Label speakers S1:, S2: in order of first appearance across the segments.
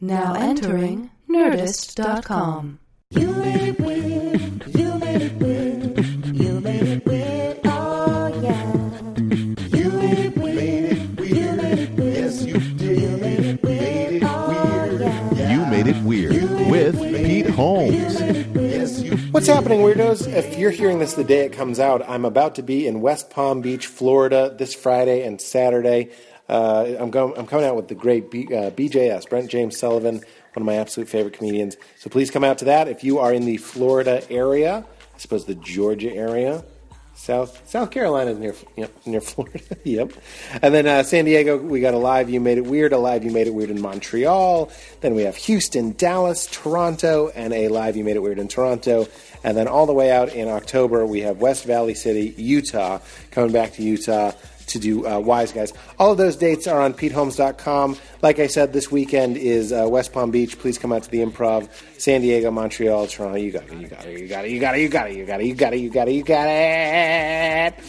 S1: Now entering Nerdist.com.
S2: You made it weird. You made it weird. You made it weird. Oh yeah. You made it weird. You made it weird. Yes, you did. You made it weird. Oh yeah.
S3: You Made It Weird with Pete Holmes.
S4: What's happening, weirdos? If you're hearing this the day it comes out, I'm about to be in West Palm Beach, Florida, this Friday and Saturday. Uh, I'm, go- I'm coming out with the great B- uh, BJS, Brent James Sullivan, one of my absolute favorite comedians. So please come out to that. If you are in the Florida area, I suppose the Georgia area, South South Carolina is near yep, near Florida. yep. And then uh, San Diego, we got a live You Made It Weird, a live You Made It Weird in Montreal. Then we have Houston, Dallas, Toronto, and a live You Made It Weird in Toronto. And then all the way out in October, we have West Valley City, Utah, coming back to Utah to do uh, Wise Guys. All of those dates are on PeteHolmes.com. Like I said, this weekend is uh, West Palm Beach. Please come out to the Improv, San Diego, Montreal, Toronto. You got it. You got it. You got it. You got it. You got it. You got it. You got it. You got it. You got it.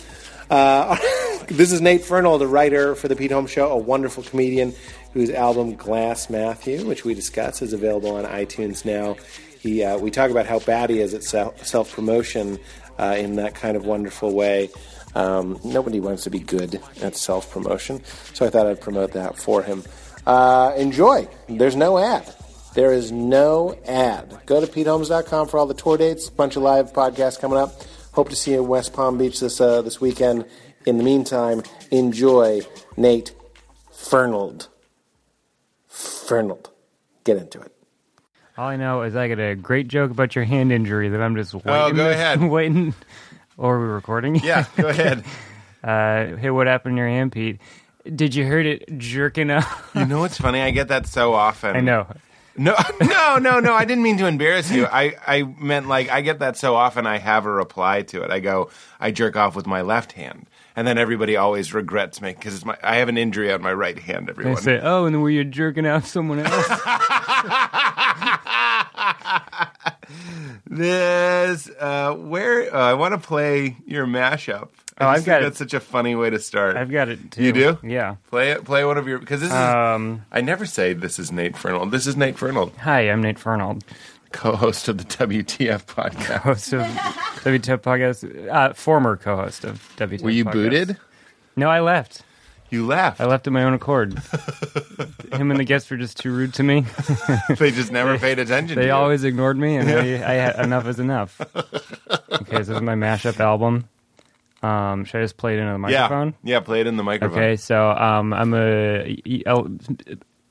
S4: Uh, this is Nate Fernald, a writer for the Pete Holmes Show, a wonderful comedian whose album Glass Matthew, which we discuss, is available on iTunes now. He, uh, we talk about how bad he is at self promotion uh, in that kind of wonderful way. Um, nobody wants to be good at self promotion, so I thought I'd promote that for him. Uh, enjoy. There's no ad. There is no ad. Go to PeteHolmes.com for all the tour dates. Bunch of live podcasts coming up. Hope to see you in West Palm Beach this uh, this weekend. In the meantime, enjoy Nate Fernald. Fernald, get into it.
S5: All I know is I got a great joke about your hand injury that I'm just waiting.
S3: Oh, go ahead.
S5: waiting. Or are we recording?
S3: Yeah, go ahead.
S5: Uh, hey, what happened to your hand, Pete? Did you heard it jerking up?
S3: You know what's funny? I get that so often.
S5: I know.
S3: No, no, no, no. I didn't mean to embarrass you. I, I meant like I get that so often. I have a reply to it. I go, I jerk off with my left hand, and then everybody always regrets me because it's my. I have an injury on my right hand.
S5: They
S3: Everyone.
S5: say, oh, and then were you jerking out someone else?
S3: This uh, where uh, I want to play your mashup. I
S5: Oh,
S3: just
S5: I've
S3: think
S5: got it.
S3: that's such a funny way to start.
S5: I've got it too.
S3: You do?
S5: Yeah.
S3: Play it. Play one of your because this is.
S5: Um,
S3: I never say this is Nate Fernald. This is Nate Fernald,
S5: hi, I'm Nate Fernald,
S3: co-host of the WTF podcast.
S5: host of WTF Podcast, uh, former co-host of WTF
S3: Were you
S5: Podcast.
S3: booted?
S5: No, I left.
S3: You left.
S5: I left of my own accord. Him and the guests were just too rude to me.
S3: They just never paid attention. to
S5: They
S3: you.
S5: always ignored me, and I, I had enough is enough. Okay, so this is my mashup album. Um, should I just play it into the
S3: Yeah,
S5: microphone?
S3: yeah. Play it in the microphone.
S5: Okay, so um, I'm a I'll-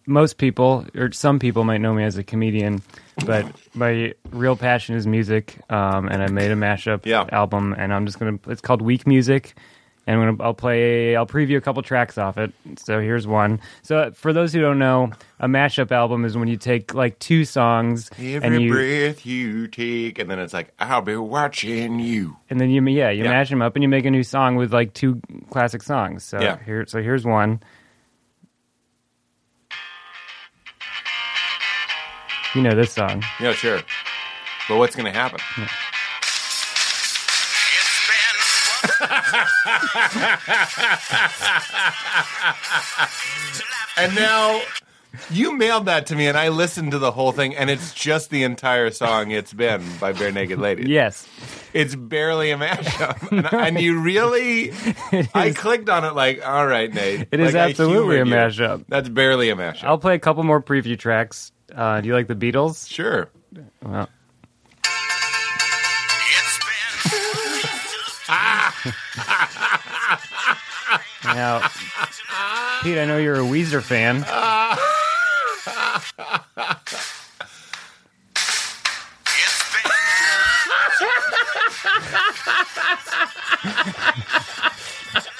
S5: most people or some people might know me as a comedian, but my real passion is music, um, and I made a mashup
S3: Yeah.
S5: album, and I'm just gonna. It's called Weak Music. And I'm gonna, I'll play. I'll preview a couple tracks off it. So here's one. So for those who don't know, a mashup album is when you take like two songs and
S3: Every
S5: you
S3: breath you take, and then it's like I'll be watching you.
S5: and then you yeah you
S3: Yeah.
S5: mash them up and you make a new song with like two classic songs. So
S3: Yeah.
S5: here so here's one. You know this song.
S3: Yeah, sure. But what's going to happen? and now you mailed that to me, and I listened to the whole thing, and it's just the entire song "It's Been" by Bare Naked Ladies.
S5: Yes.
S3: It's barely a mashup, and, and you really, I clicked on it like, all right, Nate,
S5: It is
S3: Like, I
S5: absolutely a
S3: humored you.
S5: mashup.
S3: That's barely a mashup.
S5: I'll play a couple more preview tracks. Uh, do you like the Beatles?
S3: sure.
S5: Well, now, Pete, I know you're a Weezer fan.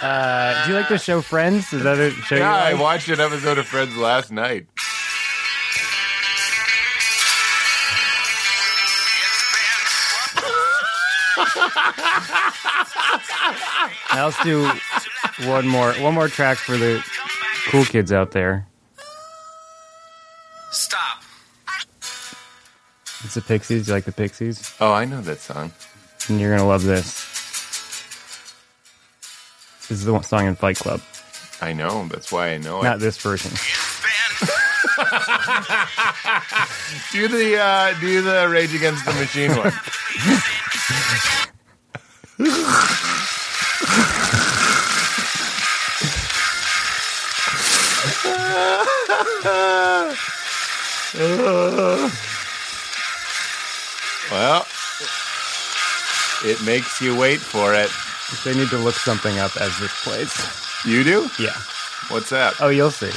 S5: Uh, do you like the show Friends? Is that a show you
S3: Yeah, I
S5: like?
S3: watched an episode of Friends last night.
S5: Now Let's do one more one more track for the cool kids out there.
S6: Stop.
S5: It's the Pixies. You like the Pixies?
S3: Oh, I know that song.
S5: And you're gonna love this. This is the one song in Fight Club,
S3: I know. That's why I know it.
S5: not this version.
S3: do the uh, do the Rage Against the Machine one. well, it makes you wait for it.
S5: They need to look something up as this plays.
S3: You do?
S5: Yeah.
S3: What's that?
S5: Oh, you'll see.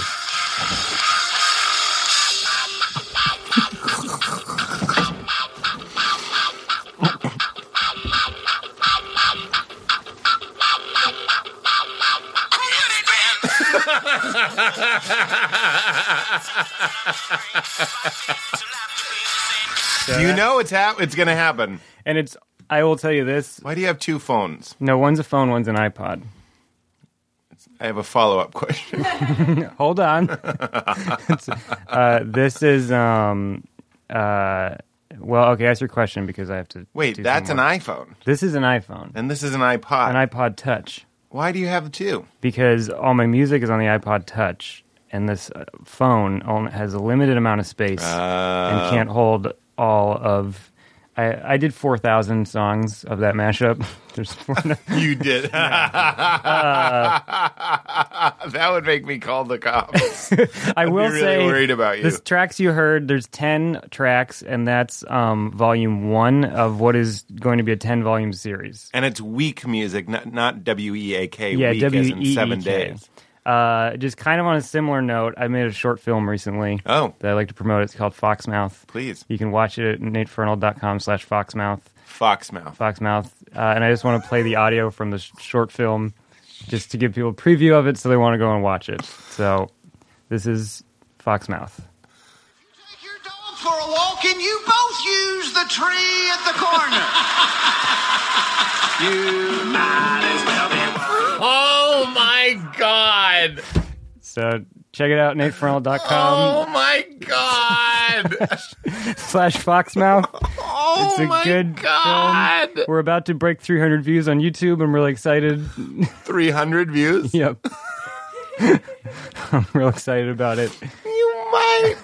S3: You know it's hap- it's gonna happen.
S5: And it's. I will tell you this.
S3: Why do you have two phones?
S5: No, one's a phone, one's an iPod.
S3: I have a follow up question.
S5: Hold on. It's, uh, this is um uh well okay. Ask your question because I have to.
S3: Wait,
S5: do
S3: that's
S5: some
S3: an
S5: more.
S3: iPhone,
S5: This is an iPhone,
S3: and this is an iPod.
S5: an iPod Touch,
S3: Why do you have two?
S5: because all my music is on the iPod Touch, and this uh, phone only has a limited amount of space
S3: Ah.
S5: and can't hold all of. I, I did four thousand songs of that mashup. There's four.
S3: You did. Uh, that would make me call the cops.
S5: I will
S3: really
S5: say,
S3: worried about you.
S5: This tracks you heard, there's ten tracks, and that's um, volume one of what is going to be a ten volume series.
S3: and it's weak music, not not W E A K.
S5: Yeah,
S3: weak
S5: W
S3: as
S5: E
S3: in
S5: E
S3: seven
S5: K.
S3: days.
S5: Uh, just kind of on a similar note, I made a short film recently
S3: Oh.
S5: that I like to promote. It's called Foxmouth.
S3: Please.
S5: You can watch it at natefernal.com slash foxmouth.
S3: Foxmouth.
S5: Foxmouth. Uh, and I just want to play the audio from the sh- short film just to give people a preview of it so they want to go and watch it. So this is Foxmouth.
S6: Take your dog for a walk and you both use the tree at the corner.
S3: Oh my god!
S5: So check it out,
S3: Oh.
S5: natefernal.com.
S3: my god!
S5: slash Foxmouth.
S3: Oh
S5: It's a good film. We're about to break 300 views on YouTube. I'm really excited.
S3: Three hundred views.
S5: Yep. I'm real excited about it.
S3: You might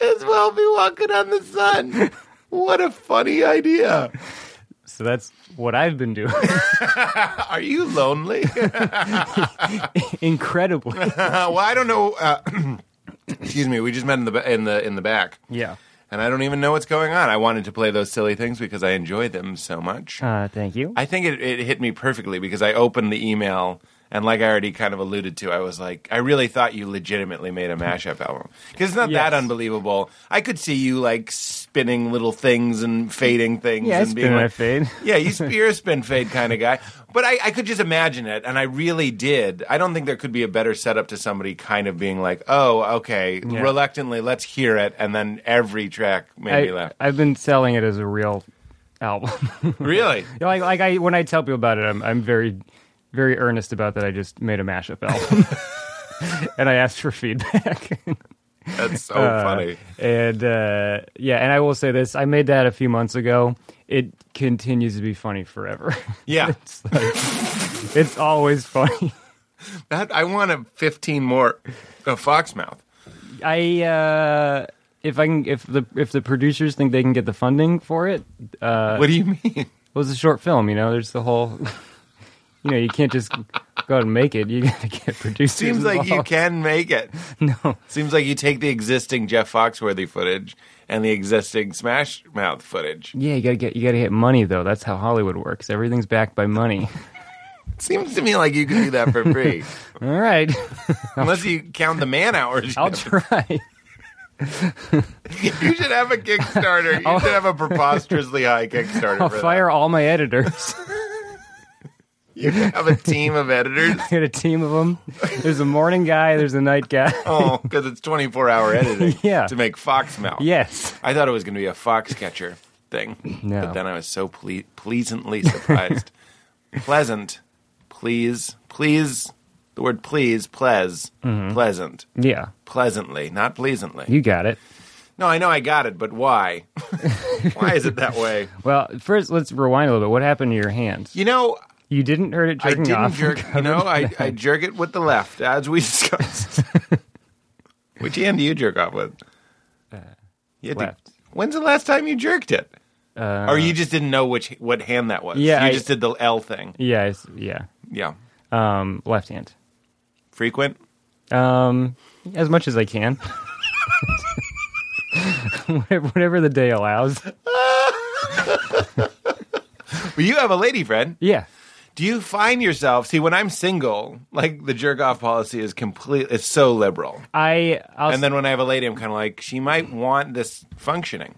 S3: as well be walking on the sun. What a funny idea.
S5: So that's what I've been doing.
S3: Are you lonely?
S5: Incredibly.
S3: Uh, well, I don't know. Uh, excuse me. We just met in the ba- in the in the back,
S5: Yeah.
S3: and I don't even know what's going on. I wanted to play those silly things because I enjoy them so much.
S5: Uh, thank you.
S3: I think it, it hit me perfectly because I opened the email and, like I already kind of alluded to, I was like, I really thought you legitimately made a mashup album because it's not
S5: Yes.
S3: that unbelievable. I could see you like spinning little things and fading things.
S5: yeah,
S3: and
S5: it's
S3: being
S5: been my
S3: like-
S5: fade.
S3: yeah, you sp- you're a spin fade kind of guy. But I, I could just imagine it, and I really did. I don't think there could be a better setup to somebody kind of being like, oh, okay,
S5: Yeah.
S3: reluctantly, let's hear it, and then every track may be
S5: I,
S3: left.
S5: I've been selling it as a real album.
S3: Really?
S5: like, like I when I tell people about it, I'm I'm very, very earnest about that. I just made a mashup album, and I asked for feedback.
S3: That's so
S5: Uh,
S3: funny.
S5: And uh, yeah, and I will say this: I made that a few months ago. It continues to be funny forever.
S3: Yeah.
S5: it's, like, it's always funny.
S3: That I want a 15 more of Foxmouth.
S5: I uh, if I can if the if the producers think they can get the funding for it, Uh,
S3: what do you mean?
S5: it was a short film. You know, there's the whole. You know, you can't just go out and make it. You got to get producers.
S3: Seems like you
S5: involved.
S3: can make it. No. Seems like you take the existing Jeff Foxworthy footage and the existing Smash Mouth footage.
S5: Yeah, you gotta get you gotta get money though. That's how Hollywood works. Everything's backed by money.
S3: It seems to me like you could do that for free.
S5: All right,
S3: Unless you count the man hours. You,
S5: I'll try.
S3: you should have a Kickstarter. You should have a preposterously high Kickstarter.
S5: I'll
S3: for that.
S5: fire all my editors.
S3: You have a team of editors.
S5: Got a team of them. There's a morning guy. There's a night guy.
S3: Oh, because it's 24 hour editing
S5: Yeah.
S3: to make Foxmouth.
S5: Yes.
S3: I thought it was going to be a fox catcher thing.
S5: No.
S3: But then I was so ple- pleasantly surprised. Pleasant. Please. Please. The word please, pleas, pleasant,
S5: Yeah.
S3: pleasantly, not pleasantly.
S5: Mm-hmm. You got it.
S3: No, I know I got it, but why? why is it that way?
S5: Well, first let's rewind a little bit. What happened to your hands?
S3: You know,
S5: You didn't hurt it
S3: I
S5: jerking
S3: didn't
S5: off.
S3: jerk. You know, I, I jerk it with the left, as we discussed. Which hand do you jerk off with? You had to-
S5: Uh, left. Uh,
S3: when's the last time you jerked it? or you just didn't know which what hand that was.
S5: Yeah,
S3: you
S5: I-
S3: just did the L thing.
S5: Yeah, it's, yeah.
S3: Yeah,
S5: Um, left hand.
S3: frequent.
S5: Um, as much as I can. whatever, whatever the day allows.
S3: But you have a lady friend.
S5: Yeah.
S3: Do you find yourself? See, when I'm single, like the jerk off policy is complete. It's so liberal.
S5: I I'll
S3: And then when I have a lady, I'm kind of like, she might want this functioning.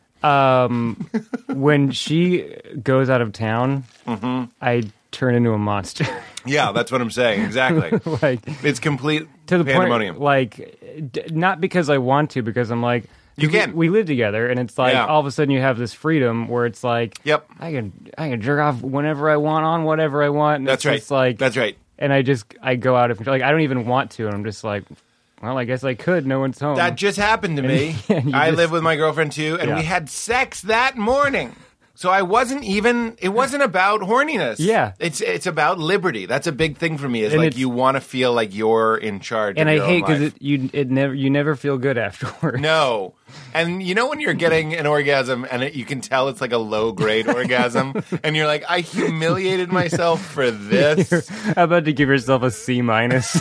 S5: when she goes out of town,
S3: Mm-hmm.
S5: I turn into a monster.
S3: Yeah, that's what I'm saying. Exactly.
S5: like
S3: it's complete
S5: to the
S3: pandemonium.
S5: point, like d- not because I want to, because I'm like
S3: You
S5: we-
S3: can.
S5: We, live together, and it's like
S3: Yeah.
S5: all of a sudden you have this freedom where it's like,
S3: Yep.
S5: I can I can jerk off whenever I want on whatever I want. And it's
S3: that's right.
S5: Just like
S3: that's right.
S5: And I just I go out of control. Like I don't even want to, and I'm just like, well, I guess I could. No one's home.
S3: That just happened to me.
S5: um, and you
S3: I
S5: just-
S3: live with my girlfriend too, and
S5: Yeah.
S3: we had sex that morning. So I wasn't even. It wasn't about horniness.
S5: Yeah.
S3: it's it's about liberty. That's a big thing for me. Is
S5: And
S3: like
S5: it's-
S3: you want to feel like you're in charge.
S5: and
S3: of
S5: I
S3: your
S5: hate
S3: because
S5: because it, you it never you never feel good afterwards.
S3: No. And you know when you're getting an orgasm and it, you can tell it's like a low grade orgasm and you're like, I humiliated myself for
S5: You're
S3: this.
S5: about to give yourself a C minus.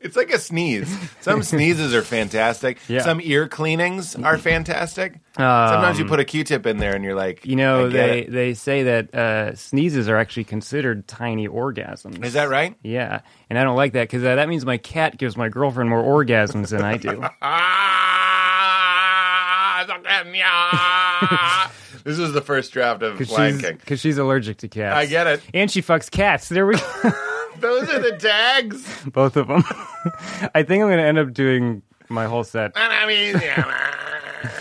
S3: It's like a sneeze. Some sneezes are fantastic.
S5: Yeah.
S3: Some ear cleanings are fantastic. Sometimes you put a Q-tip in there and you're like,
S5: Um, You know,
S3: I get
S5: they,
S3: it.
S5: they say that uh, sneezes are actually considered tiny orgasms.
S3: Is that right?
S5: Yeah, and I don't like that because uh, that means my cat gives my girlfriend more orgasms than I do.
S3: Ah, this was the first draft of Lion
S5: she's,
S3: King.
S5: 'cause she's allergic to cats.
S3: I get it.
S5: And she fucks cats. There we go.
S3: Those are the tags.
S5: Both of them. I think I'm going to end up doing my whole set.
S3: And I mean,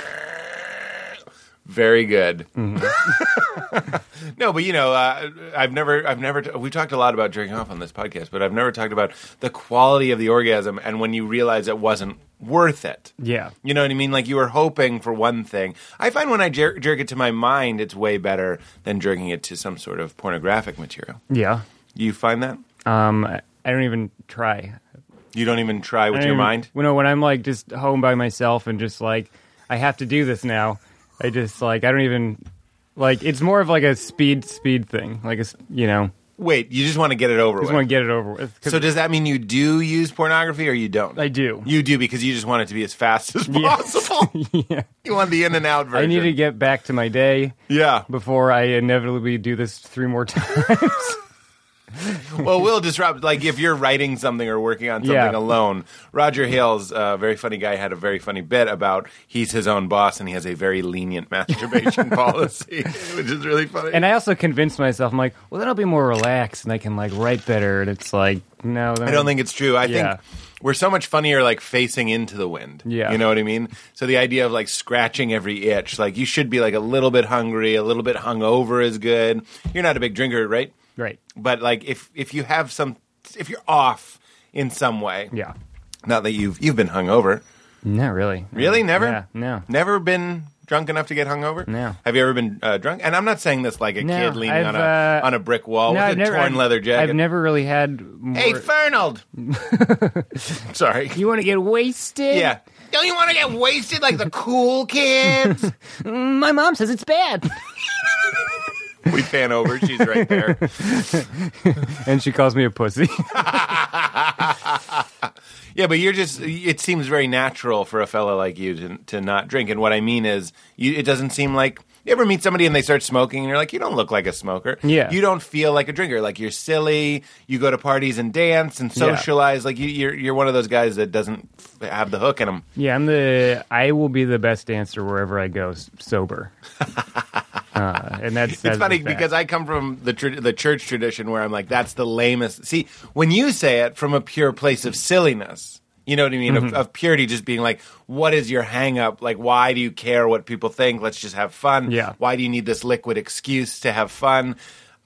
S3: very good. no, but you know, uh, I've never, I've never. we talked a lot about jerking off on this podcast, but I've never talked about the quality of the orgasm and when you realize it wasn't worth it.
S5: Yeah.
S3: You know what I mean? Like you were hoping for one thing. I find when I jer- jerk it to my mind, it's way better than jerking it to some sort of pornographic material.
S5: Yeah.
S3: Do you find that?
S5: Um, I, I don't even try.
S3: You don't even try with
S5: I don't
S3: your
S5: even-
S3: mind.
S5: You know, when I'm like just home by myself and just like, I have to do this now. I just like, I don't even, like, it's more of like a speed, speed thing. Like, a, s- you know,
S3: Wait, you just want to get it over
S5: just
S3: with.
S5: want to get it over with. 'Cause
S3: So does that mean you do use pornography or you don't?
S5: I do.
S3: You do because you just want it to be as fast as
S5: Yes.
S3: possible. You want the in and out version.
S5: I need to get back to my day
S3: yeah.
S5: before I inevitably do this three more times.
S3: Well, we'll disrupt. Like if you're writing something or working on something
S5: Yeah.
S3: alone. Roger Hales, a very funny guy, had a very funny bit about he's his own boss and he has a very lenient masturbation policy, which is really funny.
S5: and I also convince myself, I'm like, well, then I'll be more relaxed and I can like write better. And it's like, no, then
S3: I don't think it's true. I
S5: Yeah.
S3: think we're so much funnier like facing into the wind.
S5: Yeah.
S3: You know what I mean? So the idea of like scratching every itch, like you should be like a little bit hungry, a little bit hungover is good. You're not a big drinker, right?
S5: Right.
S3: But like if if you have some if you're off in some way.
S5: Yeah.
S3: Not that you've you've been hungover.
S5: Not really.
S3: Really? Never?
S5: Mm. Yeah. No.
S3: Never been drunk enough to get hungover?
S5: No.
S3: Have you ever been uh, drunk? And I'm not saying this like a
S5: No,
S3: kid leaning on a
S5: I've, uh,
S3: on a brick wall with a torn
S5: I've-
S3: leather jacket.
S5: I've never really had. More,
S3: Hey, Fernald. Sorry.
S5: you want to get wasted?
S3: Yeah. Don't you want to get wasted like the cool kids?
S5: My mom says it's bad,
S3: we fan over. She's right there.
S5: and she calls me a pussy.
S3: Yeah, but you're just. It seems very natural for a fella like you to to not drink. And what I mean is, you, it doesn't seem like. You ever meet somebody and they start smoking and you're like, you don't look like a smoker.
S5: Yeah.
S3: You don't feel like a drinker. Like you're silly. You go to parties and dance and
S5: Yeah.
S3: socialize. Like you, you're you're one of those guys that doesn't f- have the hook in him.
S5: yeah, I'm the. I will be the best dancer wherever I go, s- sober. uh, and that's, that's
S3: It's funny because I come from the tr- the church tradition where I'm like, that's the lamest. See, when you say it from a pure place of silliness, you know what I mean?
S5: Mm-hmm.
S3: Of, of purity, just being like, what is your hang up? Like, why do you care what people think? Let's just have fun.
S5: Yeah.
S3: Why do you need this liquid excuse to have fun?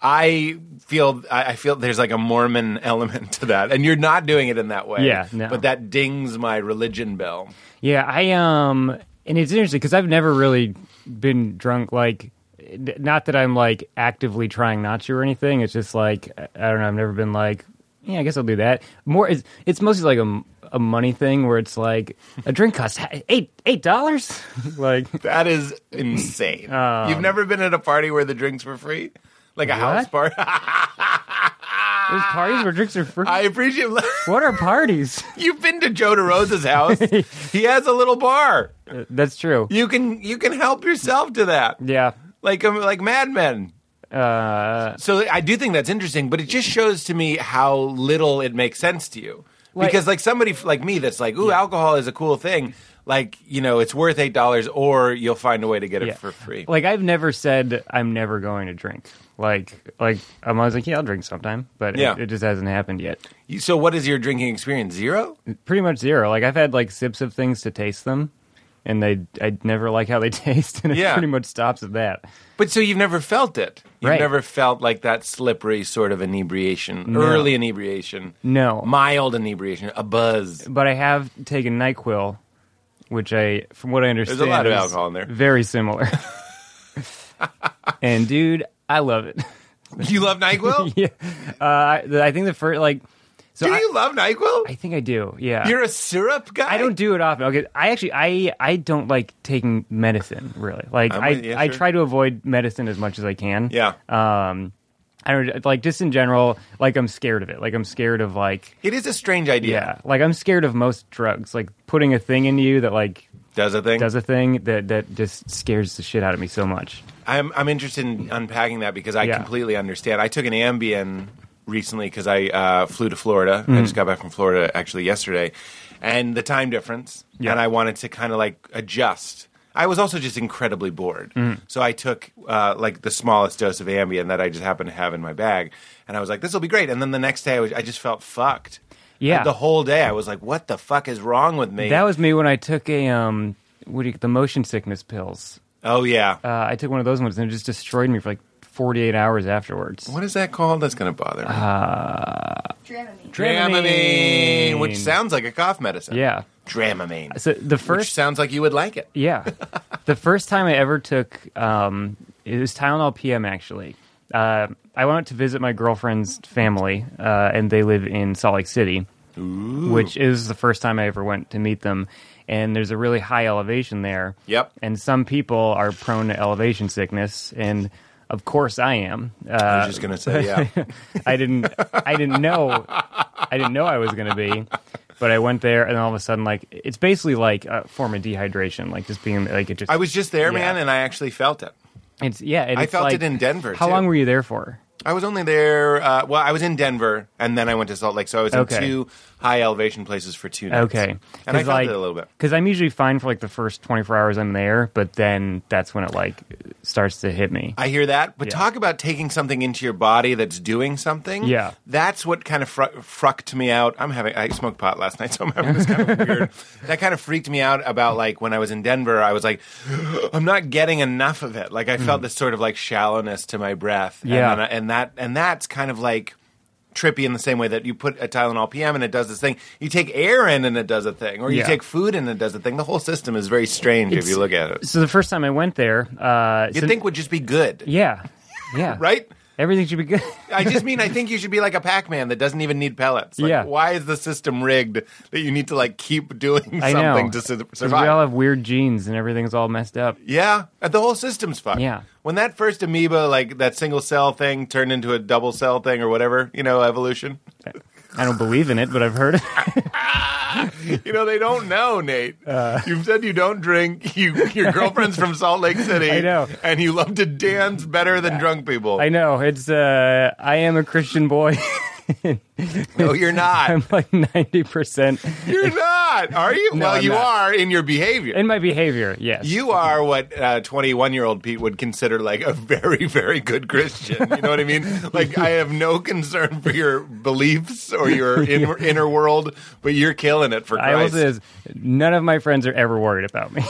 S3: I feel I I feel there's like a Mormon element to that, and you're not doing it in that way.
S5: Yeah, no.
S3: But that dings my religion bell.
S5: Yeah, I um, and it's interesting because I've never really been drunk. Like, n- not that I'm like actively trying not to or anything. It's just like I I don't know. I've never been like, yeah, I guess I'll do that. More, it's, it's mostly like a m- a, a money thing where it's like a drink costs eight eight dollars. like
S3: That is insane.
S5: Um,
S3: You've never been at a party where the drinks were free? Like a house party?
S5: there's parties where drinks are free.
S3: I appreciate
S5: what are parties?
S3: You've been to Joe DeRosa's house. he has a little bar.
S5: That's true.
S3: You can you can help yourself to that.
S5: Yeah.
S3: Like um, like Mad Men.
S5: Uh,
S3: So I do think that's interesting, but it just shows to me how little it makes sense to you. because like somebody f- like me that's like, "Ooh, alcohol is a cool thing." Like, you know, it's worth $8 or you'll find a way to get it
S5: yeah.
S3: for free.
S5: Like I've never said I'm never going to drink. Like like I'm always like yeah I'll drink sometime, but
S3: Yeah.
S5: it, it just hasn't happened yet.
S3: You- so what is your drinking experience? Zero?
S5: Pretty much zero. Like I've had like sips of things to taste them, and they I never like how they taste, and it
S3: Yeah.
S5: pretty much stops at that.
S3: But so you've never felt it. You've
S5: Right.
S3: never felt like that slippery sort of inebriation, early inebriation,
S5: No,
S3: mild inebriation, a buzz.
S5: but I have taken Nyquil, which I, from what I understand,
S3: lot of
S5: is
S3: alcohol in there.
S5: Very similar. and dude, I love it.
S3: You love NyQuil?
S5: yeah, uh, I, the- I think the first like, so
S3: Do
S5: I,
S3: you love NyQuil?
S5: I think I do. Yeah,
S3: You're a syrup guy?
S5: I don't do it often. Okay, I actually I I don't like taking medicine really. Like
S3: I'm
S5: I
S3: with you,
S5: I
S3: sure.
S5: try to avoid medicine as much as I can.
S3: Yeah.
S5: Um, I don't like just in general. Like I'm scared of it. Like I'm scared of like
S3: It is a strange idea.
S5: yeah. Like I'm scared of most drugs. Like putting a thing into you that like
S3: Does a thing.
S5: does a thing that that just scares the shit out of me so much.
S3: I'm I'm interested in unpacking that because I
S5: Yeah.
S3: completely understand. I took an Ambien recently because I uh, flew to Florida.
S5: Mm.
S3: I just got back from Florida actually yesterday, and the time difference.
S5: Yeah.
S3: And I wanted to kind of like adjust. I was also just incredibly bored,
S5: Mm.
S3: so I took uh, like the smallest dose of Ambien that I just happened to have in my bag, and I was like, "This will be great." And then the next day, I, was, I just felt fucked.
S5: Yeah.
S3: the whole day I was like, "What the fuck is wrong with me?"
S5: That was me when I took a um what do you the motion sickness pills.
S3: oh yeah,
S5: Uh, I took one of those ones and it just destroyed me for like 48 hours afterwards.
S3: what is that called? That's gonna bother me.
S5: Uh,
S7: Dramamine.
S3: Dramamine, which sounds like a cough medicine.
S5: Yeah.
S3: Dramamine.
S5: So the
S3: which
S5: first
S3: sounds like you would like it.
S5: Yeah. the first time I ever took um, it was Tylenol PM actually. Uh, I went out to visit my girlfriend's family, uh, and they live in Salt Lake City, which is the first time I ever went to meet them. And there's a really high elevation there.
S3: Yep.
S5: And some people are prone to elevation sickness, and of course I am. Uh,
S3: I was just gonna say, yeah.
S5: I didn't I didn't know I didn't know I was going to be, but I went there and all of a sudden like it's basically like a form of dehydration, like just being like it just
S3: I was just there, man,
S5: Yeah.
S3: and I actually felt it.
S5: it's yeah, and
S3: I
S5: it's
S3: felt
S5: like-
S3: it in Denver.
S5: How
S3: too.
S5: long were you there for?
S3: I was only there. Uh, well, I was in Denver, and then I went to Salt Lake. So I was
S5: Okay.
S3: in two high elevation places for two nights.
S5: Okay.
S3: and I
S5: 'Cause,
S3: felt
S5: like,
S3: it a little bit.
S5: Cuz I'm usually fine for like the first 24 hours I'm there, but then that's when it like starts to hit me.
S3: I hear that, but
S5: Yeah.
S3: talk about taking something into your body that's doing something.
S5: Yeah.
S3: that's what kind of fr- frucked me out. I'm having I smoked pot last night, so I'm having this kind of weird. That kind of freaked me out about like when I was in Denver. I was like, I'm not getting enough of it. Like I felt this sort of like shallowness to my breath.
S5: Mm. Yeah.
S3: and, then I- and that and that's kind of like trippy in the same way that you put a Tylenol PM and it does this thing. You take air in and it does a thing, or you
S5: Yeah.
S3: take food in and it does a thing. The whole system is very strange if
S5: It's-
S3: you look at it.
S5: So the first time I went there, uh
S3: You'd
S5: so-
S3: think would just be good,
S5: yeah. Yeah.
S3: right?
S5: Everything should be good.
S3: I just mean I think you should be like a Pac-Man that doesn't even need pellets. Like,
S5: Yeah.
S3: Why is the system rigged that you need to like keep doing
S5: I know.
S3: something to su-
S5: 'Cause
S3: survive?
S5: We all have weird genes and everything's all messed up.
S3: yeah, Uh, the whole system's fucked.
S5: Yeah.
S3: When that first amoeba, like that single cell thing, turned into a double cell thing or whatever, you know, evolution.
S5: I don't believe in it, but I've heard it.
S3: You know, they don't know, Nate.
S5: Uh.
S3: You've said you don't drink. You, your girlfriend's from Salt Lake City.
S5: I know.
S3: And you love to dance better than drunk people.
S5: I know it's. uh I am a Christian boy.
S3: No, you're not.
S5: I'm like ninety percent
S3: you're not. Are you?
S5: No,
S3: well,
S5: I'm
S3: you
S5: not.
S3: are in your behavior.
S5: in my behavior. Yes,
S3: You are what uh, twenty-one-year-old Pete would consider like a very, very good Christian. You know what I mean? Like I have no concern for your beliefs or your in- inner world, but you're killing it for
S5: I will
S3: Christ.
S5: say this: none of my friends are ever worried about me.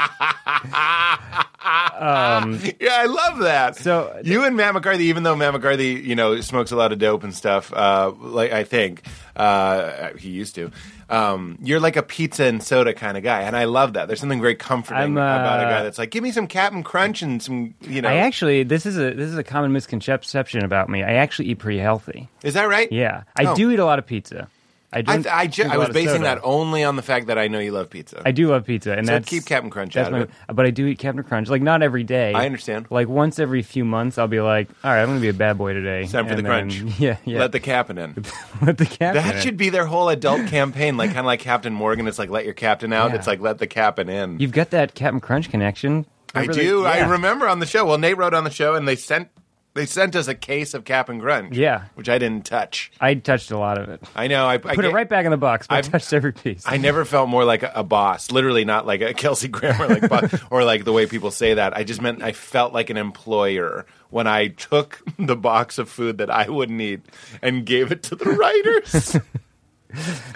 S3: yeah, I love that.
S5: So-
S3: you and Matt McCarthy, even though Matt McCarthy, you know, smokes a lot of dope and stuff, uh, like I think uh, he used to. Um, you're like a pizza and soda kind of guy, and I love that. There's something very comforting
S5: I'm, uh,
S3: about a guy that's like, give me some Captain Crunch and some, you know,
S5: I actually this is a this is a common misconception about me. I actually eat pretty healthy.
S3: is that right?
S5: Yeah, I
S3: Oh.
S5: do eat a lot of pizza. I
S3: I,
S5: don't.
S3: I, ju-
S5: drink a lot
S3: I was
S5: of
S3: basing
S5: soda.
S3: that only on the fact that I know you love pizza.
S5: I do love pizza, and
S3: So
S5: that's
S3: keep Captain Crunch
S5: that's
S3: out
S5: my,
S3: of
S5: But I do eat Captain Crunch, like not every day.
S3: I understand.
S5: Like once every few months, I'll be like, all right, I'm gonna be a bad boy today.
S3: It's time for
S5: And
S3: the
S5: then-
S3: crunch.
S5: Yeah, yeah.
S3: Let the captain in.
S5: let the captain.
S3: That
S5: in.
S3: should be their whole adult campaign, like kind of like Captain Morgan. It's like let your captain out.
S5: Yeah.
S3: It's like let the captain in.
S5: You've got that Captain Crunch connection.
S3: I
S5: Remember the-
S3: do.
S5: yeah.
S3: I remember on the show. Well, Nate wrote on the show, and they sent they sent us a case of Captain Crunch.
S5: Yeah.
S3: which I didn't touch.
S5: I touched a lot of it.
S3: I know. I put I
S5: Put it
S3: get-
S5: right back in the box. But I
S3: I've-
S5: touched every piece.
S3: I never felt more like a, a boss, literally not like a Kelsey Grammer, like boss, or like the way people say that. I just meant I felt like an employer when I took the box of food that I wouldn't eat and gave it to the writers.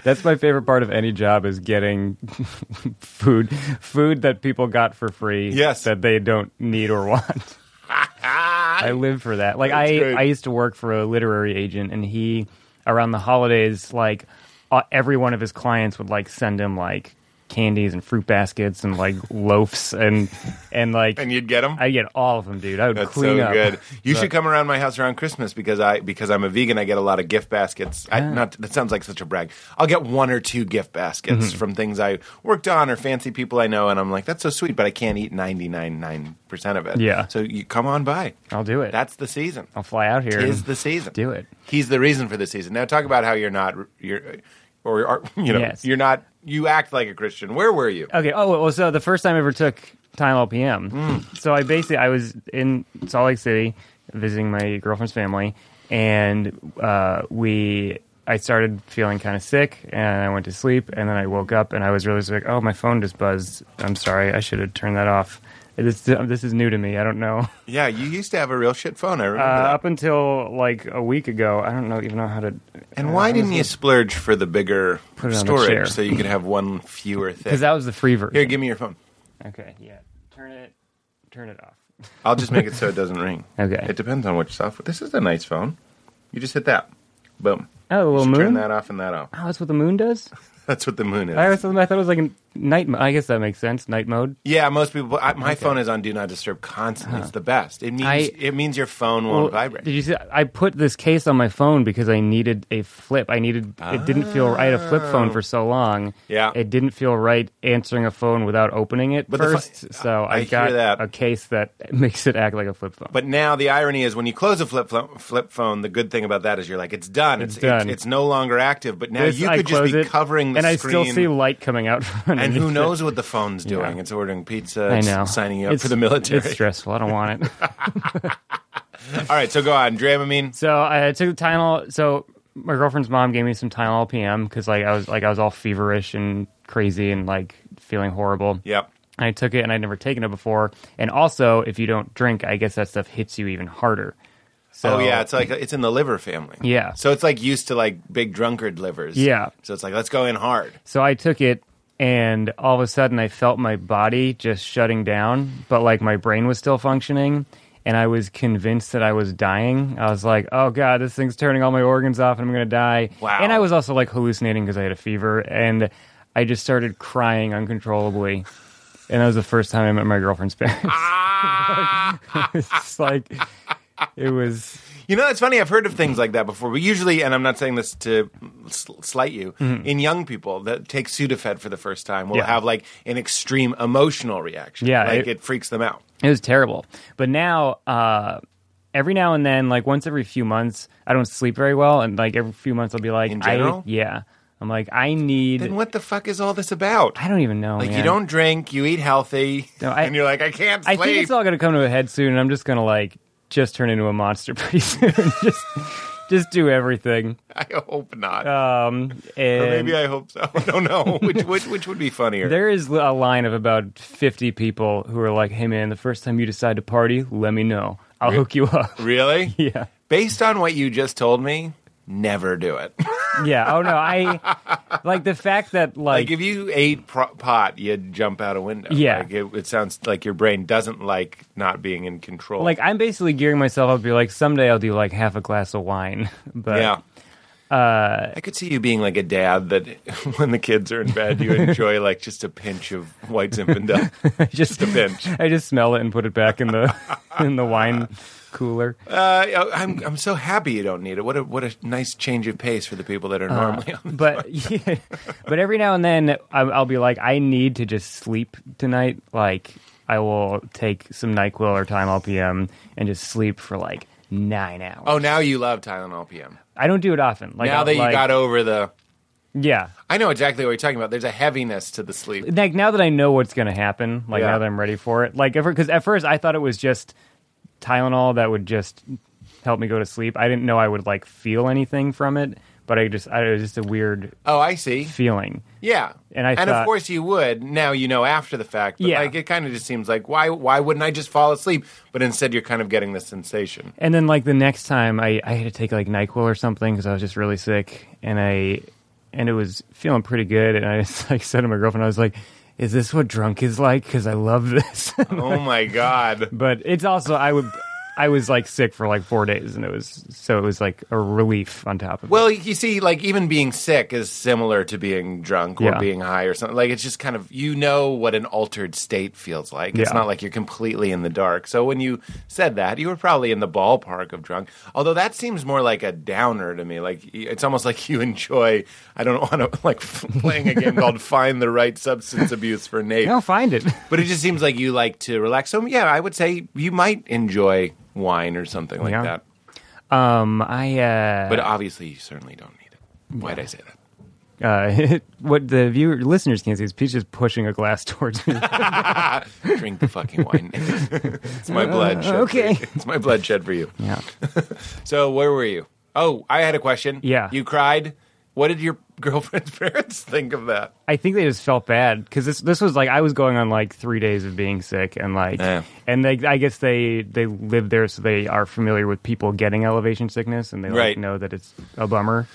S5: That's my favorite part of any job is getting food, food that people got for free.
S3: Yes.
S5: that they don't need or want.
S3: Ah,
S5: I live for that. Like
S3: That's
S5: I,
S3: great.
S5: I used to work for a literary agent, and he around the holidays, like uh, every one of his clients would like send him like candies and fruit baskets and like loafs and and like
S3: and you'd get them.
S5: I get all of them, dude. I would
S3: That's
S5: clean
S3: so
S5: up.
S3: good. You should come around my house around Christmas because I because I'm a vegan. I get a lot of gift baskets. I, not that sounds like such a brag. I'll get one or two gift baskets
S5: Mm-hmm.
S3: from things I worked on or fancy people I know, and I'm like, that's so sweet, but I can't eat ninety nine nine percent of it.
S5: Yeah.
S3: So you come on by.
S5: I'll do it.
S3: That's the season.
S5: I'll fly out here.
S3: Is
S5: and
S3: the season.
S5: do it?
S3: He's the reason for the season. Now talk about how you're not you're or are, you know
S5: Yes.
S3: you're not you act like a Christian. Where were you?
S5: Okay. Oh well. So the first time I ever took time LPM.
S3: Mm.
S5: So I basically I was in Salt Lake City visiting my girlfriend's family, and uh, we I started feeling kind of sick, and I went to sleep, and then I woke up, and I was really sick. Oh, my phone just buzzed. I'm sorry. I should have turned that off. This this is new to me. I don't know.
S3: Yeah, you used to have a real shit phone. I remember
S5: Uh,
S3: that.
S5: up until like a week ago, I don't know even know how to.
S3: And why didn't you splurge for the bigger
S5: Put it on the chair.
S3: storage so you could have one fewer thing?
S5: Because that was the free version.
S3: Here, give me your phone.
S5: okay. Yeah. Turn it. Turn it off.
S3: I'll just make it so it doesn't ring.
S5: Okay.
S3: It depends on which software. This is a nice phone. You just hit that. Boom.
S5: Oh, a little
S3: Turn
S5: moon.
S3: that off and that off.
S5: Oh, that's what the moon does.
S3: That's what the moon is.
S5: I always thought, I thought it was like a night. Mo- I guess that makes sense. Night mode.
S3: yeah, most people. I, my phone is on do not disturb constantly. It's the best. It means
S5: I-
S3: it means your phone won't
S5: Well,
S3: vibrate.
S5: Did you see? I put this case on my phone because I needed a flip. I needed. It didn't feel. I had a flip phone for so long.
S3: Yeah.
S5: It didn't feel right answering a phone without opening it
S3: But the fu-
S5: first. so I,
S3: I hear
S5: got
S3: that.
S5: a case that makes it act like a flip phone.
S3: But now the irony is when you close a flip phone, flip phone, the good thing about that is you're like, it's done. It's,
S5: It's
S3: it's,
S5: done.
S3: It's, no longer active. But now
S5: This,
S3: you
S5: I
S3: could just
S5: close
S3: be
S5: it,
S3: covering the
S5: and
S3: screen.
S5: I still see light coming out from
S3: And
S5: underneath
S3: who
S5: it.
S3: knows what the phone's doing? It's ordering pizza.
S5: I
S3: it's
S5: know.
S3: Signing you up
S5: It's-
S3: for the military.
S5: It's stressful. I don't want it.
S3: All right, so go on. Dramamine.
S5: So I took the Tylenol. So my girlfriend's mom gave me some Tylenol PM because like I was like I was all feverish and crazy and like feeling horrible.
S3: Yep.
S5: And I took it and I'd never taken it before. And also, if you don't drink, I guess that stuff hits you even harder. So
S3: oh yeah, it's like it's in the liver family.
S5: Yeah.
S3: So it's like used to like big drunkard livers.
S5: Yeah.
S3: So it's like let's go in hard.
S5: So I took it, and all of a sudden I felt my body just shutting down, but like my brain was still functioning, and I was convinced that I was dying. I was like, "Oh god, this thing's turning all my organs off, and I'm gonna die."
S3: Wow.
S5: And I was also like hallucinating because I had a fever, and I just started crying uncontrollably. And that was the first time I met my girlfriend's parents. it's just like it was.
S3: You know, it's funny. I've heard of things like that before. But usually, and I'm not saying this to sl- slight you, in young people that take Sudafed for the first time will
S5: Mm-hmm. Yeah.
S3: have like an extreme emotional reaction.
S5: Yeah,
S3: Like
S5: it-
S3: it, freaks them out.
S5: It was terrible. But now, uh, every now and then, like once every few months, I don't sleep very well, and like every few months, I'll be like,
S3: In
S5: I-
S3: general?
S5: yeah, I'm like, I need.
S3: Then what the fuck is all this about?
S5: I don't even know.
S3: Like you
S5: man.
S3: don't drink, you eat healthy,
S5: No, I-
S3: and you're like, I can't
S5: I
S3: sleep.
S5: think it's all going to come to a head soon, and I'm just going to like just turn into a monster pretty soon. just, just do everything.
S3: I hope not.
S5: Um, and
S3: or maybe I hope so. I don't know which which which would be funnier.
S5: There is a line of about 50 people who are like, hey man, the first time you decide to party, let me know. I'll hook you up.
S3: really?
S5: yeah.
S3: Based on what you just told me, never do it.
S5: Yeah. Oh, no. I like the fact that, like,
S3: like if you ate pro- pot, you'd jump out a window.
S5: Yeah.
S3: like it, it sounds like your brain doesn't like not being in control.
S5: uh, like I'm basically gearing myself up to be like someday I'll do like half a glass of wine. But
S3: yeah,
S5: uh,
S3: I could see you being like a dad that when the kids are in bed, you enjoy like just a pinch of white Zinfandel. just a pinch.
S5: I just smell it and put it back in the in the wine cooler.
S3: Uh, I'm I'm so happy you don't need it. What a what a nice change of pace for the people that are
S5: Uh,
S3: normally on.
S5: But yeah, but every now and then I, I'll be like, I need to just sleep tonight. Like I will take some Nyquil or Time LPM and just sleep for like nine hours.
S3: Oh, now you love Tylenol PM.
S5: I don't do it often. Like
S3: now
S5: I'll,
S3: that you
S5: like-
S3: got over the,
S5: yeah.
S3: I know exactly what you're talking about. There's a heaviness to the sleep.
S5: like now that I know what's going to happen, like
S3: Yeah.
S5: now that I'm ready for it, like because at first I thought it was just Tylenol that would just help me go to sleep. I didn't know I would like feel anything from it, but I just I, it was just a weird
S3: Oh, I see.
S5: feeling.
S3: Yeah,
S5: And I
S3: of
S5: thought-
S3: course you would. Now you know after the fact. But
S5: Yeah.
S3: like it kind of just seems like why why wouldn't I just fall asleep? But instead you're kind of getting this sensation.
S5: And then like the next time I I had to take like Nyquil or something because I was just really sick, and I and it was feeling pretty good, and I just like said to my girlfriend, I was like. Is this what drunk is like? Because I love this,
S3: Oh my god.
S5: but it's also I would, I was like sick for like four days, and it was so it was like a relief on top of it.
S3: Well, you see, like even being sick is similar to being drunk or
S5: Yeah.
S3: being high or something. Like it's just kind of you know what an altered state feels like. It's
S5: Yeah.
S3: not like you're completely in the dark. So when you said that, you were probably in the ballpark of drunk. Although that seems more like a downer to me. Like y- it's almost like you enjoy. I don't want to like playing a game called Find the Right Substance Abuse for Nate.
S5: No, find it.
S3: But it just seems like you like to relax. So yeah, I would say you might enjoy wine or something like
S5: Yeah.
S3: that.
S5: Um, I uh,
S3: But obviously, you certainly don't need it. Why would I say that?
S5: uh what the viewer listeners can't see is Peach is pushing a glass towards me.
S3: Drink the fucking wine. it's my blood. shed
S5: okay.
S3: For you. It's my bloodshed for you.
S5: yeah,
S3: So where were you? Oh, I had a question.
S5: Yeah.
S3: You cried. What did your girlfriend's parents think of that?
S5: I think they just felt bad because this this was like I was going on like three days of being sick and like
S3: Yeah.
S5: and they I guess they they live there so they are familiar with people getting elevation sickness and they like
S3: Right.
S5: know that it's a bummer.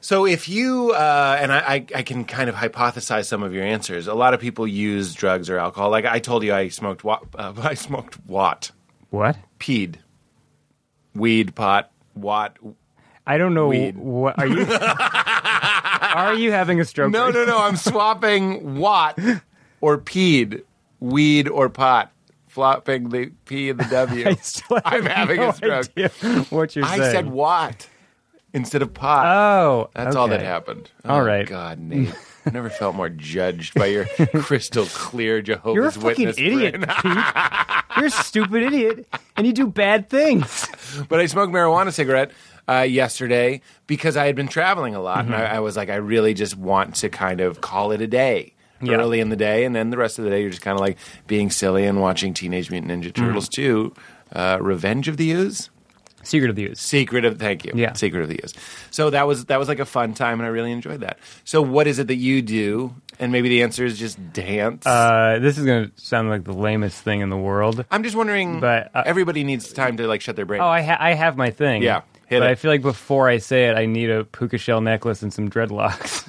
S3: So if you uh, and I, I, I can kind of hypothesize some of your answers. A lot of people use drugs or alcohol. Like I told you, I smoked. Wa- uh, I smoked Watt.
S5: What?
S3: peed. Weed, pot, watt.
S5: I don't know.
S3: Weed.
S5: What are you? are you having a stroke?
S3: No,
S5: right
S3: no, no. I'm swapping watt or peed, weed or pot, flopping the P and the W.
S5: now? I still have
S3: I'm having
S5: no
S3: a stroke.
S5: idea What you're
S3: I
S5: saying?
S3: said watt instead of pot.
S5: Oh,
S3: That's all that
S5: okay.
S3: happened.
S5: All
S3: Oh,
S5: right.
S3: God, Nate. I never felt more judged by your crystal clear Jehovah's
S5: You're a fucking
S3: Witness
S5: idiot,
S3: brain.
S5: Pete. You're a stupid idiot, and you do bad things.
S3: but I smoked marijuana cigarette uh, yesterday because I had been traveling a lot, and
S5: Mm-hmm.
S3: I, I was like, I really just want to kind of call it a day.
S5: Yeah.
S3: Early in the day, and then the rest of the day, you're just kind of like being silly and watching Teenage Mutant Ninja
S5: Mm-hmm.
S3: Turtles 2, uh, Revenge of the Ooze.
S5: Secret of the Ooze.
S3: Secret of thank you.
S5: Yeah.
S3: Secret of the Ooze. So that was that was like a fun time, and I really enjoyed that. So what is it that you do? And maybe the answer is just dance.
S5: Uh, this is going to sound like the lamest thing in the world.
S3: I'm just wondering.
S5: but, uh,
S3: everybody needs time to like shut their brain.
S5: Oh, I, ha- I have my thing.
S3: Yeah, hit
S5: but
S3: it.
S5: I feel like before I say it, I need a puka shell necklace and some dreadlocks.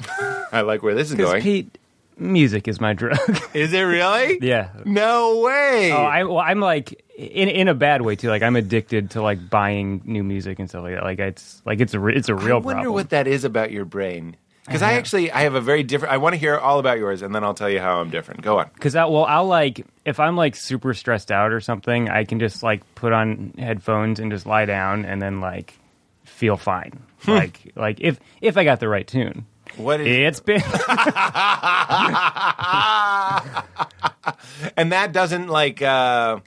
S3: I like where this is
S5: Because
S3: going.
S5: Pete, music is my drug.
S3: is it really?
S5: yeah.
S3: No way.
S5: Oh, I, well, I'm like in in a bad way too. Like I'm addicted to like buying new music and stuff like that. Like it's like it's a re- it's a real
S3: I wonder
S5: problem.
S3: what that is about your brain. Because I actually I have a very different. I want to hear all about yours, and then I'll tell you how I'm different. Go on.
S5: Because I well, I'll like if I'm like super stressed out or something, I can just like put on headphones and just lie down and then like feel fine. like like if if I got the right tune,
S3: What is
S5: it's been
S3: and that doesn't like uh,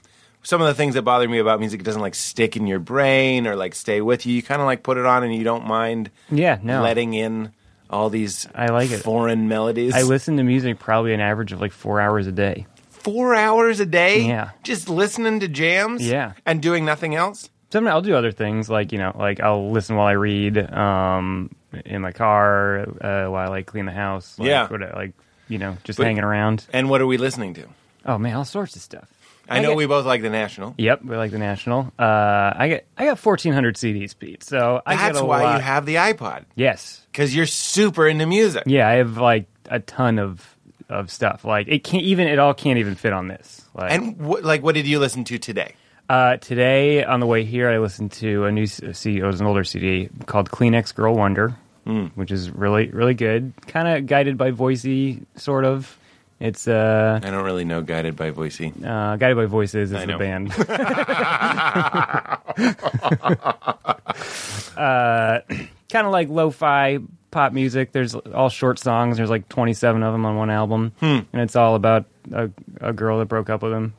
S3: some of the things that bother me about music. It doesn't like stick in your brain or like stay with you. You kind of like put it on, and you don't mind
S5: yeah no.
S3: letting in all these
S5: I like it.
S3: foreign melodies.
S5: I listen to music probably an average of like four hours a day.
S3: four hours a day.
S5: Yeah.
S3: just listening to jams.
S5: Yeah.
S3: and doing nothing else.
S5: Sometimes I'll do other things like you know like I'll listen while I read um in my car uh, while I clean the house like,
S3: Yeah.
S5: what, like you know just
S3: But-
S5: hanging around.
S3: And what are we listening to?
S5: Oh man, all sorts of stuff.
S3: I know
S5: get-
S3: we both like the National.
S5: Yep, we like the national. Uh, I get I got fourteen hundred CDs, Pete. So I
S3: That's
S5: get a
S3: why
S5: lot.
S3: you have the iPod
S5: yes,
S3: because you're super into music.
S5: yeah, I have like a ton of of stuff. Like it can't even it all can't even fit on this. Like
S3: And wh- like, what did you listen to today?
S5: uh, today on the way here, I listened to a new c- CD. It was an older CD called Kleenex Girl Wonder.
S3: Hmm.
S5: which is really really good. Kind of guided by Voicey, sort of. It's uh,
S3: I don't really know Guided by Voicey.
S5: uh guided by voices is
S3: I
S5: the
S3: know.
S5: band. kind of Uh, like lo-fi pop music. There's all short songs. There's like 27 of them on one album,
S3: Hmm.
S5: and it's all about a, a girl that broke up with him.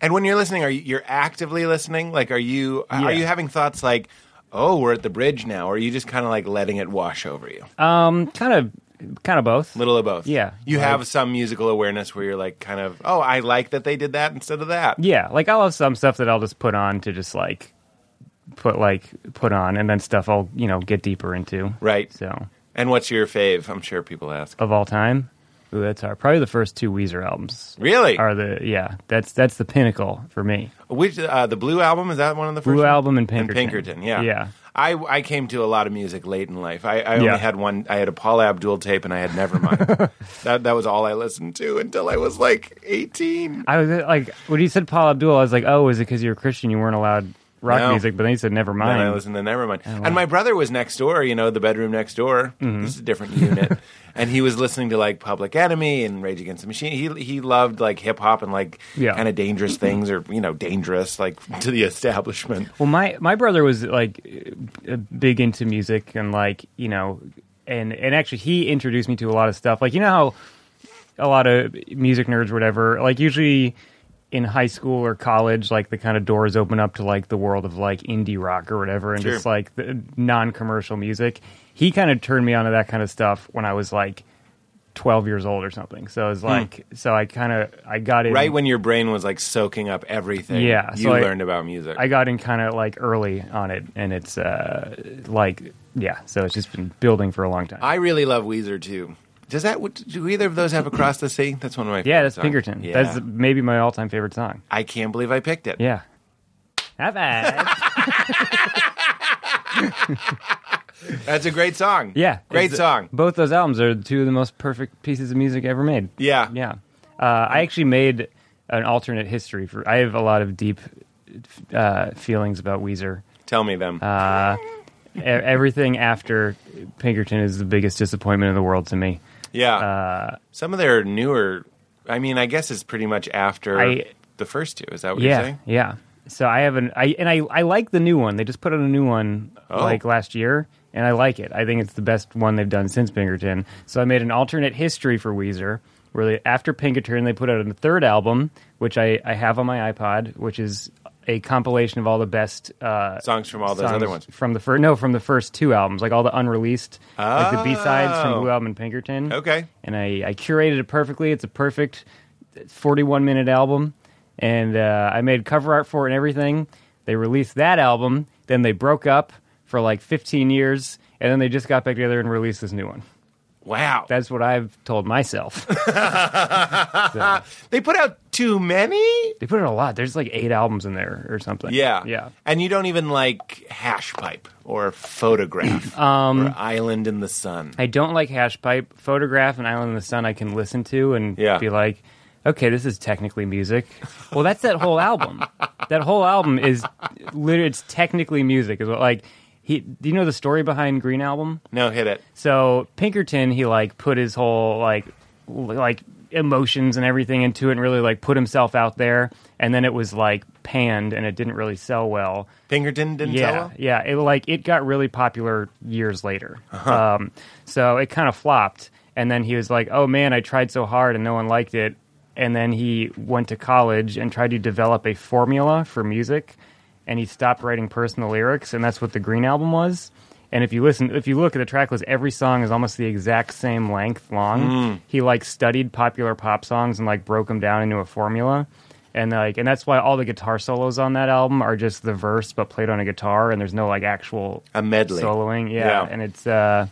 S3: And when you're listening, are you you're actively listening? Like, are you
S5: Yeah.
S3: are you having thoughts like, oh, we're at the bridge now, or are you just kind of like letting it wash over you?
S5: Um, kind of, kind of both.
S3: Little of both.
S5: yeah.
S3: You
S5: Like-
S3: have some musical awareness where you're like, kind of, oh, I like that they did that instead of that.
S5: Yeah, like I'll have some stuff that I'll just put on to just like put like put on, and then stuff I'll you know get deeper into.
S3: Right.
S5: So
S3: And what's your fave? I'm sure people ask.
S5: of all time, ooh, that's hard. Probably the first two Weezer albums
S3: Really?
S5: are the yeah. That's that's the pinnacle for me.
S3: Which uh, the Blue album is that one of the first?
S5: Blue
S3: ones?
S5: Album and Pinkerton.
S3: And Pinkerton, yeah,
S5: Yeah.
S3: I I came to a lot of music late in life. I, I only
S5: Yeah.
S3: had one. I had a Paul Abdul tape, and I had Nevermind. that that was all I listened to until I was like eighteen.
S5: I was like when you said Paul Abdul, I was like, oh, is it because you're a Christian? You weren't allowed rock
S3: No.
S5: music, but then you said never
S3: And
S5: mind.
S3: I listened to Nevermind.
S5: Oh,
S3: And my brother was next door, you know, the bedroom next door.
S5: Mm-hmm.
S3: This is a different unit. and he was listening to like Public Enemy and Rage Against the Machine. He he loved like hip hop and like
S5: Yeah.
S3: kind of dangerous things or, you know, dangerous like to the establishment.
S5: Well, my my brother was like uh, big into music and like you know, and and actually he introduced me to a lot of stuff. Like you know how a lot of music nerds, or whatever. Like usually in high school or college, like the kind of doors open up to like the world of like indie rock or whatever, and
S3: Sure.
S5: just like the non-commercial music. He kind of turned me on to that kind of stuff when I was like. 12 years old or something. So it was like, so I kind of, I got in.
S3: Hmm. Right when your brain was like soaking up everything,
S5: Yeah,
S3: you
S5: so I-
S3: learned about music.
S5: I got in kind of like early on it, and it's uh, like yeah, so it's just been building for a long time.
S3: I really love Weezer too. Does that what- do either of those have Across the Sea? That's one of my
S5: yeah,
S3: favorite
S5: that's
S3: songs.
S5: Pinkerton.
S3: Yeah.
S5: That's maybe my all-time favorite song.
S3: I can't believe I picked it.
S5: Yeah, have at.
S3: That's a great song.
S5: yeah,
S3: Great
S5: It's-
S3: song.
S5: Both those albums are two of the most perfect pieces of music ever made.
S3: Yeah.
S5: yeah. Uh, I actually made an alternate history for. I have a lot of deep uh, feelings about Weezer.
S3: Tell me them.
S5: Uh, E- Everything after Pinkerton is the biggest disappointment in the world to me.
S3: yeah.
S5: uh,
S3: Some of their newer, I mean, I guess it's pretty much after
S5: I-
S3: the first two. Is that what you're
S5: yeah,
S3: saying?
S5: yeah. So I haven't, I and I, I like the new one. They just put out a new one
S3: Oh.
S5: like last year, and I like it. I think it's the best one they've done since Pinkerton. So I made an alternate history for Weezer, where they, after Pinkerton they put out a third album, which I, I have on my iPod, which is a compilation of all the best uh,
S3: Songs from all those
S5: songs
S3: other ones.
S5: from the first no from the first two albums, like all the unreleased, like the B sides
S3: Oh.
S5: from Blue Album and Pinkerton
S3: Okay.
S5: and I, I curated it perfectly. It's a perfect 41 minute album, and uh, I made cover art for it and everything. They released that album, then they broke up for like 15 years, and then they just got back together and released this new one.
S3: Wow.
S5: That's what I've told myself. So,
S3: they put out too many?
S5: they put it a lot. There's like eight albums in there or something.
S3: Yeah.
S5: yeah.
S3: And you don't even like Hash Pipe or Photograph
S5: Um,
S3: or Island in the Sun.
S5: I don't like hash pipe. Photograph and Island in the Sun I can listen to and
S3: Yeah.
S5: be like, okay, this is technically music. Well, that's that whole album. that whole album is literally it's technically music. Is what like he. Do you know the story behind Green Album?
S3: No, hit it.
S5: So Pinkerton, he like put his whole like l- like emotions and everything into it and really like put himself out there and then it was like panned and it didn't really sell well
S3: Pinkerton didn't
S5: yeah,
S3: tell them?
S5: Yeah, it like it got really popular years later. Um, so it kind of flopped, and then he was like, "Oh man, I tried so hard and no one liked it." And then he went to college and tried to develop a formula for music, and he stopped writing personal lyrics, and that's what the Green album was. And if you listen, if you look at the track list, every song is almost the exact same length long. He like studied popular pop songs and like broke them down into a formula, and like and that's why all the guitar solos on that album are just the verse but played on a guitar, and there's no like actual
S3: A medley.
S5: soloing. Yeah,
S3: Yeah.
S5: and it's uh,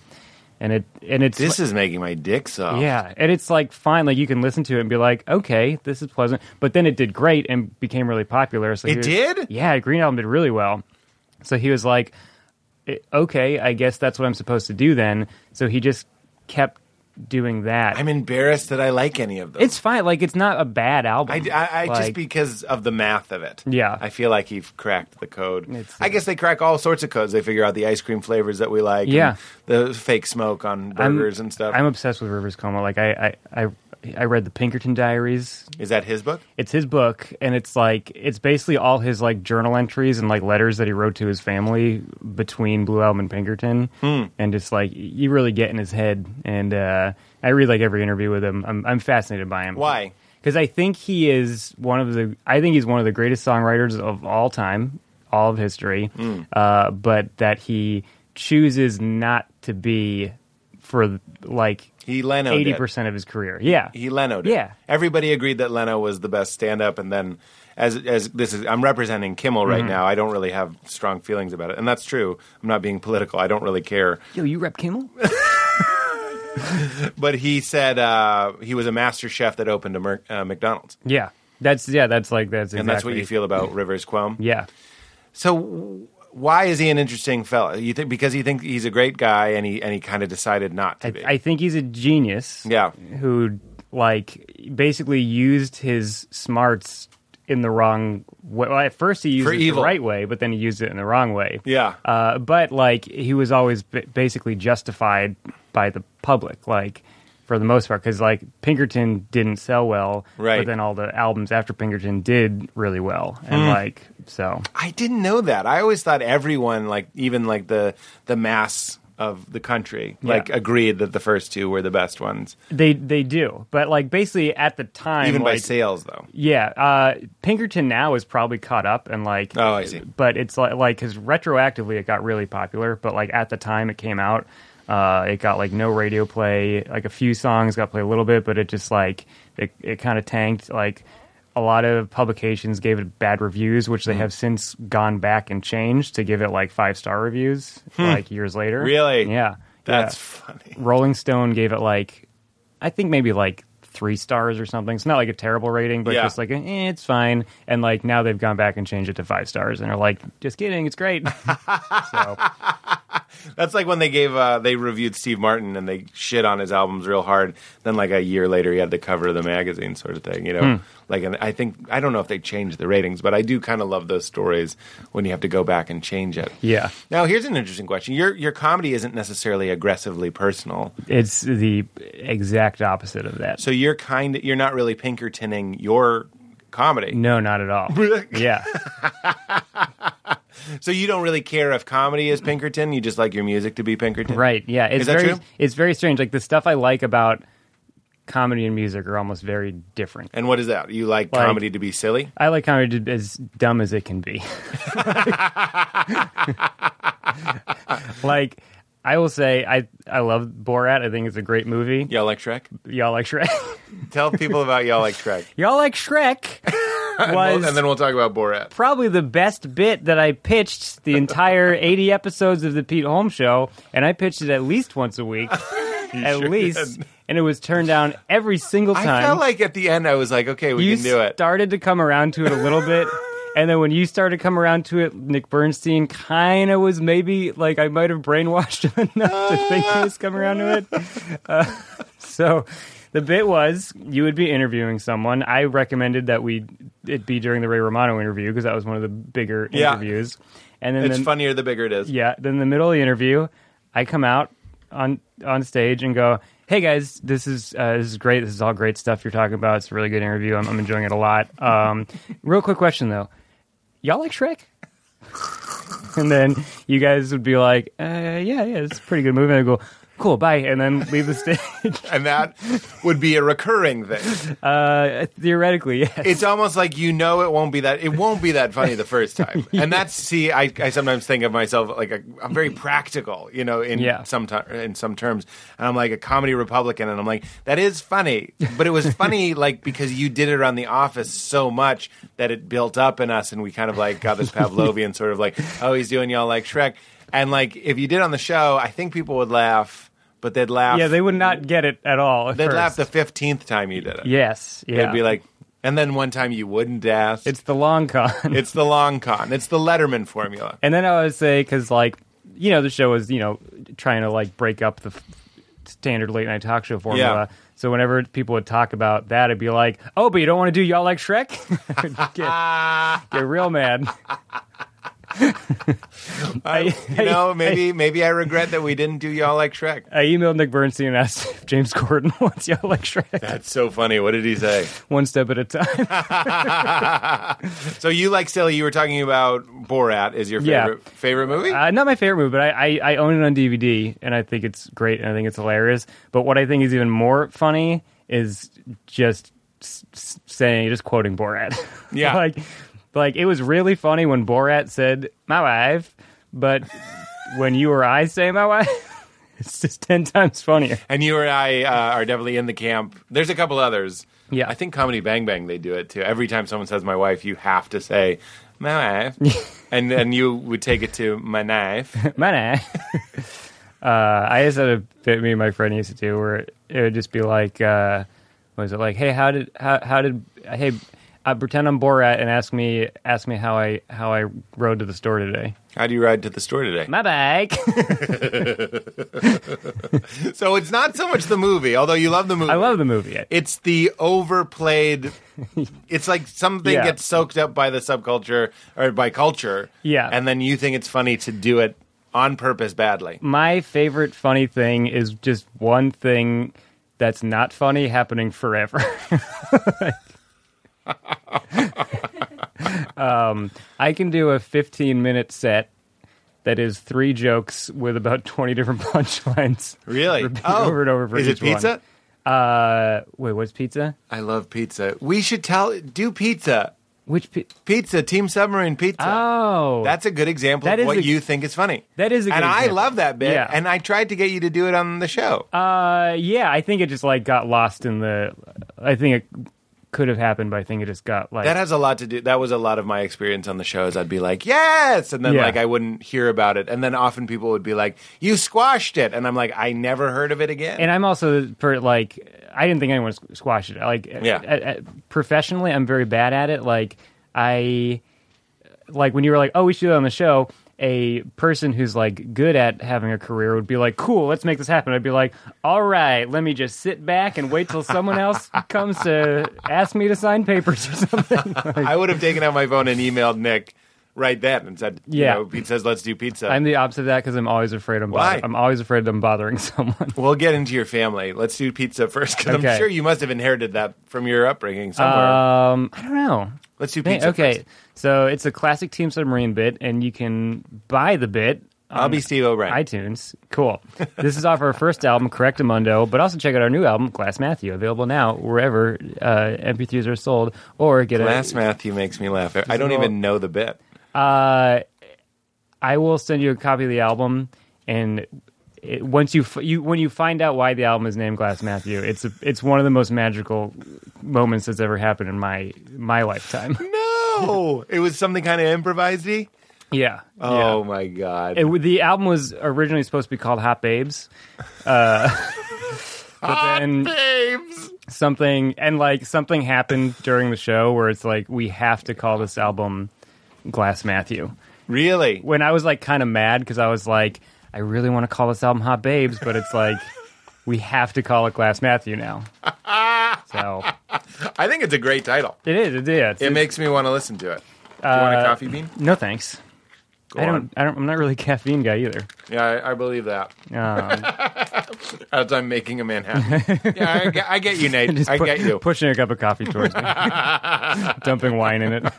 S5: and it and it's
S3: This is making my dick soft.
S5: yeah, and it's like fine, like you can listen to it and be like, okay, this is pleasant. But then it did great and became really popular. So he
S3: It
S5: was-
S3: did?
S5: Yeah, Green Album did really well. So he was like, "I- okay, I guess that's what I'm supposed to do then. So he just kept doing that.
S3: I'm embarrassed that I like any of those.
S5: it's fine. Like it's not a bad album.
S3: I, I, I just
S5: Like,
S3: because of the math of it.
S5: Yeah.
S3: I feel like you've cracked the code.
S5: It's-
S3: I guess they crack all sorts of codes. They figure out the ice cream flavors that we like. and
S5: Yeah.
S3: the fake smoke on
S5: I'm-
S3: burgers and stuff.
S5: I'm obsessed with Rivers Cuomo. Like I, I, I, I read the Pinkerton Diaries.
S3: Is that his book?
S5: It's his book, and it's like it's basically all his like journal entries and like letters that he wrote to his family between Blue Album and Pinkerton, and just like you really get in his head. And uh, I read like every interview with him. I'm, I'm fascinated by him.
S3: Why?
S5: Because I think he is one of the I think he's one of the greatest songwriters of all time, all of history. Uh, but that he chooses not to be for like
S3: He Leno did.
S5: eighty percent of his career. Yeah,
S3: He Leno did.
S5: Yeah.
S3: Everybody agreed that Leno was the best stand up and then as as this is I'm representing Kimmel right
S5: Mm-hmm.
S3: now. I don't really have strong feelings about it. And that's true. I'm not being political. I don't really care.
S5: Yo, you rep Kimmel?
S3: But he said uh, he was a master chef that opened a Mer- uh, McDonald's.
S5: yeah, that's yeah, that's like that's exactly.
S3: And that's what you feel about Rivers Cuomo.
S5: Yeah,
S3: So w- why is he an interesting fella? You think because you think he's a great guy and he and he kind of decided not to
S5: I,
S3: be.
S5: I think he's a genius.
S3: yeah.
S5: who like basically used his smarts in the wrong way. Well, at first he used
S3: For
S5: it
S3: evil.
S5: the right way, but then he used it in the wrong way.
S3: Yeah.
S5: Uh, but like he was always b- basically justified by the public, like for the most part, because like Pinkerton didn't sell well,
S3: Right.
S5: But then all the albums after Pinkerton did really well, and
S3: Hmm.
S5: like so.
S3: I didn't know that. I always thought everyone like even like the the mass of the country like
S5: Yeah.
S3: agreed that the first two were the best ones.
S5: They they do, but like basically at the time,
S3: Even by
S5: like-
S3: sales though.
S5: Yeah, uh, Pinkerton now is probably caught up and like.
S3: Oh, I see.
S5: But it's like like because retroactively it got really popular, but like at the time it came out, uh, it got like no radio play. Like a few songs got played a little bit, but it just like it it kind of tanked. Like a lot of publications gave it bad reviews, which they
S3: Hmm.
S5: have since gone back and changed to give it like five star reviews like years later.
S3: Hmm. Really?
S5: Yeah.
S3: That's
S5: yeah.
S3: funny.
S5: Rolling Stone gave it like, I think maybe like three stars or something. It's not like a terrible rating, but
S3: Yeah.
S5: just like eh, it's fine. And like now they've gone back and changed it to five stars, and are like, just kidding, it's great. so
S3: That's like when they gave uh, they reviewed Steve Martin and they shit on his albums real hard. Then like a year later, he had the cover of the magazine, sort of thing. You know,
S5: Hmm.
S3: like and I think I don't know if they changed the ratings, but I do kind of love those stories when you have to go back and change it.
S5: yeah,
S3: Now here's an interesting question. Your your comedy isn't necessarily aggressively personal,
S5: it's the exact opposite of that.
S3: so you're kind you're not really Pinkertoning your comedy.
S5: no, not at all. yeah,
S3: So you don't really care if comedy is Pinkerton. You just like your music to be Pinkerton,
S5: right. Yeah, it's
S3: Is that
S5: very
S3: true?
S5: it's very strange. Like the stuff I like about comedy and music are almost very different.
S3: And what is that? You like,
S5: Like-
S3: comedy to be silly?
S5: I like comedy to- as dumb as it can be. like, I will say, I I love Borat. I think it's a great movie.
S3: Y'all like Shrek?
S5: Y'all like Shrek?
S3: Tell people about y'all like Shrek.
S5: Y'all like Shrek? Was
S3: and then we'll talk about Borat.
S5: probably the best bit that I pitched the entire 80 episodes of the Pete Holmes show, and I pitched it at least once a week, at
S3: sure
S5: least,
S3: did.
S5: and it was turned down every single time.
S3: I felt like at the end I was like, okay, we
S5: you
S3: can do it.
S5: started to come around to it a little bit. And then when you started to come around to it, Nick Bernstein kind of was maybe like I might have brainwashed him enough to think he was coming around to it. Uh, so the bit was you would be interviewing someone. I recommended that we it be during the Ray Romano interview because that was one of the bigger
S3: Yeah.
S5: interviews. And then
S3: it's
S5: the-
S3: funnier the bigger it is.
S5: yeah. Then in the middle of the interview, I come out on on stage and go, "Hey guys, this is uh, this is great. This is all great stuff you're talking about. It's a really good interview. I'm, I'm enjoying it a lot. Um, real quick question though, y'all like Shrek?" And then you guys would be like, uh, "Yeah, yeah, it's a pretty good movie." And I go, "Cool, bye," and then leave the stage.
S3: And that would be a recurring thing.
S5: Uh, theoretically, yes.
S3: It's almost like you know it won't be that it won't be that funny the first time. And that's see, I, I sometimes think of myself like a, I'm very practical, you know, in
S5: Mm. Yeah.
S3: some ti- in some terms. And I'm like a comedy Republican, and I'm like that is funny, but it was funny like because you did it on The Office so much that it built up in us, and we kind of like got this Pavlovian sort of like, oh, he's doing y'all like Shrek, and like if you did on the show, I think people would laugh, but they'd laugh.
S5: yeah, they would not get it at all. At
S3: They'd
S5: first.
S3: laugh the fifteenth time you did it.
S5: yes, yeah.
S3: They'd be like, and then one time you wouldn't ask.
S5: "It's the long con."
S3: It's the long con. It's the Letterman formula.
S5: And then I would say, because like you know, the show was you know trying to like break up the f- standard late night talk show formula. So whenever people would talk about that, I'd be like, "Oh, but you don't want to do y'all like Shrek?" get, get real mad.
S3: I, Uh, you know, maybe maybe I regret that we didn't do y'all like Shrek.
S5: I emailed Nick Bernstein and asked if James Corden wants y'all like Shrek.
S3: That's so funny. What did he say?
S5: One step at a time.
S3: So you like Silly? You were talking about Borat is your
S5: Yeah.
S3: favorite favorite movie?
S5: Uh, not my favorite movie, but I, I, I own it on DVD, and I think it's great, and I think it's hilarious. But what I think is even more funny is just s- s- saying, just quoting Borat.
S3: Yeah.
S5: like, like it was really funny when Borat said, "My wife," but when you or I say "my wife," it's just ten times funnier.
S3: and you and I uh, are definitely in the camp. There's a couple others.
S5: Yeah.
S3: I think Comedy Bang Bang they do it too. Every time someone says "my wife," you have to say "my wife," and and you would take it to "my knife."
S5: Money. uh, I just had a bit me and my friend used to do where it, it would just be like, uh, what was it like? Hey, how did how how did hey? Uh, pretend I'm Borat and ask me ask me how I how I rode to the store today.
S3: How do you ride to the store today?
S5: My bike.
S3: So it's not so much the movie, although you love the movie.
S5: I love the movie.
S3: It's the overplayed. It's like something
S5: Yeah.
S3: gets soaked up by the subculture or by culture.
S5: Yeah.
S3: And then you think it's funny to do it on purpose badly.
S5: My favorite funny thing is just one thing that's not funny happening forever. um, Um, I can do a 15 minute set that is three jokes with about 20 different punchlines.
S3: Really?
S5: Repeat over and over for
S3: Is
S5: each
S3: it pizza?
S5: one. Uh, wait, what's pizza?
S3: I love pizza. We should tell do pizza.
S5: Which pi-
S3: Pizza, Team Submarine Pizza.
S5: oh,
S3: That's a good example
S5: That
S3: of
S5: is
S3: what
S5: a-
S3: you think is funny.
S5: That is a good
S3: And I
S5: example.
S3: love that bit.
S5: Yeah.
S3: And I tried to get you to do it on the show.
S5: Uh, yeah, I think it just like got lost in the. I think it could have happened, but I think it just got like
S3: That has a lot to do. That was a lot of my experience on the shows. I'd be like, "Yes," and then
S5: Yeah.
S3: like I wouldn't hear about it, and then often people would be like, "You squashed it," and I'm like, "I never heard of it again."
S5: and I'm also for like I didn't think anyone squ- squashed it. Like
S3: Yeah.
S5: uh, uh, professionally, I'm very bad at it. Like I like when you were like, oh, we should do it on the show. A person who's like good at having a career would be like, cool, let's make this happen. I'd be like, all right, let me just sit back and wait till someone else comes to ask me to sign papers or something.
S3: I would have taken out my phone and emailed Nick right then and said,
S5: Yeah.
S3: "You know, Pete says let's do pizza."
S5: I'm the opposite of that because I'm always afraid I'm.
S3: Why?
S5: bother- I'm always afraid I'm bothering someone.
S3: we'll get into your family. Let's do pizza first because I'm
S5: Okay.
S3: sure you must have inherited that from your upbringing somewhere.
S5: Um, I don't know.
S3: let's do
S5: Hey,
S3: pizza.
S5: okay,
S3: first.
S5: so it's a classic Team Submarine bit, and you can buy the bit on
S3: I'll be Steve O'Brien.
S5: iTunes. Cool. this is off our first album, Correctamundo, but also check out our new album, Glass Matthew, available now wherever uh, MP3s are sold, or get
S3: Last
S5: a.
S3: Matthew makes me laugh. I don't
S5: little-
S3: even know the bit.
S5: Uh, I will send you a copy of the album, and it, once you, f- you when you find out why the album is named Glass Matthew, it's a, it's one of the most magical moments that's ever happened in my my lifetime.
S3: No, it was something kind of improvisedy.
S5: yeah. yeah.
S3: Oh my god!
S5: It, w- the album was originally supposed to be called Hot Babes. Uh, but then
S3: Babes.
S5: something and like something happened during the show where it's like we have to call this album Glass Matthew.
S3: Really?
S5: When I was like kind of mad because I was like, I really want to call this album Hot Babes, but it's like we have to call it Glass Matthew now. So
S3: I think it's a great title.
S5: it is. It is.
S3: It makes me want to listen to it. Do you want a coffee bean?
S5: no thanks.
S3: Go
S5: Uh, I
S3: on.
S5: don't. I don't. I'm not really a caffeine guy either.
S3: Yeah, I, I believe that.
S5: Um,
S3: As I'm making a Manhattan. yeah, I, get- I get you, Nate.
S5: Just
S3: I
S5: pu-
S3: get you.
S5: Pushing a cup of coffee towards me, dumping wine in it.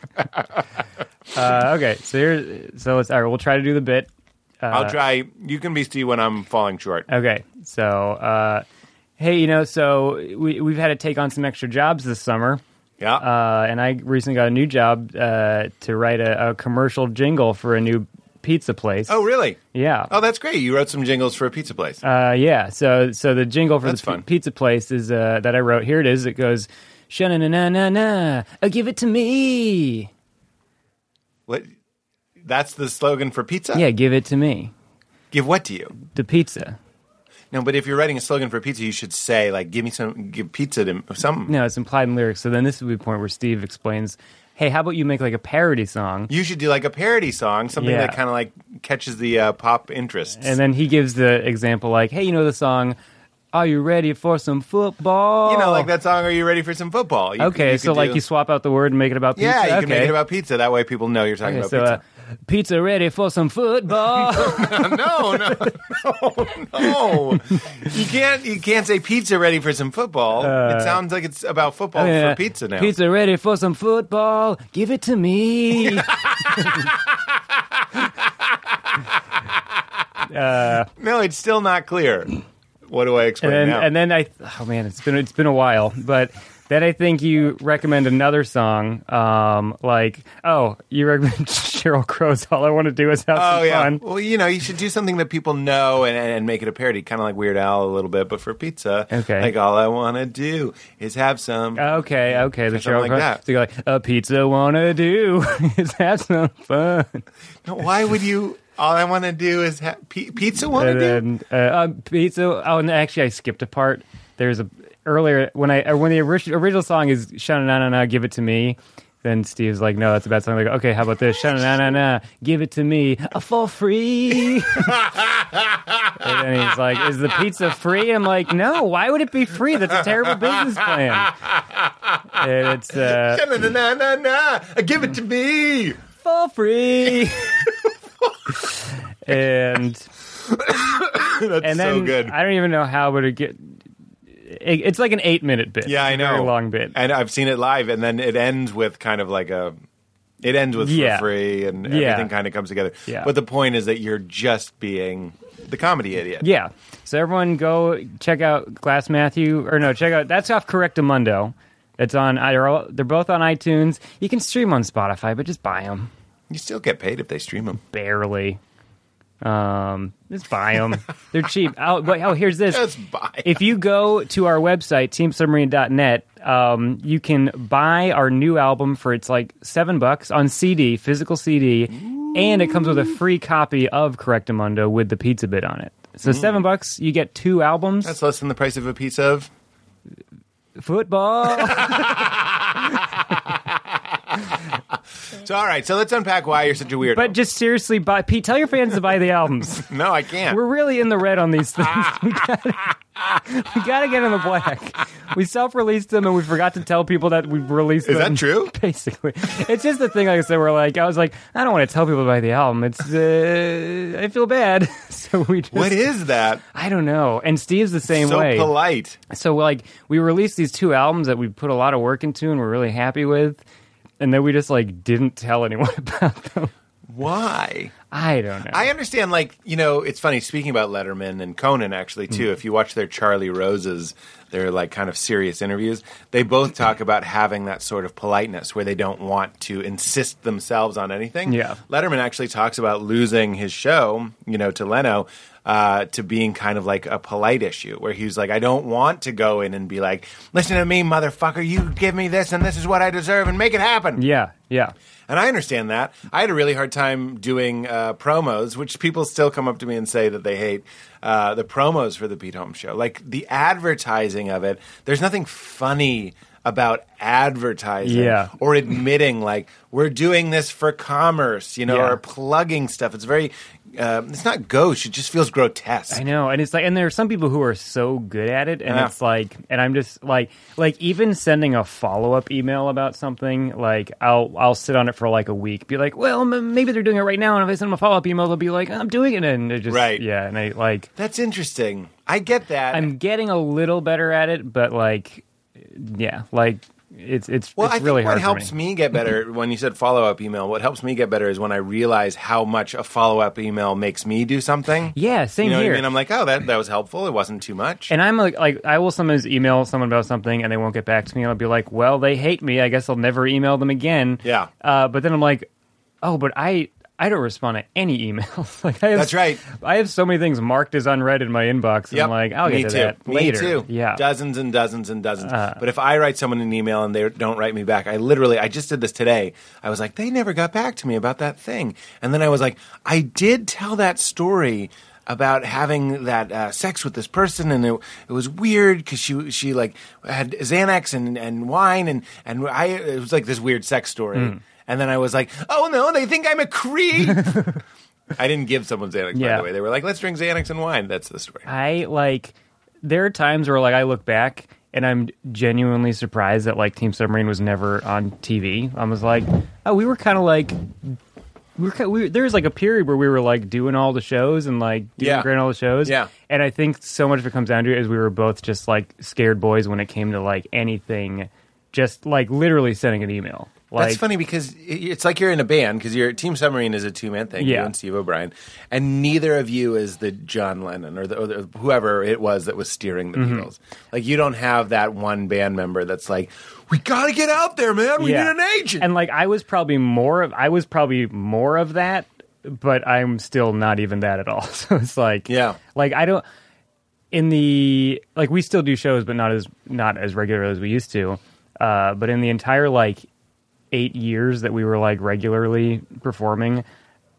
S5: uh, okay, so here, so let's. All right, we'll try to do the bit. uh,
S3: I'll try. You can be Steve when I'm falling short.
S5: Okay, so uh, hey, you know, so we we've had to take on some extra jobs this summer,
S3: Yeah.
S5: uh, and I recently got a new job uh, to write a, a commercial jingle for a new pizza place.
S3: oh, really?
S5: yeah.
S3: Oh, that's great. You wrote some jingles for a pizza place.
S5: Uh, yeah. So so the jingle for
S3: That's
S5: the pi-
S3: fun.
S5: pizza place is uh, that I wrote. Here it is. It goes, na na na na. Oh, give it to me.
S3: what? That's the slogan for pizza?
S5: Yeah, give it to me.
S3: Give what to you?
S5: The pizza.
S3: No, but if you're writing a slogan for pizza, you should say, like, give me some, give pizza to something.
S5: No, it's implied in lyrics. So then this would be the point where Steve explains, "Hey, how about you make like a parody song?"
S3: You should do like a parody song, something
S5: Yeah.
S3: that kind of like catches the uh, pop interests.
S5: And then he gives the example like, "Hey, you know the song Are you ready for some football?
S3: You know, like that song. Are you ready for some football? You,
S5: Oh. Okay,
S3: could- you
S5: so
S3: could
S5: like
S3: do-
S5: you swap out the word and make it about pizza.
S3: yeah, you
S5: okay.
S3: can make it about pizza. That way, people know you're talking
S5: Okay,
S3: about
S5: so, uh, pizza ready for some football.
S3: pizza.
S5: uh,
S3: no, no, no, no. You can't. You can't say pizza ready for some football.
S5: Uh,
S3: it sounds like it's about football
S5: Yeah.
S3: for pizza now.
S5: uh, Pizza ready for some football. Give it to me.
S3: No, it's still not clear. What do I explain
S5: and then,
S3: now?
S5: and then I, oh man, it's been it's been a while, but then I think you recommend another song, um, like oh, you recommend Cheryl Crow's "All I Want to Do Is Have
S3: oh
S5: Some
S3: yeah.
S5: Fun."
S3: Well, you know, you should do something that people know and, and, and make it a parody, kind of like Weird Al a little bit, but for pizza.
S5: Okay. Uh,
S3: Like all I want to do is have some.
S5: Okay, okay, the Cheryl
S3: Something like
S5: Crow.
S3: that.
S5: So you're like a pizza wanna do is have some fun,
S3: No, Why would you? All I want to do is ha- pi- pizza. Want to
S5: and
S3: do?
S5: then uh, uh, pizza. Oh, and actually, I skipped a part. There's a earlier when I uh, when the orig- original song is "Sha na na na, give it to me." Then Steve's like, "No, that's a bad song." Like, okay, how about this? "Sha na na na, give it to me uh, for free." and then he's like, "Is the pizza free?" I'm like, "No, why would it be free? That's a terrible business plan." And it's uh,
S3: Na na na na na. Uh, Give it to me.
S5: for free. and
S3: That's
S5: and then
S3: so good.
S5: I don't even know how it would get. It, it's like an eight minute bit.
S3: yeah, I
S5: It's a
S3: know.
S5: Very long bit.
S3: And I've seen it live, and then it ends with kind of like a. It ends with
S5: Yeah.
S3: for free, and
S5: Yeah.
S3: everything kind of comes together.
S5: Yeah.
S3: But the point is that you're just being the comedy idiot.
S5: yeah. So everyone go check out Glass Matthew or no, check out that's off Correctamundo. It's on. They're, all, they're both on iTunes. You can stream on Spotify, but just buy them
S3: You still get paid if they stream them.
S5: barely. Um, just buy them. they're cheap. Oh, but oh, here's this.
S3: Just buy.
S5: if you go to our website teamsubmarine.net um, you can buy our new album for it's like seven bucks on cd physical cd and it comes with a free copy of correctamundo with the pizza bit on it so seven bucks you get two albums
S3: Mm. That's less than the price of a piece of.
S5: football
S3: So all right, so let's unpack why you're such a weirdo.
S5: but just seriously buy pete tell your fans to buy the albums
S3: no, I can't.
S5: we're really in the red on these things we gotta, we gotta get in the black we self-released them and we forgot to tell people that we've released
S3: Is
S5: them
S3: that true?
S5: basically. It's just the thing, like I said, where like I was like, I don't want to tell people about the album. It's uh, I feel bad, so we just
S3: What is that?
S5: I don't know. And Steve's the same
S3: so
S5: way.
S3: polite.
S5: So like we released these two albums that we put a lot of work into and we're really happy with, and then we just like didn't tell anyone about them.
S3: Why?
S5: I don't know.
S3: I understand, like, you know, it's funny speaking about Letterman and Conan, actually, too. If you watch their Charlie Roses, their, like, kind of serious interviews, they both talk about having that sort of politeness where they don't want to insist themselves on anything.
S5: Yeah.
S3: Letterman actually talks about losing his show, you know, to Leno. Uh, to being kind of like a polite issue where he was like, I don't want to go in and be like, listen to me, motherfucker, you give me this and this is what I deserve and make it happen.
S5: yeah, yeah.
S3: And I understand that. I had a really hard time doing uh, promos, which people still come up to me and say that they hate uh, the promos for the Pete Holmes show. Like the advertising of it, there's nothing funny about advertising
S5: Yeah.
S3: or admitting like we're doing this for commerce, you know,
S5: Yeah.
S3: or plugging stuff. It's very, uh, it's not gauche. It just feels grotesque.
S5: I know, and it's like, and there are some people who are so good at it, and
S3: Yeah.
S5: it's like, and I'm just like, like even sending a follow up email about something, like I'll I'll sit on it for like a week, be like, well, m- maybe they're doing it right now, and if I send them a follow up email, they'll be like, I'm doing it, and it just
S3: Right.
S5: yeah, and I like,
S3: That's interesting. I get that.
S5: I'm getting a little better at it, but like, yeah, like it's it's
S3: Well,
S5: it's
S3: I think
S5: really
S3: what
S5: hard
S3: helps
S5: for me.
S3: me. get better when you said follow up email. What helps me get better is when I realize how much a follow up email makes me do something.
S5: Yeah, same
S3: you know
S5: here.
S3: What I mean, I'm like, oh, that that was helpful. It wasn't too much.
S5: And I'm like, like, I will sometimes email someone about something and they won't get back to me. And I'll be like, well, they hate me. I guess I'll never email them again.
S3: Yeah.
S5: Uh, but then I'm like, oh, but I I don't respond to any emails. like I have,
S3: That's right.
S5: I have so many things marked as unread in my inbox. And
S3: Yep.
S5: I'm like, I'll
S3: me
S5: get to
S3: too.
S5: that later.
S3: Me too.
S5: Yeah. Uh.
S3: Dozens and dozens and dozens. but if I write someone an email and they don't write me back, I literally I just did this today. I was like, they never got back to me about that thing. And then I was like, I did tell that story about having that uh, sex with this person and it, it was weird cuz she she like had Xanax and and wine and and I it was like this weird sex story.
S5: Hmm.
S3: And then I was like, "Oh no, they think I'm a creep." I didn't give someone Xanax by
S5: Yeah.
S3: the way. They were like, "Let's drink Xanax and wine." That's the story.
S5: I like there are times where like I look back and I'm genuinely surprised that like Team Submarine was never on TV. I was like, oh, we were kind of like. We were, kind we, there was like a period where we were like doing all the shows and like doing
S3: Yeah.
S5: great on all the shows.
S3: Yeah.
S5: And I think so much of it comes down to it is we were both just like scared boys when it came to like anything, just like literally sending an email. Like,
S3: That's funny because i- it's like you're in a band because your Team Submarine is a two man thing, you
S5: Yeah.
S3: and Steve O'Brien, and neither of you is the John Lennon or, the, or the, whoever it was that was steering the
S5: Mm-hmm.
S3: Beatles. Like you don't have that one band member that's like, "We got to get out there, man. We
S5: Yeah.
S3: need an agent."
S5: And like I was probably more of I was probably more of that, but I'm still not even that at all. So it's like
S3: Yeah.
S5: Like I don't in the like we still do shows but not as not as regular as we used to. Uh but in the entire like 8 years that we were like regularly performing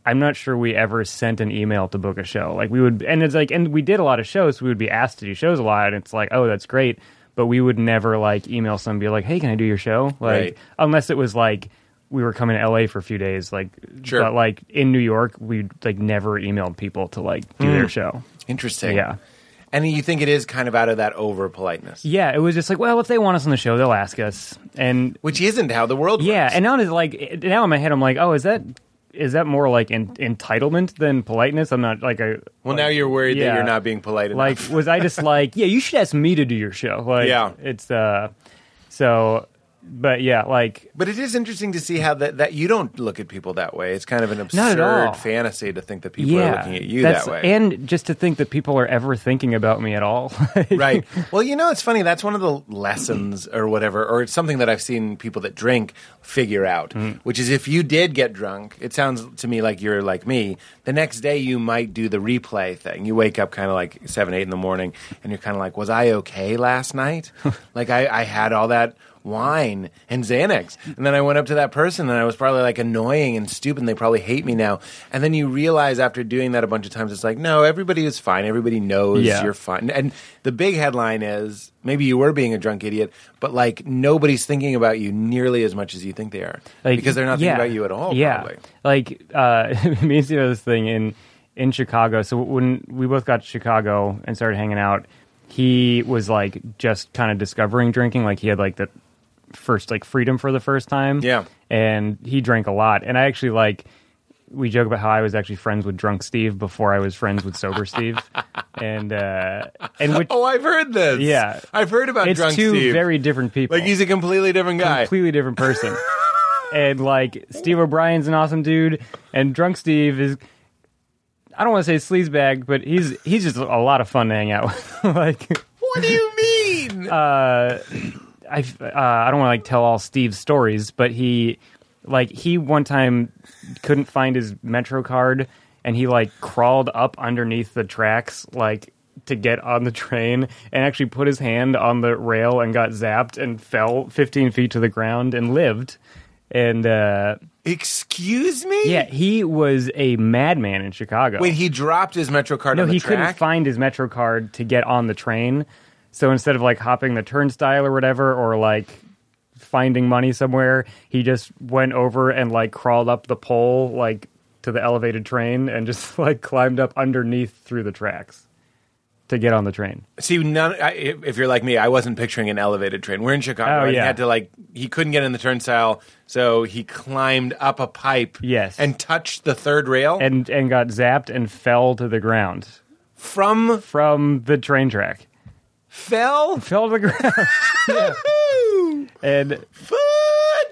S5: I'm not sure we ever sent an email to book a show. Like we would and it's like and we did a lot of shows, so we would be asked to do shows a lot and it's like, "Oh, that's great." But we would never like email somebody like, "Hey, can I do your show?" Like
S3: Right.
S5: unless it was like we were coming to LA for a few days, like
S3: Sure.
S5: but like in New York, we like never emailed people to like do
S3: Hmm.
S5: their show.
S3: Interesting.
S5: Yeah.
S3: And you think it is kind of out of that over politeness,
S5: Yeah, it was just like, well, if they want us on the show, they'll ask us. And
S3: which isn't how the world
S5: yeah,
S3: works.
S5: and now it's like it- now in my head, I'm like, oh, is that is that more like en- entitlement than politeness? I'm not like I
S3: well, now you're worried that
S5: Yeah.
S3: you're not being polite enough.
S5: like was I just like, yeah, you should ask me to do your show. Like,
S3: Yeah.
S5: it's uh, so, but yeah, like
S3: But it is interesting to see how that, that you don't look at people that way. It's kind of an
S5: Not at all.
S3: absurd fantasy to think that people are looking at you
S5: that's-
S3: that way.
S5: And just to think that people are ever thinking about me at all.
S3: right. Well, you know, it's funny. That's one of the lessons or whatever, or it's something that I've seen people that drink figure out, which is if you did get drunk, it sounds to me like you're like me. The next day, you might do the replay thing. You wake up kind of like seven, eight in the morning, and you're kind of like, was I okay last night? like, I, I had all that wine and Xanax. And then I went up to that person and I was probably like annoying and stupid and they probably hate me now. And then you realize after doing that a bunch of times, it's like, no, everybody is fine. Everybody knows
S5: Yeah.
S3: you're fine. And the big headline is maybe you were being a drunk idiot, but like nobody's thinking about you nearly as much as you think they are.
S5: Like,
S3: because they're not thinking
S5: yeah.
S3: about you at all,
S5: Yeah,
S3: probably.
S5: like uh, me and Steve had this thing in in Chicago. So when we both got to Chicago and started hanging out, he was like just kind of discovering drinking. Like he had like the first like freedom for the first time.
S3: Yeah.
S5: and he drank a lot. And I actually like we joke about how I was actually friends with drunk Steve before I was friends with sober Steve. And uh, and which
S3: Oh, I've heard this.
S5: Yeah.
S3: I've heard about
S5: it's
S3: drunk
S5: two
S3: Steve.
S5: very different people
S3: like he's a completely different guy.
S5: completely different person. and like Steve O'Brien's an awesome dude, and Drunk Steve is. I don't want to say sleazebag, but he's he's just a lot of fun to hang out with. like
S3: what do you mean?
S5: Uh, I uh, I don't want to like tell all Steve's stories, but he like he one time couldn't find his metro card and he like crawled up underneath the tracks like to get on the train and actually put his hand on the rail and got zapped and fell 15 feet to the ground and lived and uh
S3: Excuse me?
S5: yeah he was a madman in chicago
S3: Wait, he dropped his Metro card
S5: no
S3: on the
S5: he couldn't
S3: track?
S5: find his metro card to get on the train so instead of like hopping the turnstile or whatever or like finding money somewhere he just went over and like crawled up the pole like to the elevated train and just like climbed up underneath through the tracks to get on the train
S3: See, none, I, if if you're like me, I wasn't picturing an elevated train. We're in Chicago.
S5: Oh,
S3: and He
S5: yeah.
S3: had to like he couldn't get in the turnstile, so he climbed up a pipe.
S5: Yes.
S3: and touched the third rail
S5: and and got zapped and fell to the ground
S3: from
S5: from the train track
S3: fell
S5: fell to the ground
S3: Woo!
S5: and
S3: food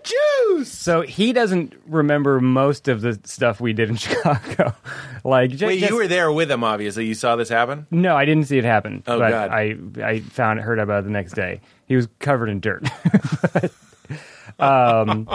S3: juice.
S5: so he doesn't remember most of the stuff we did in chicago like ju-
S3: Wait,
S5: just-
S3: you were there with him, obviously. You saw this happen.
S5: No, I didn't see it happen.
S3: Oh,
S5: but
S3: God.
S5: I I found heard about it the next day. He was covered in dirt. um,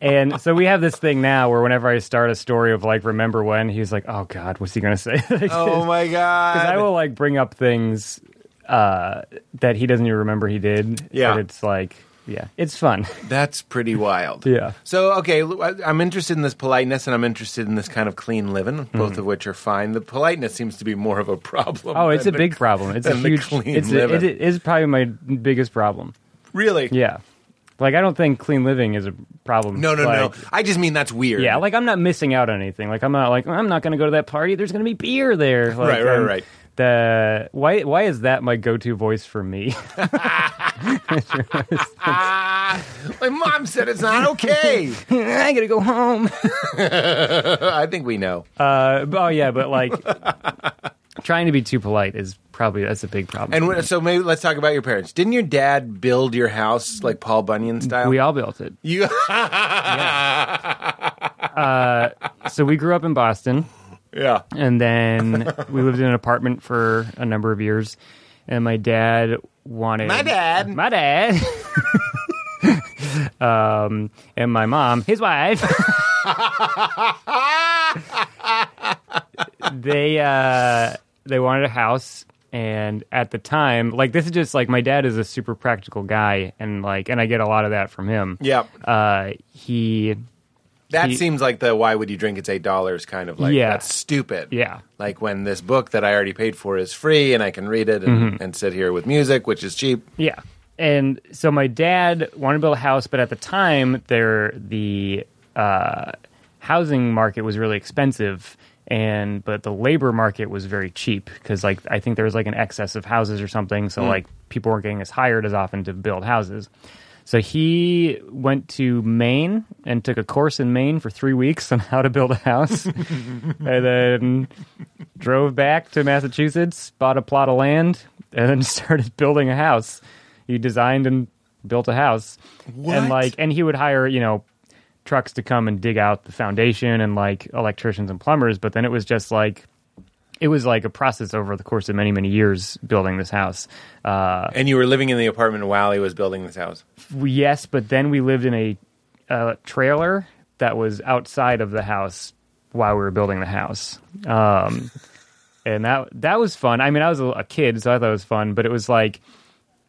S5: and so we have this thing now where whenever I start a story of like remember when, he's like, "Oh God, what's he gonna say?"
S3: Oh my god!
S5: Because I will like bring up things uh, that he doesn't even remember he did.
S3: Yeah.
S5: but it's like. Yeah, it's fun.
S3: That's pretty wild.
S5: Yeah.
S3: So okay, l- I- I'm interested in this politeness, and I'm interested in this kind of clean living,
S5: Mm-hmm.
S3: both of which are fine. The politeness seems to be more of a problem.
S5: Oh, it's a
S3: than the-
S5: big problem. It's a
S3: and the
S5: huge.
S3: clean
S5: It's a, it
S3: living.
S5: is probably my biggest problem.
S3: Really?
S5: Yeah, like I don't think clean living is a problem.
S3: No, no,
S5: Like,
S3: no. I just mean that's weird.
S5: Yeah, like I'm not missing out on anything. Like I'm not like I'm not going to go to that party. There's going to be beer there. Like,
S3: Right, right,
S5: and
S3: right.
S5: the why why is that my go-to voice for me?
S3: Ah, my mom said it's not okay.
S5: I gotta go home.
S3: I think we know.
S5: Uh, but- oh yeah, but like trying to be too polite is probably that's a big problem.
S3: And
S5: for
S3: when, so maybe let's talk about your parents. Didn't your dad build your house like Paul Bunyan
S5: me.
S3: style?
S5: we all built it.
S3: you
S5: So we grew up in Boston.
S3: yeah.
S5: and then we lived in an apartment for a number of years. And my dad wanted
S3: My dad.
S5: my dad, um, and my mom, his wife. they uh, they wanted a house, and at the time, like this is just like my dad is a super practical guy, and like, and I get a lot of that from him.
S3: Yeah.
S5: uh, he
S3: That
S5: He-
S3: seems like the why would you drink it's eight dollars kind of like
S5: Yeah.
S3: that's stupid.
S5: Yeah.
S3: Like when this book that I already paid for is free and I can read it and,
S5: Mm-hmm.
S3: and sit here with music, which is cheap.
S5: Yeah. And so my dad wanted to build a house, but at the time, there the uh, housing market was really expensive, and but the labor market was very cheap because like I think there was like an excess of houses or something, so like people weren't getting as hired as often to build houses. So he went to Maine and took a course in Maine for three weeks on how to build a house, and then drove back to Massachusetts, bought a plot of land, and then started building a house. He designed and built a house,
S3: What?
S5: and like, and he would hire you know trucks to come and dig out the foundation and like electricians and plumbers. But then it was just like it was like a process over the course of many many years building this house. Uh,
S3: And you were living in the apartment while he was building this house.
S5: we- yes, but then we lived in a uh, trailer that was outside of the house while we were building the house. Um, and that that was fun. I mean, I was a, a kid, so I thought it was fun, but it was like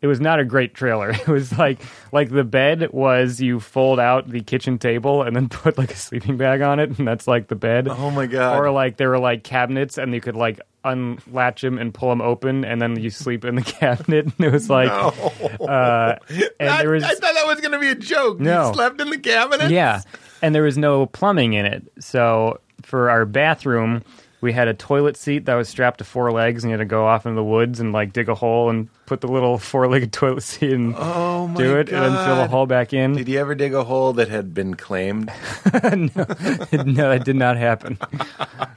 S5: it was not a great trailer. It was like like the bed was you fold out the kitchen table and then put like a sleeping bag on it, and that's like the bed.
S3: Oh, my God.
S5: Or like there were like cabinets, and you could like unlatch them and pull them open, and then you sleep in the cabinet. And it was like, uh, and
S3: I,
S5: there was
S3: I thought that was gonna be a joke.
S5: No.
S3: You slept in the cabinet?
S5: yeah, and there was no plumbing in it. So for our bathroom, we had a toilet seat that was strapped to four legs, and you had to go off into the woods and like dig a hole and put the little four-legged toilet seat and
S3: Oh my
S5: do it, and then fill the
S3: God.
S5: hole back in.
S3: Did you ever dig a hole that had been claimed?
S5: no, that did not happen.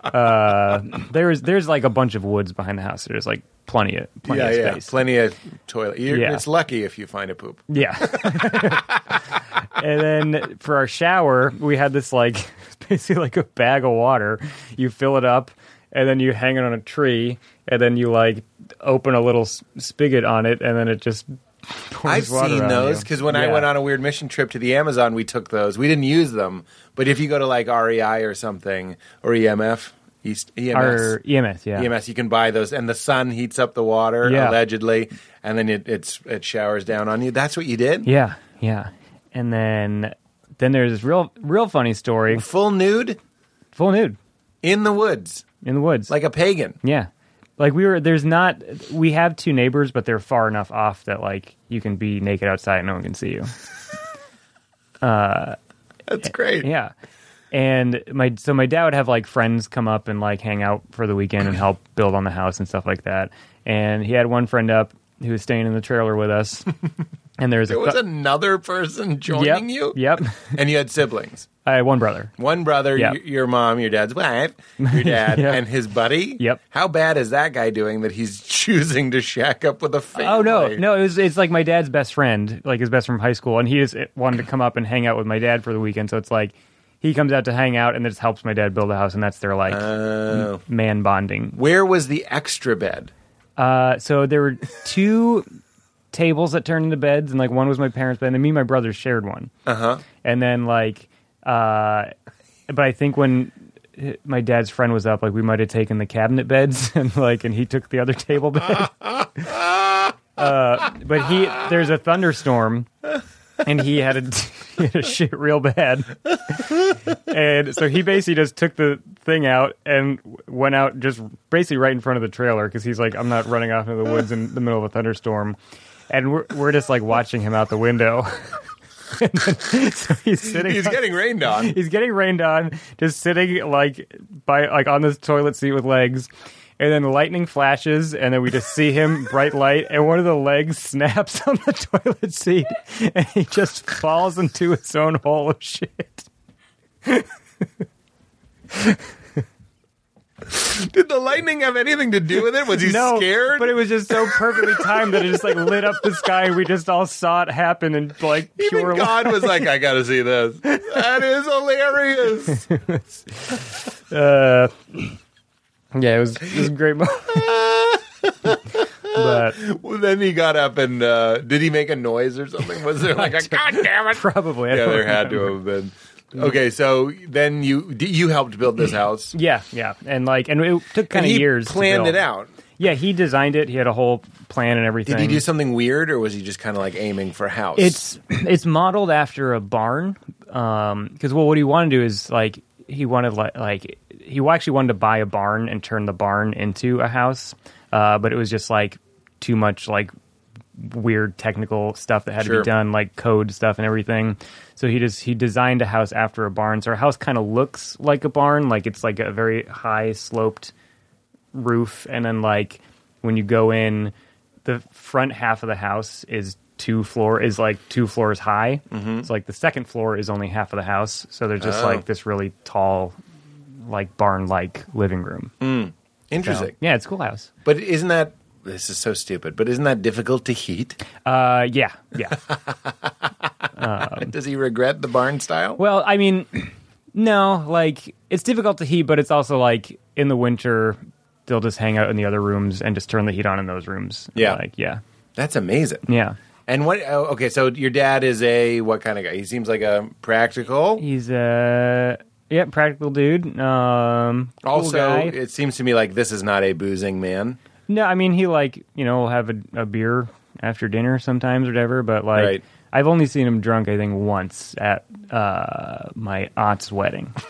S5: Uh, there is there's like a bunch of woods behind the house. There's like plenty of plenty
S3: yeah,
S5: of
S3: yeah.
S5: space.
S3: Plenty of toilet. You're,
S5: Yeah.
S3: It's lucky if you find a poop.
S5: Yeah. and then for our shower, we had this like it's basically like a bag of water. You fill it up, and then you hang it on a tree, and then you like open a little s- spigot on it, and then it just. pours
S3: I've
S5: water
S3: seen
S5: on
S3: those
S5: you.
S3: because when I
S5: Yeah.
S3: went on a weird mission trip to the Amazon, we took those. We didn't use them, but if you go to like REI or something or EMF, East E EMS,
S5: our EMS, yeah,
S3: EMS, E you can buy those, and the sun heats up the water
S5: Yeah.
S3: allegedly, and then it it's, it showers down on you. That's what you did.
S5: yeah, yeah, and then then there's this real real funny story,
S3: Full nude
S5: full nude
S3: in the woods,
S5: in the woods,
S3: like a pagan.
S5: Yeah. Like we were there's not we have two neighbors, but they're far enough off that like you can be naked outside and no one can see you.
S3: That's great.
S5: Yeah. And my so my dad would have like friends come up and like hang out for the weekend and help build on the house and stuff like that. And he had one friend up who was staying in the trailer with us. And there was
S3: There
S5: a
S3: was
S5: cou-
S3: another person
S5: yep,
S3: joining you.
S5: Yep.
S3: And you had siblings.
S5: I had one brother.
S3: One brother,
S5: Yeah.
S3: y- your mom, your dad's wife, your dad,
S5: Yeah.
S3: and his buddy.
S5: Yep.
S3: How bad is that guy doing that he's choosing to shack up with a family?
S5: Oh no, no, it was it's like my dad's best friend, like his best friend from high school, and he just wanted to come up and hang out with my dad for the weekend. So it's like he comes out to hang out and just helps my dad build a house, and that's their like
S3: Oh.
S5: man bonding.
S3: Where was the extra bed?
S5: Uh, so there were two tables that turned into beds, and like one was my parents' bed, and then me and my brother shared one. Uh huh. And then like, uh, but I think when eh, my dad's friend was up, like we might have taken the cabinet beds, and like, and he took the other table bed. uh, but he there's a thunderstorm. And he had, a, he had a shit real bad, and so he basically just took the thing out and w- went out just basically right in front of the trailer because he's like, I'm not running off into the woods in the middle of a thunderstorm. And we're, we're just like watching him out the window. so he's sitting.
S3: He's
S5: on-
S3: getting rained on.
S5: he's getting rained on, just sitting like by like on this toilet seat with legs. And then lightning flashes, and then we just see him bright light, and one of the legs snaps on the toilet seat, and he just falls into his own hole of shit.
S3: Did the lightning have anything to do with it? Was he
S5: no,
S3: scared?
S5: but it was just so perfectly timed that it just like lit up the sky. and We just all saw it happen and like
S3: Even
S5: pure.
S3: God was like, I gotta see this. That is hilarious.
S5: Uh, yeah, it was it was a great moment. but
S3: Well, then he got up and uh, did he make a noise or something? Was there like a God damn it?
S5: probably, I
S3: Yeah,
S5: don't
S3: there had to have been. Okay, so then you d- you helped build this house.
S5: Yeah, yeah, and like, and it took kind
S3: And
S5: of
S3: he
S5: years. to
S3: planned
S5: build.
S3: it out.
S5: Yeah, he designed it. He had a whole plan and everything.
S3: Did he do something weird, or was he just kind of like aiming for house?
S5: It's it's modeled after a barn. Um, because well, what he wanted to do is like he wanted like like he actually wanted to buy a barn and turn the barn into a house. Uh, but it was just like too much like weird technical stuff that had to
S3: Sure.
S5: be done, like code stuff and everything. So he just he designed a house after a barn. So our house kind of looks like a barn, like it's like a very high sloped roof, and then like when you go in, the front half of the house is two floor is like two floors high. So like the second floor is only half of the house. So there's just like this really tall, like barn like living room. So,
S3: interesting.
S5: yeah, it's a cool house.
S3: But isn't that this is so stupid? But isn't that difficult to heat?
S5: Uh, yeah, yeah.
S3: Does he regret the barn style?
S5: Well, I mean, no, like it's difficult to heat, but it's also like in the winter they'll just hang out in the other rooms and just turn the heat on in those rooms.
S3: Yeah.
S5: like yeah,
S3: That's amazing.
S5: yeah.
S3: And what? Oh, okay, so your dad is a what kind of guy? He seems like a practical.
S5: He's a yeah practical dude. Um, cool
S3: also,
S5: guy.
S3: it seems to me like this is not a boozing man.
S5: no, I mean he like you know will have a, a beer after dinner sometimes or whatever, but like.
S3: Right.
S5: I've only seen him drunk, I think, once at uh, my aunt's wedding.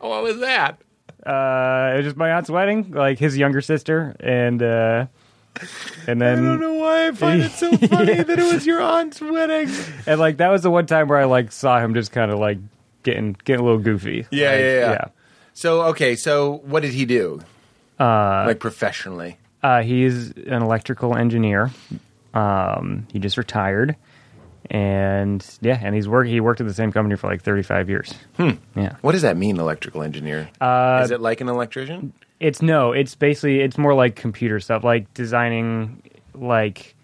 S3: Oh, What was that?
S5: Uh, it was just my aunt's wedding, like his younger sister, and uh, and then
S3: I don't know why I find it so funny that it was your aunt's wedding.
S5: and like that was the one time where I like saw him just kind of like getting getting a little goofy.
S3: Yeah,
S5: Like,
S3: yeah, yeah. So okay, so what did he do? Uh, like professionally.
S5: Uh, he's an electrical engineer. Um, he just retired, and yeah, and he's work. He worked at the same company for like thirty five years. Yeah,
S3: What does that mean, electrical engineer? Uh, is it like an electrician?
S5: it's no, it's basically it's more like computer stuff, like designing, like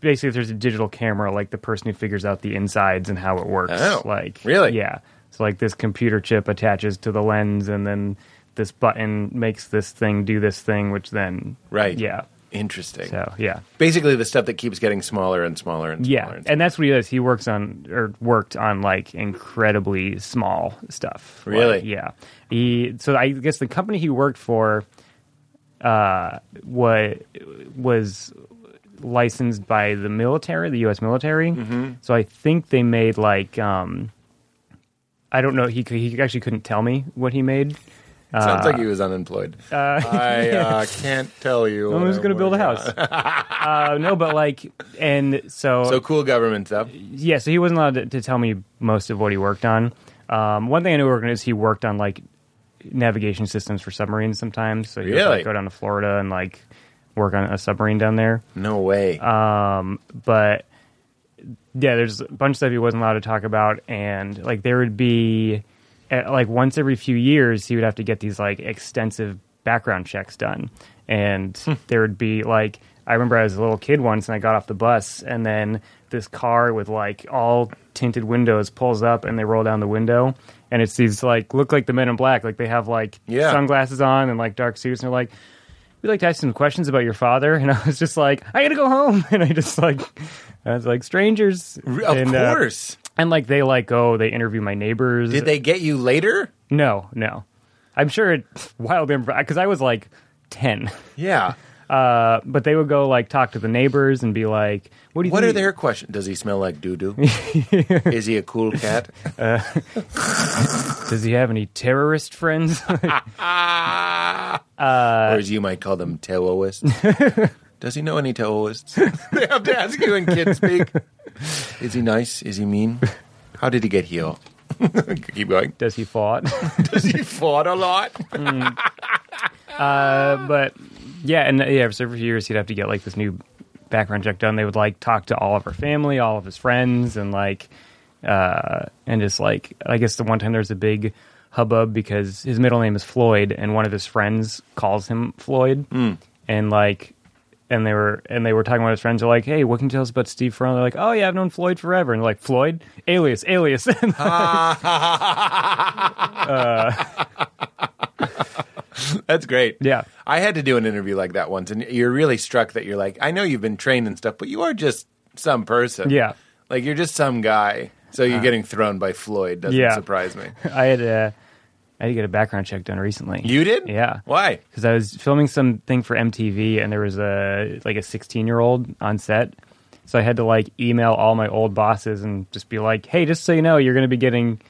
S5: basically if there's a digital camera, like the person who figures out the insides and how it works.
S3: Oh,
S5: like
S3: really?
S5: yeah. So like this computer chip attaches to the lens, and then this button makes this thing do this thing, which then
S3: Right.
S5: yeah.
S3: Interesting.
S5: So yeah,
S3: Basically, the stuff that keeps getting smaller and smaller and smaller.
S5: yeah,
S3: and,
S5: and that's what he does. He works on or worked on like incredibly small stuff. Like,
S3: Really?
S5: yeah. He so I guess the company he worked for, uh, what was licensed by the military, the U.S. military.
S3: Mm-hmm.
S5: So I think they made like um, I don't know. He c- he actually couldn't tell me what he made.
S3: smaller. Sounds
S5: uh,
S3: like he was unemployed. I uh, can't tell you.
S5: I'm
S3: what
S5: just gonna build a
S3: working on.
S5: house. uh, no, but like, and
S3: So cool government stuff.
S5: yeah, so he wasn't allowed to, to tell me most of what he worked on. Um, one thing I knew working is he worked on like navigation systems for submarines sometimes. So he would
S3: Really?
S5: like, go down to Florida and like work on a submarine down there.
S3: No way.
S5: Uh, But yeah, there's a bunch of stuff he wasn't allowed to talk about, and like there would be at, like once every few years he would have to get these like extensive background checks done, and there would be like I remember I was a little kid once and I got off the bus and then this car with like all tinted windows pulls up and they roll down the window and it's these like look like the men in black like they have like
S3: Yeah.
S5: sunglasses on and like dark suits and they're like we'd like to ask some questions about your father and i was just like i gotta go home and i just like i was like strangers
S3: of
S5: and, uh,
S3: course.
S5: and like they like oh they interview my neighbors
S3: Did they get you later?
S5: no no i'm sure it's wild because i was like 10
S3: Yeah.
S5: uh, but they would go like talk to the neighbors and be like what do you
S3: What
S5: think
S3: are their questions? Does he smell like doo doo? Is he a cool cat?
S5: does he have any terrorist friends Uh,
S3: or as you might call them, terrorists? Does he know any Taoists? they have to ask you in kid speak. Is he nice? Is he mean? How did he get here? Keep going.
S5: Does he fought?
S3: Does he fought a lot?
S5: but yeah, and uh, yeah, so for years he'd have to get like this new background check done. They would like talk to all of her family, all of his friends, and like, uh, and just like, I guess the one time there's a big hubbub because his middle name is Floyd, and one of his friends calls him Floyd, and like. And they were and they were talking about his friends. They're like, "Hey, what can you tell us about Steve Ferrell?" They're like, "Oh yeah, I've known Floyd forever." And they're like, "Floyd, alias, alias." And
S3: That's great.
S5: Yeah.
S3: I had to do an interview like that once, and you're really struck that you're like, I know you've been trained and stuff, but you are just some person.
S5: Yeah.
S3: Like you're just some guy. So you're getting thrown by Floyd doesn't
S5: yeah.
S3: surprise me.
S5: I had uh, I had to get a background check done recently.
S3: You did?
S5: Yeah.
S3: Why?
S5: because I was filming something for MTV, and there was a like a 16 year old on set. So I had to like email all my old bosses and just be like, "Hey, just so you know, you're going to be getting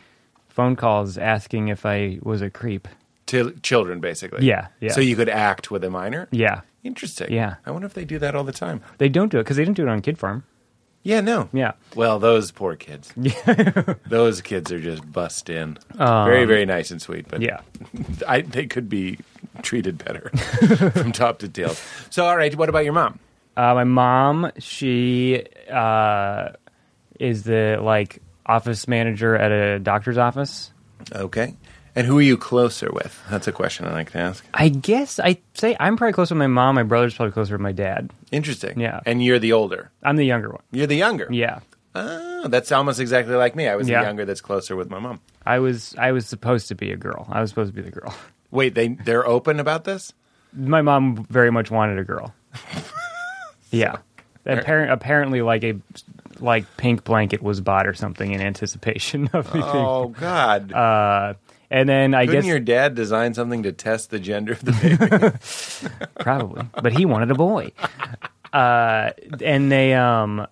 S5: phone calls asking if I was a creep."
S3: Til children, basically.
S5: Yeah, yeah.
S3: So you could act with a minor?
S5: Yeah,
S3: Interesting.
S5: Yeah.
S3: I wonder if they do that all the time.
S5: they don't do it because they didn't do it on Kid Farm.
S3: Yeah, no.
S5: Yeah.
S3: Well, those poor kids. those kids are just bust in. very, very nice and sweet, but
S5: Um, Yeah,
S3: I, they could be treated better from top to tail. So, all right, what about your mom?
S5: uh, my mom, she uh, is the like office manager at a doctor's office.
S3: Okay. And who are you closer with? That's a question I like to ask.
S5: I guess I say I'm probably closer with my mom. My brother's probably closer with my dad.
S3: Interesting.
S5: Yeah.
S3: And you're the older.
S5: I'm the younger one.
S3: You're the younger.
S5: Yeah.
S3: Oh, that's almost exactly like me. I was
S5: Yeah.
S3: the younger that's closer with my mom.
S5: I was I was supposed to be a girl. I was supposed to be the girl.
S3: Wait, they they're open about this?
S5: My mom very much wanted a girl. yeah. Appar- apparently like a like pink blanket was bought or something in anticipation of the thing.
S3: Oh God!
S5: And then I
S3: Couldn't
S5: Uh, guess
S3: your dad design something to test the gender of the baby?
S5: probably, but he wanted a boy. Uh, and they um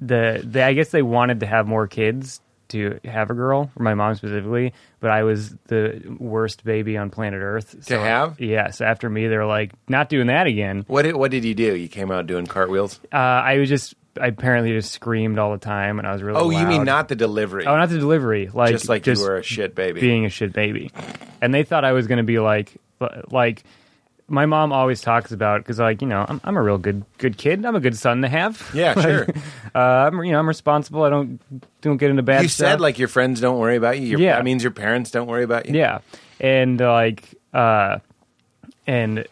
S5: the they I guess they wanted to have more kids to have a girl, my mom specifically, but I was the worst baby on planet Earth. So,
S3: have?
S5: Yeah, so after me they're like not doing that again.
S3: what did What did you do? You came out doing cartwheels?
S5: Uh, I was just I apparently just screamed all the time, and I was really.
S3: oh, you mean
S5: loud.
S3: not the delivery?
S5: Oh, not the delivery. Like
S3: just like you were a shit baby.
S5: being a shit baby, and they thought I was going to be like like. My mom always talks about because, like, you know, I'm, I'm a real good good kid. I'm a good son to have.
S3: yeah,
S5: Like,
S3: sure.
S5: Uh, I'm you know I'm responsible. I don't don't get into bad.
S3: you
S5: stuff.
S3: said like your friends don't worry about you. Your,
S5: Yeah.
S3: that means your parents don't worry about you.
S5: Yeah. And like uh and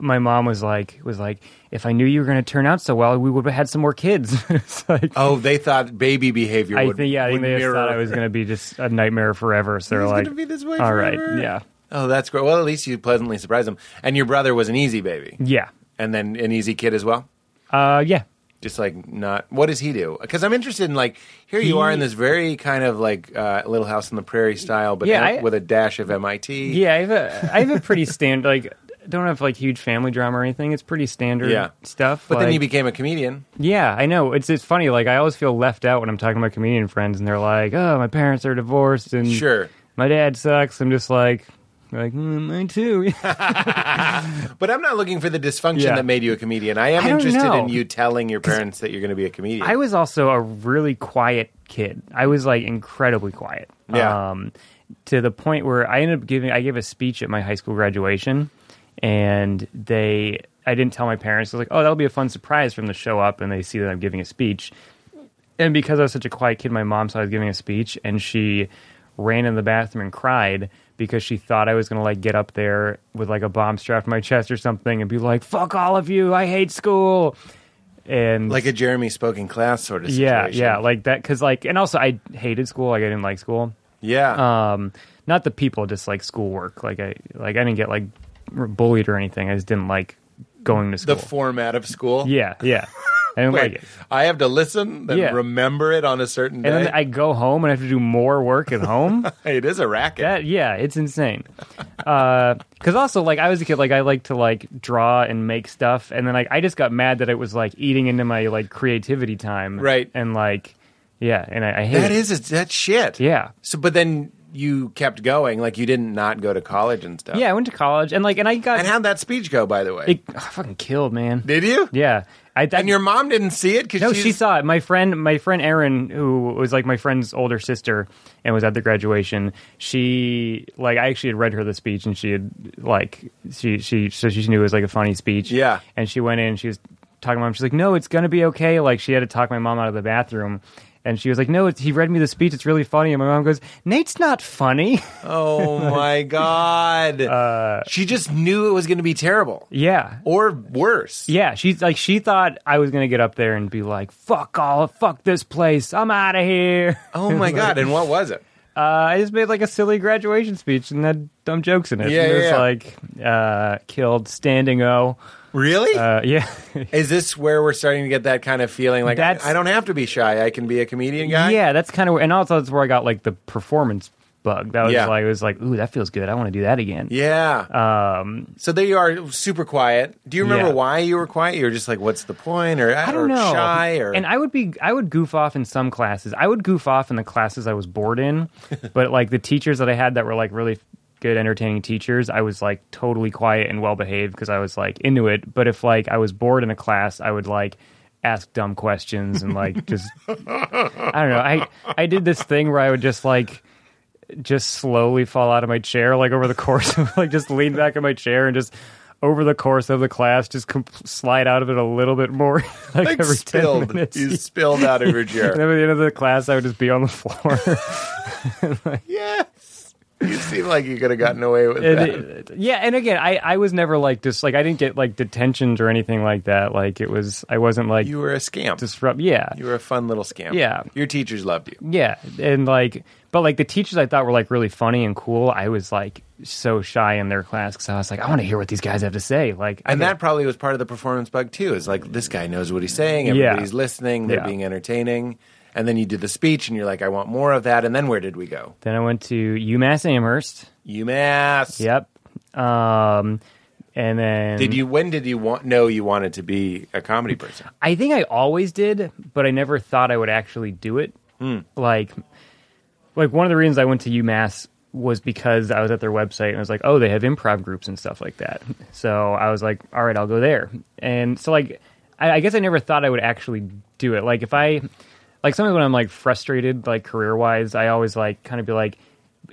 S5: my mom was like was like, if I knew you were gonna turn out so well, we would have had some more kids. it's like
S3: Oh, they thought baby behavior.
S5: I
S3: would,
S5: think yeah, I
S3: would
S5: think they just
S3: mirror.
S5: thought I was gonna be just a nightmare forever. So they're
S3: He's
S5: like
S3: gonna be this way
S5: All right,
S3: forever."
S5: yeah.
S3: Oh, that's great. Well, at least you pleasantly surprised them. And your brother was an easy baby,
S5: Yeah.
S3: and then an easy kid as well.
S5: Uh yeah.
S3: Just like not. What does he do? Because I'm interested in like here you are in this very kind of like uh, Little House on the Prairie style, but
S5: Yeah,
S3: not-
S5: I-
S3: with a dash of MIT.
S5: Yeah, I have a I have a pretty standard like don't have like huge family drama or anything. It's pretty standard
S3: Yeah.
S5: stuff.
S3: But then
S5: like-
S3: you became a comedian.
S5: Yeah, I know. It's it's funny. Like I always feel left out when I'm talking to my comedian friends, and they're like, "Oh, my parents are divorced," and
S3: Sure.
S5: my dad sucks. I'm just like, like mm, mine too.
S3: But I'm not looking for the dysfunction
S5: Yeah.
S3: that made you a comedian. I am
S5: I don't
S3: interested
S5: know.
S3: in you telling your parents that you're going to be a comedian.
S5: I was also a really quiet kid. I was like incredibly quiet.
S3: Yeah.
S5: Um, to the point where I ended up giving. I gave a speech at my high school graduation, and they. I didn't tell my parents. I was like, "Oh, that'll be a fun surprise from the show up," and they see that I'm giving a speech. and because I was such a quiet kid, my mom saw I was giving a speech, and she ran in the bathroom and cried because she thought I was going to like get up there with like a bomb strapped to my chest or something and be like, "Fuck all of you! I hate school." And
S3: like a Jeremy spoken class sort of
S5: yeah,
S3: situation.
S5: yeah, like that because like, and also I hated school. Like I didn't like school.
S3: yeah.
S5: Um, not the people, just like schoolwork. Like I like I didn't get like r- bullied or anything. I just didn't like going to school.
S3: the format of school.
S5: yeah, yeah. I didn't
S3: Wait,
S5: like it.
S3: I have to listen, then
S5: Yeah.
S3: remember it on a certain day.
S5: And then I go home and I have to do more work at home.
S3: it is a racket.
S5: That yeah, it's insane. Because also, like, I was a kid, like, I like to like draw and make stuff, and then like I just got mad that it was like eating into my like creativity time,
S3: Right.
S5: And like, yeah, and I, I hate
S3: That
S5: it.
S3: is it's- that's shit.
S5: yeah,
S3: So, but then you kept going, like you didn't not go to college and stuff.
S5: Yeah, I went to college and like, and I got
S3: And how'd that speech go, by the way?
S5: it oh, fucking killed, man.
S3: Did you?
S5: Yeah, I. That,
S3: And your mom didn't see it because
S5: no, she saw it. My friend, my friend Erin, who was like my friend's older sister and was at the graduation. She like I actually had read her the speech and she had like she she so she knew it was like a funny speech.
S3: Yeah.
S5: and she went in. and She was talking to my mom. She's like, "No, it's gonna be okay." Like she had to talk my mom out of the bathroom. And she was like, "No, it's, he read me the speech. It's really funny." And my mom goes, "Nate's not funny."
S3: Oh my god!
S5: Uh,
S3: she just knew it was going to be terrible,
S5: yeah,
S3: or worse.
S5: Yeah, she's like she thought I was gonna get up there and be like, "Fuck all, fuck this place, I'm out of here."
S3: Oh my god! And what was it?
S5: Uh, I just made like a silly graduation speech and had dumb jokes in it.
S3: Yeah,
S5: and it was
S3: yeah, yeah.
S5: like uh, killed standing O.
S3: Really?
S5: Uh, yeah,
S3: Is this where we're starting to get that kind of feeling? Like
S5: That's-
S3: I, I don't have to be shy; I can be a comedian guy.
S5: yeah, that's kind of and also that's where I got like the performance bug. That was
S3: Yeah.
S5: like it was like, ooh, that feels good. I want to do that again.
S3: yeah.
S5: Um,
S3: so there you are, super quiet. Do you remember
S5: Yeah.
S3: why you were quiet? You were just like, "What's the point?" Or
S5: I don't
S3: or
S5: know.
S3: shy or
S5: and I would be I would goof off in some classes. I would goof off in the classes I was bored in, but like the teachers that I had that were like really good entertaining teachers, I was like totally quiet and well behaved because I was like into it. But if like I was bored in a class, I would like ask dumb questions and like just I don't know. I I did this thing where I would just like just slowly fall out of my chair like over the course of like just lean back in my chair and just over the course of the class just com- slide out of it a little bit more like,
S3: like
S5: every 10
S3: spilled.
S5: minutes
S3: You spilled out of your
S5: and
S3: chair.
S5: then at the end of the class, I would just be on the floor.
S3: yes. You seem like you could have gotten away with
S5: And
S3: that.
S5: it- yeah, and again, I, I was never like just like I didn't get like detentions or anything like that. Like it was, I wasn't like
S3: you were a scamp.
S5: disrupt. Yeah,
S3: You were a fun little scamp.
S5: Yeah.
S3: Your teachers loved you.
S5: yeah, and like, but like the teachers I thought were like really funny and cool. I was like so shy in their class because I was like, I want to hear what these guys have to say. Like, I
S3: And
S5: don't-
S3: that probably was part of the performance bug too. Is like this guy knows what he's saying,
S5: Yeah.
S3: everybody's listening, they're
S5: Yeah.
S3: being entertaining. And then you do the speech and you're like, I want more of that. And then where did we go?
S5: Then I went to UMass Amherst.
S3: UMass.
S5: Yep. Um, and then
S3: Did you when did you want know you wanted to be a comedy person?
S5: I think I always did, but I never thought I would actually do it. Like, like one of the reasons I went to UMass was because I was at their website and I was like, oh, they have improv groups and stuff like that. So I was like, all right, I'll go there. And so like, I, I guess I never thought I would actually do it. Like if I, like sometimes when I'm like frustrated, like career wise, I always like kind of be like,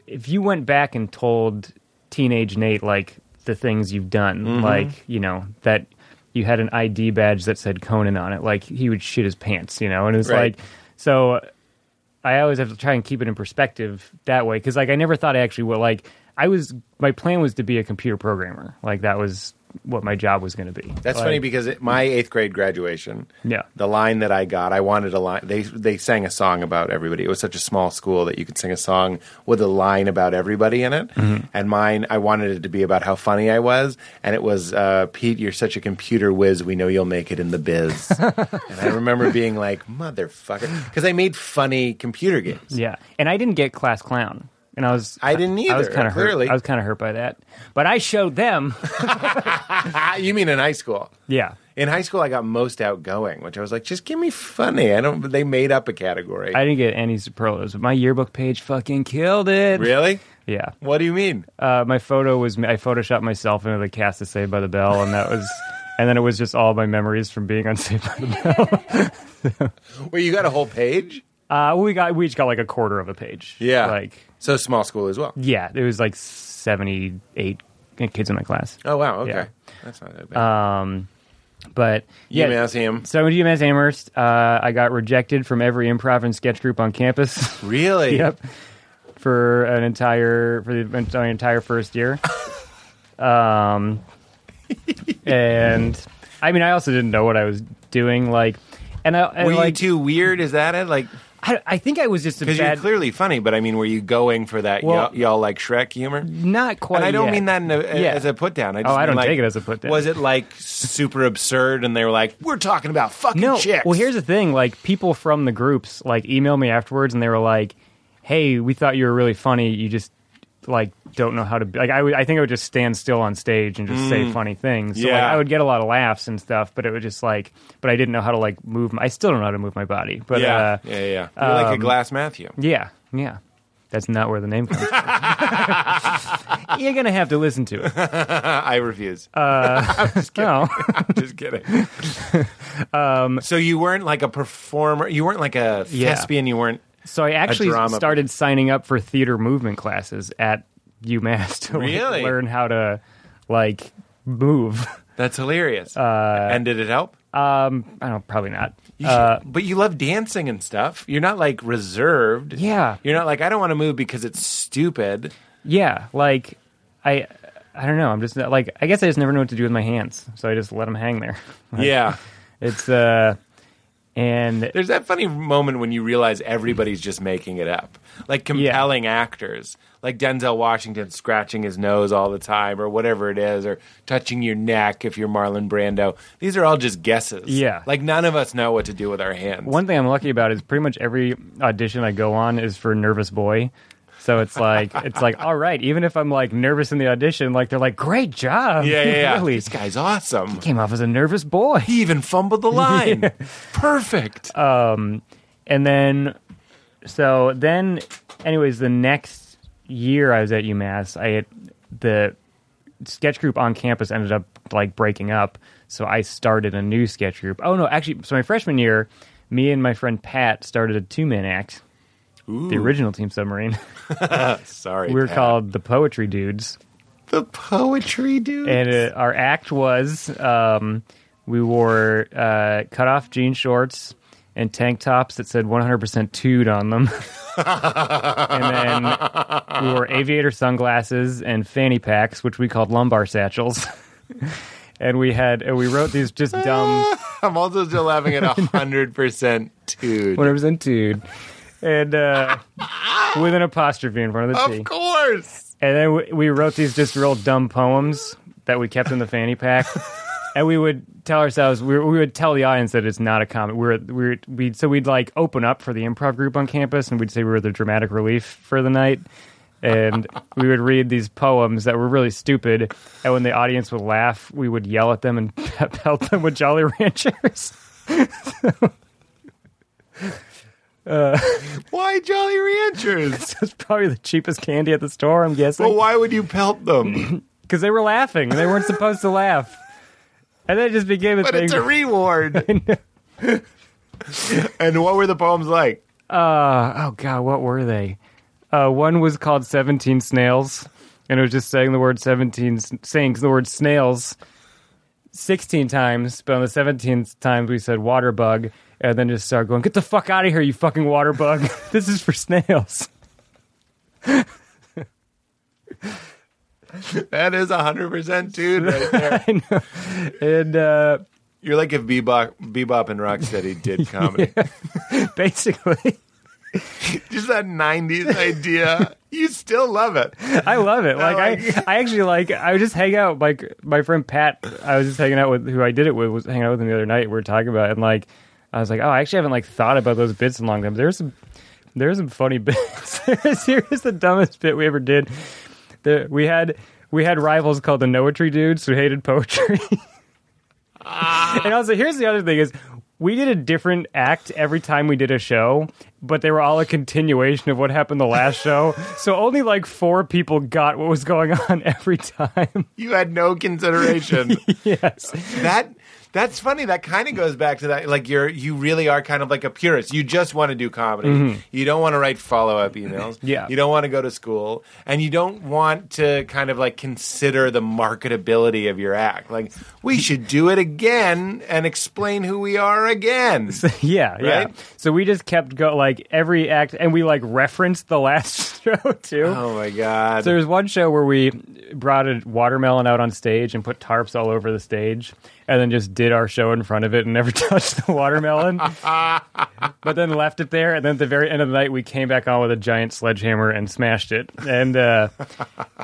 S5: if you went back and told teenage Nate like the things you've done, like you know that you had an ID badge that said Conan on it, like he would shit his pants, you know, and it's
S3: Right.
S5: like so. I always have to try and keep it in perspective that way because like I never thought I actually would like I was my plan was to be a computer programmer like that was what my job was going to be.
S3: That's
S5: Like,
S3: funny because at my eighth grade graduation,
S5: Yeah.
S3: the line that I got, I wanted a line. They they sang a song about everybody. It was such a small school that you could sing a song with a line about everybody in it.
S5: Mm-hmm.
S3: And mine, I wanted it to be about how funny I was, and it was uh, Pete, you're such a computer whiz. We know you'll make it in the biz. and I remember being like, motherfucker, because I made funny computer games.
S5: Yeah, and I didn't get class clown, and I was
S3: I didn't
S5: I was
S3: either,
S5: kind of
S3: clearly.
S5: hurt. I was kind of hurt by that, but I showed them.
S3: Ah, you mean in high school?
S5: yeah,
S3: In high school, I got most outgoing, which I was like, just give me funny. I don't. They made up a category.
S5: I didn't get any superlatives, but my yearbook page fucking killed it.
S3: really?
S5: Yeah,
S3: What do you mean?
S5: uh, my photo was I photoshopped myself into the cast of Saved by the Bell, and that was. And then it was just all my memories from being on Saved by the Bell.
S3: Well, you got a whole page?
S5: Uh, we got we each got like a quarter of a page. like
S3: so small school as well.
S5: yeah, there was like seventy eight kids in my class.
S3: Oh wow, okay.
S5: Yeah.
S3: That's not that bad.
S5: But yeah,
S3: you ask him.
S5: So I went to UMass Amherst. Uh, I got rejected from every improv and sketch group on campus.
S3: Really?
S5: yep. For an entire for the entire, entire first year. um, and I mean, I also didn't know what I was doing. Like, and I and
S3: Were
S5: like
S3: you too weird? Is that it? Like,
S5: I, I think I was just a
S3: because you're
S5: bad,
S3: clearly funny, but I mean, were you going for that
S5: Well-
S3: y'all, y'all like Shrek humor?
S5: not quite.
S3: and I don't
S5: yet.
S3: mean that in a,
S5: Yeah.
S3: as a put down. I
S5: Oh,
S3: just
S5: I
S3: mean,
S5: don't
S3: like,
S5: take it as a put down.
S3: Was it like super absurd? And they were like, "We're talking about fucking
S5: No.
S3: chicks."
S5: Well, here's the thing: like people from the groups like emailed me afterwards, and they were like, "Hey, we thought you were really funny. You just like don't know how to be. like." I would, I think I would just stand still on stage and just say funny things. So, like,
S3: Mm. Yeah.
S5: I would get a lot of laughs and stuff, but it was just like, but I didn't know how to like move. My, I still don't know how to move my body, but
S3: yeah,
S5: uh,
S3: yeah, yeah. You're like a Glass Matthew.
S5: yeah, yeah. That's not where the name comes from. You're going to have to listen to it.
S3: I refuse.
S5: No.
S3: I'm just kidding. Um, so you weren't like a performer. You weren't like a
S5: Yeah.
S3: thespian. You weren't.
S5: So I actually
S3: drama.
S5: started signing up for theater movement classes at UMass to like,
S3: Really?
S5: learn how to like move.
S3: That's hilarious. and did it help?
S5: Um, I don't probably not.
S3: You should- uh, but you love dancing and stuff. You're not like reserved.
S5: Yeah.
S3: You're not like I don't want to move because it's stupid.
S5: Yeah, like I I don't know. I'm just not- like I guess I just never know what to do with my hands, so I just let them hang there.
S3: Yeah.
S5: It's uh and
S3: There's that funny moment when you realize everybody's just making it up. Like compelling actors, like Denzel Washington scratching his nose all the time or whatever it is, or touching your neck if you're Marlon Brando. These are all just guesses.
S5: Yeah.
S3: Like none of us know what to do with our hands.
S5: one thing I'm lucky about is pretty much every audition I go on is for Nervous Boy. So it's like it's like all right, even if I'm like nervous in the audition, like they're like great job.
S3: yeah, yeah, yeah.
S5: really.
S3: This guy's awesome.
S5: Came off as a nervous boy.
S3: He even fumbled the line. Perfect.
S5: Uh, and then so then anyways the next year i was at umass i had the sketch group on campus ended up like breaking up so i started a new sketch group oh no actually so my freshman year me and my friend pat started a two-man act the original team submarine
S3: Sorry.
S5: we were
S3: Pat.
S5: called the poetry dudes
S3: the poetry dude.
S5: and uh, our act was um, we wore uh, cut off jean shorts and tank tops that said 100% tood on them. and then we wore aviator sunglasses and fanny packs, which we called lumbar satchels. and we had and we wrote these just dumb
S3: I'm also still laughing at hundred percent dude.
S5: 100% tood and uh, with an apostrophe in front of the T.
S3: Of course.
S5: And then we, we wrote these just real dumb poems that we kept in the fanny pack. and we would tell ourselves, we, we would tell the audience that it's not a comic. We're, we're, we'd, so we'd like open up for the improv group on campus and we'd say we were the dramatic relief for the night. And we would read these poems that were really stupid. And when the audience would laugh, we would yell at them and pelt them with Jolly Ranchers.
S3: Why Jolly Ranchers?
S5: That's probably the cheapest candy at the store, I'm guessing.
S3: But why would you pelt them?
S5: because they were laughing. They weren't supposed to laugh. And then it just became a
S3: But
S5: thing.
S3: it's a reward. and what were the poems like?
S5: Uh, oh god, what were they? Uh, one was called Seventeen Snails, and it was just saying the word seventeen, s- saying the word snails sixteen times. But on the seventeenth time, we said water bug, and then just start going, "Get the fuck out of here, you fucking water bug! this is for snails."
S3: That is 100% dude right there.
S5: And uh,
S3: You're like if Bebop, Bebop and Rocksteady did comedy.
S5: basically,
S3: Just that 90s idea. You still love it.
S5: I love it. Like
S3: like-
S5: I, I actually like. I would just hang out. Like my friend Pat, I was just hanging out with who I did it with. Was hanging out with him the other night. We were talking about it, and like I was like, oh, I actually haven't like thought about those bits in a long time. There's some, there's some funny bits. here's, here's the dumbest bit we ever did. The, we had we had rivals called the Noetry dudes who hated poetry. and also, here's the other thing is. We did a different act every time we did a show, but they were all a continuation of what happened the last show. So only like four people got what was going on every time.
S3: You had no consideration.
S5: yes.
S3: that that's funny. That kind of goes back to that. Like you're you really are kind of like a purist. You just want to do comedy. You don't want to write follow up emails.
S5: Mm-hmm. Yeah.
S3: You don't want to go to school, and you don't want to kind of like consider the marketability of your act. Like we should do it again and explain who we are again.
S5: Yeah, yeah.
S3: Right?
S5: So we just kept go like every act and we like referenced the last show too.
S3: Oh my god.
S5: So there was one show where we brought a watermelon out on stage and put tarps all over the stage, and then just did our show in front of it and never touched the watermelon. but then left it there, and then at the very end of the night, we came back on with a giant sledgehammer and smashed it, and uh,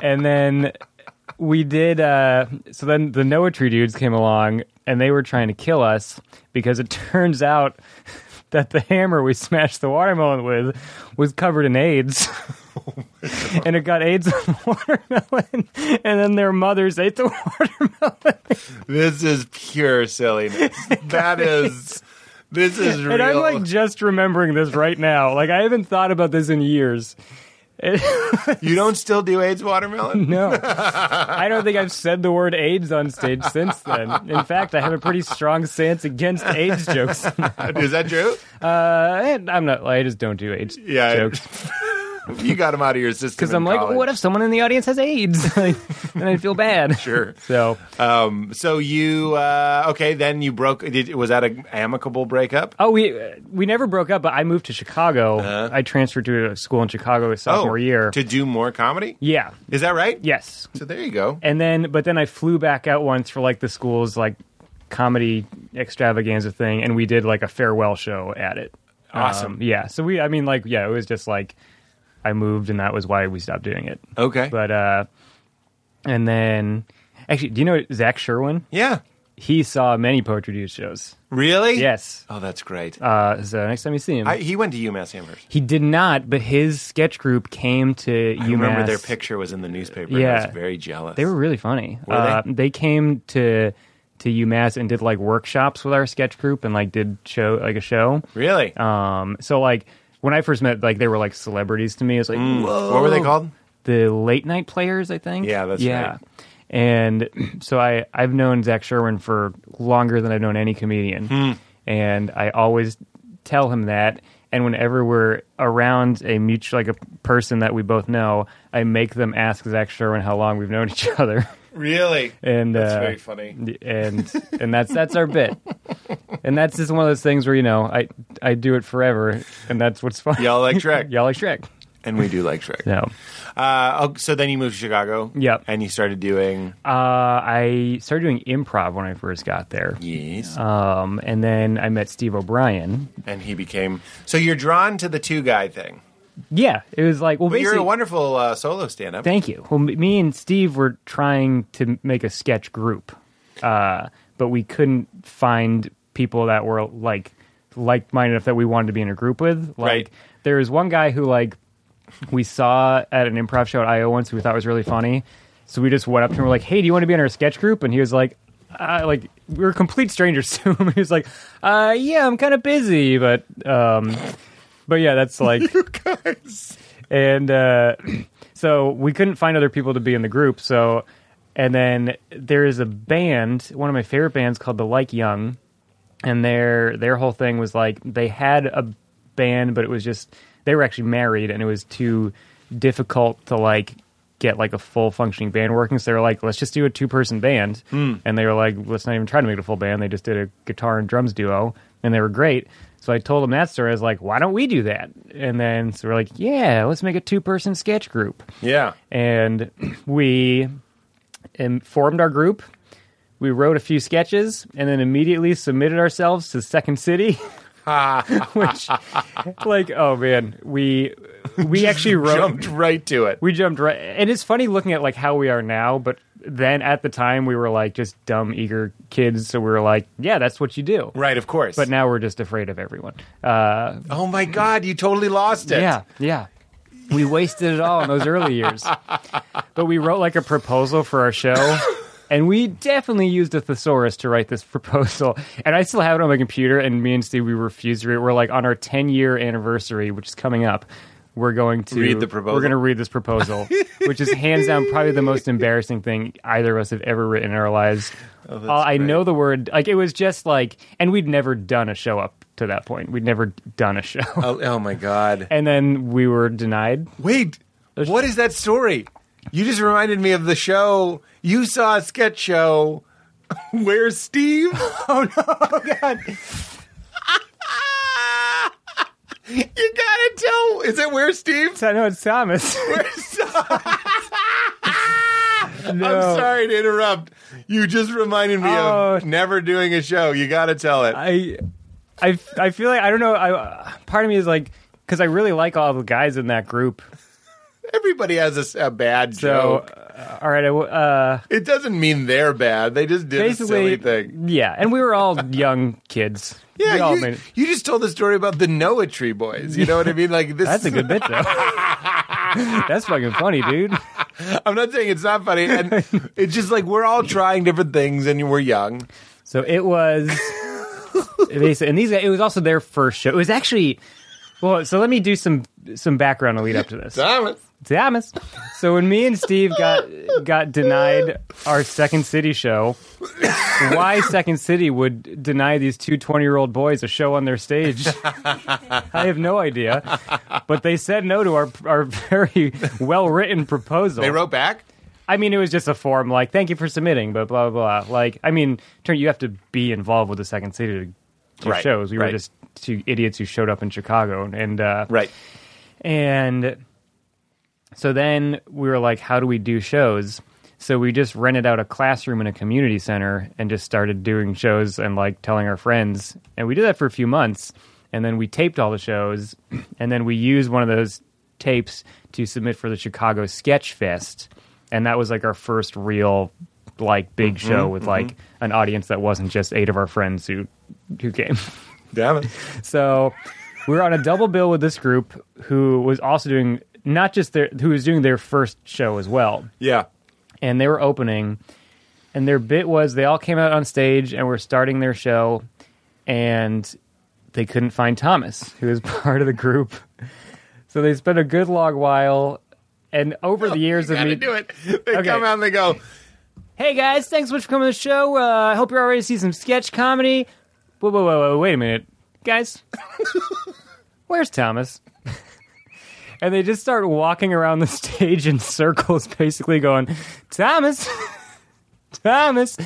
S5: and then we did. Uh, so then the Noah Tree dudes came along, and they were trying to kill us because it turns out. That the hammer we smashed the watermelon with was covered in AIDS and it got AIDS on watermelon, and then their mothers ate the watermelon.
S3: this is pure silliness. that is. This is real.
S5: And I'm like just remembering this right now. Like I haven't thought about this in years.
S3: You don't still do AIDS watermelon?
S5: No. I don't think I've said the word AIDS on stage since then. In fact, I have a pretty strong stance against AIDS jokes.
S3: Is that true?
S5: Uh, and I'm not. I just don't do AIDS
S3: Yeah.
S5: jokes
S3: You got him out of your system.
S5: because
S3: in
S5: I'm like,
S3: college.
S5: what if someone in the audience has AIDS? Like, and I feel bad.
S3: Sure.
S5: So,
S3: Um, so you uh, okay? Then you broke. Did, was that an amicable breakup?
S5: oh, we uh, we never broke up, but I moved to Chicago.
S3: Uh-huh.
S5: I transferred to a school in Chicago his sophomore Uh, year.
S3: Oh, to do more comedy.
S5: yeah. Um,
S3: Is that right?
S5: Yes.
S3: So there you go.
S5: And then, but then I flew back out once for like the school's like comedy extravaganza thing, and we did like a farewell show at it.
S3: Awesome.
S5: Um, yeah. So we, I mean, like, yeah, it was just like I moved, and that was why we stopped doing it.
S3: Okay.
S5: But uh, and then actually, do you know Zach Sherwin?
S3: yeah.
S5: He saw many Poetry Dudes shows.
S3: Really?
S5: Yes.
S3: Oh, that's great.
S5: Uh, so next time you see him,
S3: I, he went to UMass Amherst.
S5: he did not, but his sketch group came to
S3: I
S5: UMass.
S3: remember their picture was in the newspaper. And I
S5: Yeah.
S3: was very jealous.
S5: They were really funny.
S3: Were
S5: Uh,
S3: they?
S5: came to to UMass and did like workshops with our sketch group and like did show like a show.
S3: really.
S5: Um, so like when I first met, like they were like celebrities to me. It's like whoa,
S3: what were they called?
S5: the late night players, I think.
S3: Mm. Yeah, that's
S5: yeah.
S3: right.
S5: And so I I've known Zach Sherwin for longer than I've known any comedian,
S3: Hmm.
S5: and I always tell him that. And whenever we're around a mutual like a person that we both know, I make them ask Zach Sherwin how long we've known each other.
S3: Really.
S5: And
S3: That's
S5: uh,
S3: very funny.
S5: And and that's that's our bit. And that's just one of those things where you know I I do it forever, and that's what's fun.
S3: Y'all like Shrek.
S5: Y'all like Shrek.
S3: And we do like Shrek.
S5: No.
S3: Uh, oh, so then you moved to Chicago.
S5: Yep.
S3: And you started doing.
S5: Uh, I started doing improv when I first got there.
S3: yes.
S5: Um, and then I met Steve O'Brien.
S3: and he became. So you're drawn to the two guy thing.
S5: Yeah, it was like well,
S3: But
S5: basically,
S3: you're a wonderful uh, solo stand up.
S5: thank you. Well, m- me and Steve were trying to make a sketch group, uh, but we couldn't find people that were like like minded enough that we wanted to be in a group with. Like
S3: Right.
S5: there was one guy who like we saw at an improv show at IO once who we thought was really funny. So we just went up to him. We're like, "Hey, do you want to be in our sketch group?" And he was like, uh, "Like we were complete strangers to him." he was like, uh, "Yeah, I'm kind of busy, but um, but yeah, that's like you guys." And uh, so we couldn't find other people to be in the group. So and then there is a band, one of my favorite bands called the Like Young and their their whole thing was like they had a band but it was just they were actually married and it was too difficult to like get like a full functioning band working so they were like let's just do a two person band and they were like let's not even try to make it a full band they just did a guitar and drums duo and they were great so i told them that story i was like why don't we do that and then so we're like yeah let's make a two person sketch group
S3: Yeah.
S5: and we um, formed our group. We wrote a few sketches and then immediately submitted ourselves to Second City, which, like, oh man, we we actually wrote
S3: Jumped right to it.
S5: we jumped right, and it's funny looking at like how we are now, but then at the time we were like just dumb, eager kids, so we were like, yeah, that's what you do.
S3: Right, of course.
S5: But now we're just afraid of everyone. Uh,
S3: oh my God, you totally lost it.
S5: yeah, yeah. We wasted it all in those early years. But we wrote like a proposal for our show. And we definitely used a thesaurus to write this proposal. And I still have it on my computer. And me and Steve, we refused to read it. We're like on our 10 year anniversary, which is coming up. We're going to
S3: Read the proposal.
S5: We're going to read this proposal, which is hands down probably the most embarrassing thing either of us have ever written in our lives.
S3: Oh, that's
S5: Uh, I
S3: great.
S5: know the word. Like it was just like, and we'd never done a show up to that point. We'd never done a show
S3: Oh, oh my God.
S5: and then we were denied.
S3: Wait, what is that story? You just reminded me of the show. You saw a sketch show. Where's Steve? Oh no! Oh God! you gotta tell. Is it where's Steve?
S5: I know it's Thomas.
S3: Where's I'm sorry to interrupt. You just reminded me
S5: Oh.
S3: of never doing a show. You gotta tell it.
S5: I, I, I feel like I don't know. I, part of me is like because I really like all the guys in that group.
S3: Everybody has a s- a, bad
S5: So,
S3: joke.
S5: uh, all right, I, w- uh,
S3: It doesn't mean they're bad. They just did a silly
S5: basically,
S3: thing.
S5: yeah, and we were all young kids. we
S3: Yeah,
S5: all
S3: you,
S5: made-
S3: you just told the story about the Noah Tree Boys. You know what I mean? Like this.
S5: that's a good bit though. that's fucking funny, dude.
S3: I'm not saying it's not funny. And it's just like we're all trying different things, and we're young.
S5: So it was. basically- and these guys, it was also their first show. It was actually Well, so let me do some some background to lead up to this.
S3: Thomas.
S5: Thomas. So when me and Steve got got denied our Second City show, why Second City would deny these two 20-year-old boys a show on their stage, I have no idea. But they said no to our our very well-written proposal.
S3: They wrote back.
S5: I mean, it was just a form like "Thank you for submitting," but blah blah blah. Like, I mean, turn you have to be involved with the Second City to do
S3: Right,
S5: shows. We
S3: right.
S5: were just two idiots who showed up in Chicago, and uh,
S3: Right.
S5: and so then we were like, how do we do shows? So we just rented out a classroom in a community center and just started doing shows and like telling our friends. And we did that for a few months. And then we taped all the shows. And then we used one of those tapes to submit for the Chicago Sketch Fest. And that was like our first real like big show with like an audience that wasn't just eight of our friends who who came.
S3: Damn it.
S5: So we were on a double bill with this group who was also doing not just their who was doing their first show as well.
S3: Yeah.
S5: And they were opening and their bit was they all came out on stage and were starting their show and they couldn't find Thomas, who was part of the group. So they spent a good long while and over the years of
S3: Oh, Gotta
S5: me
S3: do it. They
S5: Okay.
S3: come out and they go,
S5: Hey guys, thanks so much for coming to the show. Uh, I hope you're all ready to see some sketch comedy. Whoa, whoa, whoa, whoa wait a minute. Guys, where's Thomas? and they just start walking around the stage in circles, basically going, Thomas, Thomas.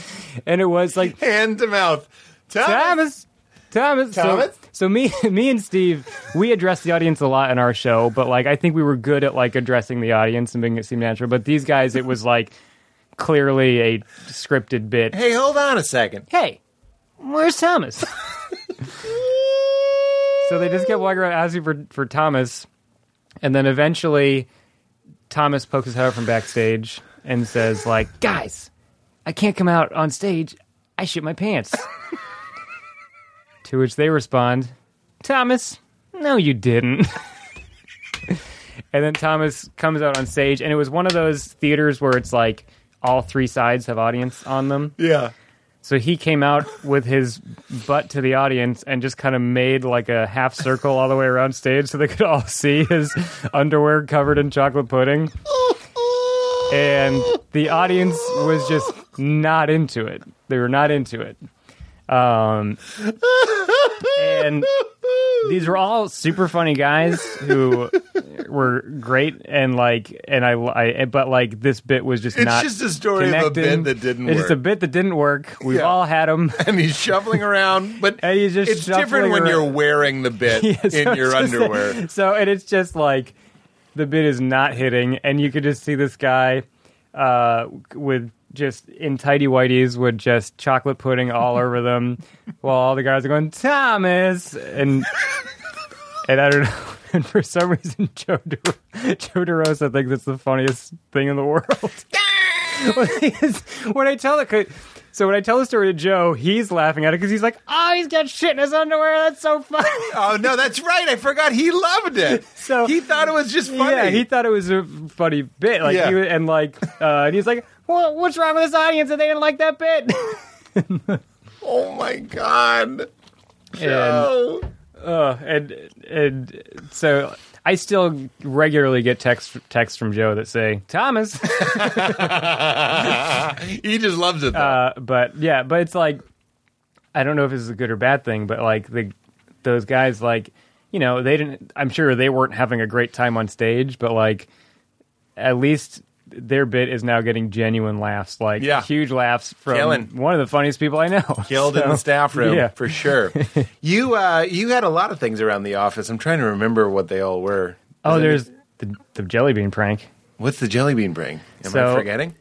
S5: And it was like,
S3: hand to mouth. Thomas.
S5: Thomas. Thomas. So-
S3: Thomas?
S5: So, me, me and Steve, we address the audience a lot in our show, but like I think we were good at like addressing the audience and making it seem natural. But these guys, it was like clearly a scripted bit.
S3: Hey, hold on a second.
S5: Hey, where's Thomas? so they just kept walking around asking for for Thomas, and then eventually Thomas pokes his head out from backstage and says, "Like guys, I can't come out on stage. I shit my pants." to which they respond, "Thomas, no, you didn't." and then Thomas comes out on stage, and it was one of those theaters where it's like all three sides have audience on them.
S3: Yeah.
S5: So he came out with his butt to the audience and just kind of made like a half circle all the way around stage so they could all see his underwear covered in chocolate pudding. And the audience was just not into it. They were not into it. Um, and these were all super funny guys who were great and like and I, I but like this bit was just
S3: It's
S5: not
S3: just a story of a
S5: connecting.
S3: bit that didn't
S5: it's Just a
S3: work.
S5: bit that didn't work. We've
S3: Yeah.
S5: all had them.
S3: And he's shuffling around, but
S5: And he's just
S3: it's different
S5: shuffling
S3: when
S5: around.
S3: you're wearing the bit in your underwear.
S5: so and it's just like the bit is not hitting, and you could just see this guy uh, with just in tidy whities with just chocolate pudding all over them, while all the guys are going Thomas and and I don't know. And for some reason, Joe, De- Joe DeRosa thinks it's the funniest thing in the world. Well, he's- when I tell the so when I tell the story to Joe, he's laughing at it because he's like, "Oh, he's got shit in his underwear. That's so funny."
S3: Oh no, that's right. I forgot he loved it.
S5: So-
S3: he thought it was just funny.
S5: Yeah, he thought it was a funny bit. Like
S3: Yeah.
S5: he was, and like uh, and he's like, well, "What's wrong with this audience that they didn't like that bit?"
S3: oh my god.
S5: and,
S3: Oh.
S5: uh, and and so I still regularly get text texts from Joe that say Thomas,
S3: he just loves it though.
S5: uh, but yeah, but it's like I don't know if this is a good or bad thing, but like the those guys like you know they didn't. I'm sure they weren't having a great time on stage, but like at least their bit is now getting genuine laughs, like
S3: Yeah.
S5: huge laughs from
S3: Killing.
S5: one of the funniest people I know.
S3: killed in the
S5: So,
S3: staff room
S5: yeah.
S3: for sure. you uh, you had a lot of things around the office. I'm trying to remember what they all were.
S5: Oh, there's the, the jelly bean prank.
S3: What's the jelly bean bring? Am I
S5: So-
S3: forgetting?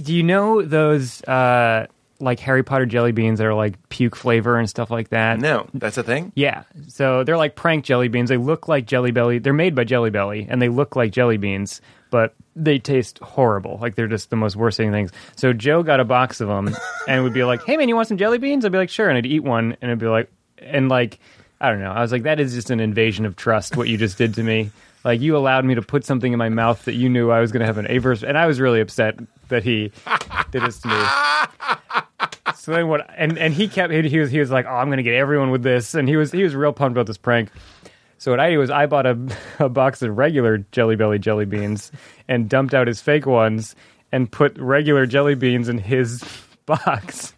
S5: Do you know those uh, like Harry Potter jelly beans that are like puke flavor and stuff like that?
S3: No, that's a thing.
S5: Yeah. So they're like prank jelly beans. They look like jelly belly. They're made by Jelly Belly and they look like jelly beans, but they taste horrible. Like they're just the most worst thing things. So Joe got a box of them and would be like, "Hey man, you want some jelly beans?" I'd be like, "Sure." And I'd eat one and I'd be like and like I don't know. I was like, "That is just an invasion of trust what you just did to me." Like you allowed me to put something in my mouth that you knew I was going to have an averse and I was really upset that he did this to me. So then what? And and he kept he, he was he was like, oh, I'm gonna get everyone with this, and he was he was real pumped about this prank. So what I did was I bought a, a box of regular Jelly Belly jelly beans and dumped out his fake ones and put regular jelly beans in his box.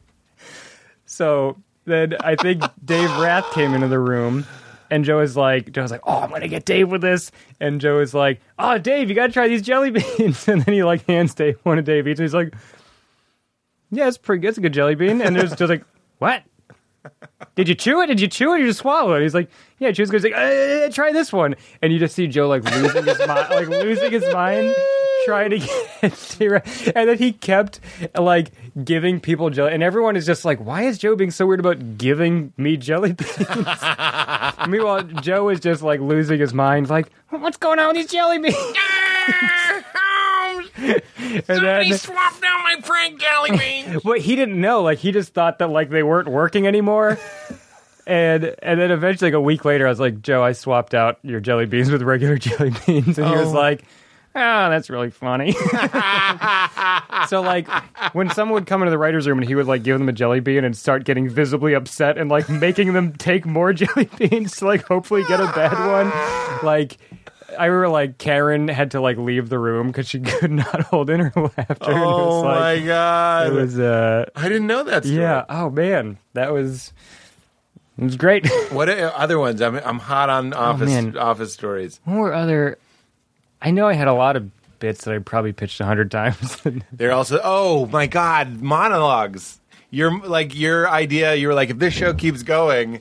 S5: So then I think Dave Rath came into the room and Joe is like, Joe's like, oh, I'm gonna get Dave with this. And Joe is like, oh, Dave, you gotta try these jelly beans. And then he like hands Dave one of Dave each, and he's like, yeah, it's pretty good. It's a good jelly bean. And there's just like, what? Did you chew it? Did you chew it? Or you just swallow it? He's like, yeah, chew it. He's like, "Uh, try this one. And you just see Joe like losing his mind, like losing his mind, trying to get Tira. And then he kept like giving people jelly, and everyone is just like, why is Joe being so weird about giving me jelly beans? Meanwhile, Joe is just like losing his mind, like, what's going on with these jelly beans? And
S2: Somebody
S5: then-
S2: swapped out my prank jelly bean.
S5: But he didn't know. Like he just thought that like they weren't working anymore. And and then eventually, like a week later, I was like, Joe, I swapped out your jelly beans with regular jelly beans, and he was
S3: Oh.
S5: like, Ah, that's really funny. so like when someone would come into the writers' room and he would like give them a jelly bean and start getting visibly upset and like making them take more jelly beans to like hopefully get a bad one, like. I remember like Karen had to like leave the room because she could not hold in her laughter. and it
S3: Oh
S5: was, like,
S3: my god!
S5: it was uh
S3: I didn't know that. Story.
S5: yeah. Oh man, that was it was great.
S3: What are other ones? I'm I'm hot on office
S5: Oh, man.
S3: office stories.
S5: One more other. I know I had a lot of bits that I probably pitched a hundred times.
S3: They're also oh my god monologues. Your like your idea. You were like if this show keeps going,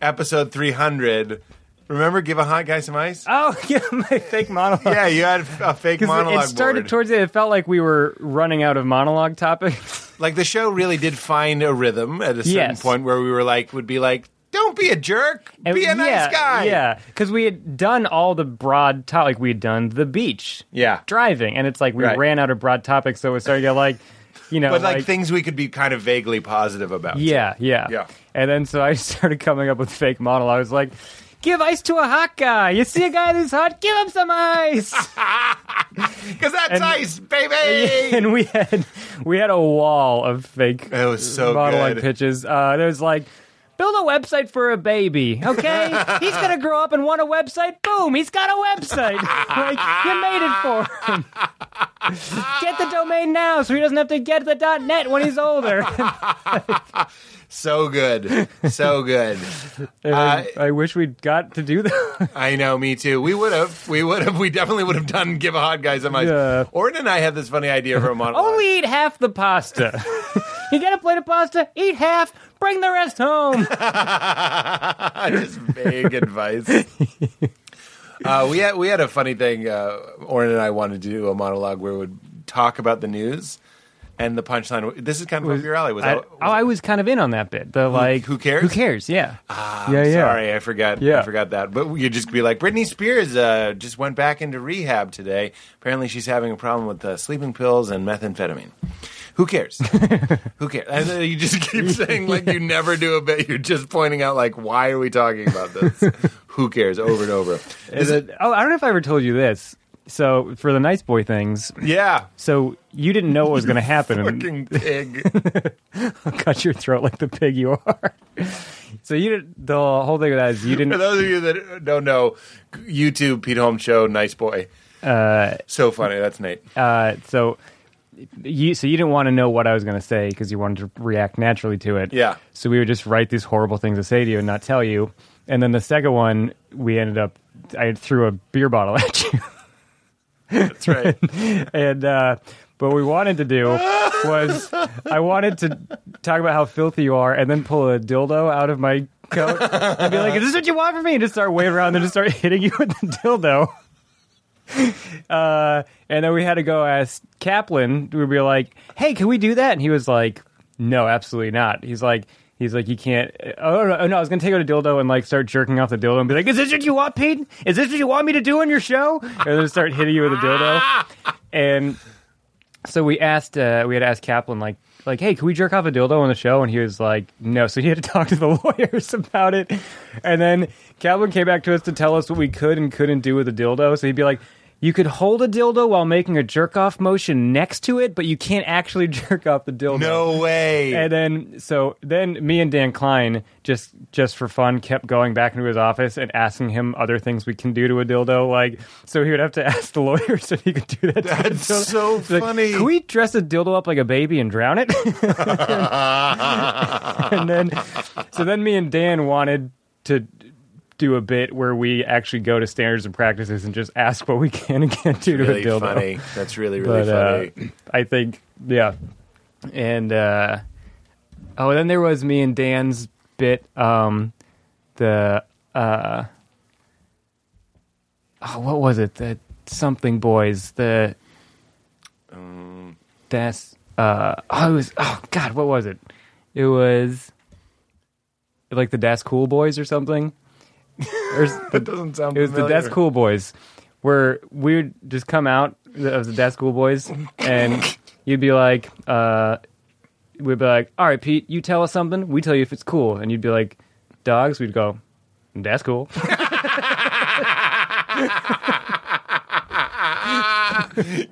S3: episode 300. Remember, give a hot guy some ice.
S5: oh yeah, my fake monologue.
S3: Yeah, you had a fake
S5: 'Cause
S3: monologue.
S5: it started
S3: board.
S5: towards it. It felt like we were running out of monologue topics.
S3: like the show really did find a rhythm at a certain
S5: Yes.
S3: point where we were like would be like don't be a jerk
S5: And-
S3: be a nice
S5: yeah,
S3: guy
S5: Yeah, because we had done all the broad topic. Like we had done the beach,
S3: Yeah.
S5: driving, and it's like we
S3: Right.
S5: ran out of broad topics. So it started to get like, you know,
S3: but like, things we could be kind of vaguely positive about
S5: Yeah, yeah.
S3: Yeah.
S5: And then so I started coming up with fake model. I was like, give ice to a hot guy. You see a guy who's hot, give him some ice.
S3: because that's
S5: And-
S3: ice baby
S5: and we had we had a wall of fake
S3: it was so
S5: monologue
S3: good
S5: pitches. Uh, there was like Build a website for a baby, okay? he's gonna grow up and want a website. Boom, he's got a website. like you made it for him. get the domain now, so he doesn't have to get the .net when he's older.
S3: so good so good
S5: And I, I wish we'd got to do that.
S3: I know, me too. We would have, we would have, we definitely would have done give a hot guy some ice.
S5: Yeah.
S3: Orton and I had this funny idea for a monologue.
S5: Only Oh, eat half the pasta. you get a plate of pasta, eat half, bring the rest home.
S3: Just vague advice. Uh, we had we had a funny thing. Uh, Orrin and I wanted to do a monologue where we'd talk about the news, and the punchline. This is kind of up your alley. Was
S5: I,
S3: that?
S5: oh, I was kind of in on that bit. The like,
S3: who cares? Ah,
S5: Who cares? Yeah, yeah,
S3: I'm
S5: yeah.
S3: Sorry, I forgot.
S5: Yeah.
S3: I forgot that. But you just be like, Britney Spears uh, just went back into rehab today. Apparently, she's having a problem with uh, sleeping pills and methamphetamine. Who cares? Who cares? And then you just keep saying like you never do a bit. You're just pointing out like, why are we talking about this? Who cares? Over and over. Is
S5: Is
S3: it?
S5: it- oh, I don't know if I ever told you this. So for the nice boy things,
S3: Yeah.
S5: so you didn't know what was going to happen and
S3: Fucking pig.
S5: cut your throat like the pig you are. so you didn't. The whole thing with that is you
S3: For
S5: didn't.
S3: those of you that don't know, YouTube Pete Holmes show, nice boy. Uh, so funny. That's Nate.
S5: Uh, so you so you didn't want to know what I was going to say because you wanted to react naturally to it.
S3: Yeah.
S5: So we would just write these horrible things to say to you and not tell you. And then the second one, we ended up I threw a beer bottle at you.
S3: That's right.
S5: and uh, but what we wanted to do was I wanted to talk about how filthy you are, and then pull a dildo out of my coat and be like, "Is this what you want from me?" And just start waving around and just start hitting you with the dildo. Uh, and then we had to go ask Kaplan. We'd be like, "Hey, can we do that?" And he was like, "No, absolutely not." He's like. He's like, you can't. Oh no, no! I was gonna take out a dildo and like start jerking off the dildo and be like, "Is this what you want, Pete? Is this what you want me to do on your show?" And then start hitting you with a dildo and so we asked uh, we had asked Kaplan like like hey can we jerk off a dildo on the show and he was like no so he had to talk to the lawyers about it and then Kaplan came back to us to tell us what we could and couldn't do with a dildo so he'd be like You could hold a dildo while making a jerk off motion next to it, but you can't actually jerk off the dildo.
S3: No way.
S5: And then so then me and Dan Klein just just for fun kept going back into his office and asking him other things we can do to a dildo. Like so he would have to ask the lawyers if he could do that. to a
S3: That's
S5: dildo.
S3: so
S5: It's like,
S3: funny.
S5: can we dress a dildo up like a baby and drown it? and then so then me and Dan wanted to do a bit where we actually go to standards and practices and just ask what we can and can't do
S3: really
S5: to a dildo.
S3: funny. That's really really
S5: But
S3: funny.
S5: uh, I think yeah, and uh, oh, then there was me and Dan's bit. Um, the uh, oh, what was it? The something boys. The that's uh, oh, it was oh god, what was it? It was like the Das Cool Boys or something. Or s- the-
S3: Doesn't sound.
S5: it was the
S3: familiar.
S5: Desk Cool Boys, where we would just come out of the Desk Cool Boys, and you'd be like, uh, we'd be like, all right, Pete, you tell us something, we tell you if it's cool, and you'd be like, dogs, we'd go, that's cool.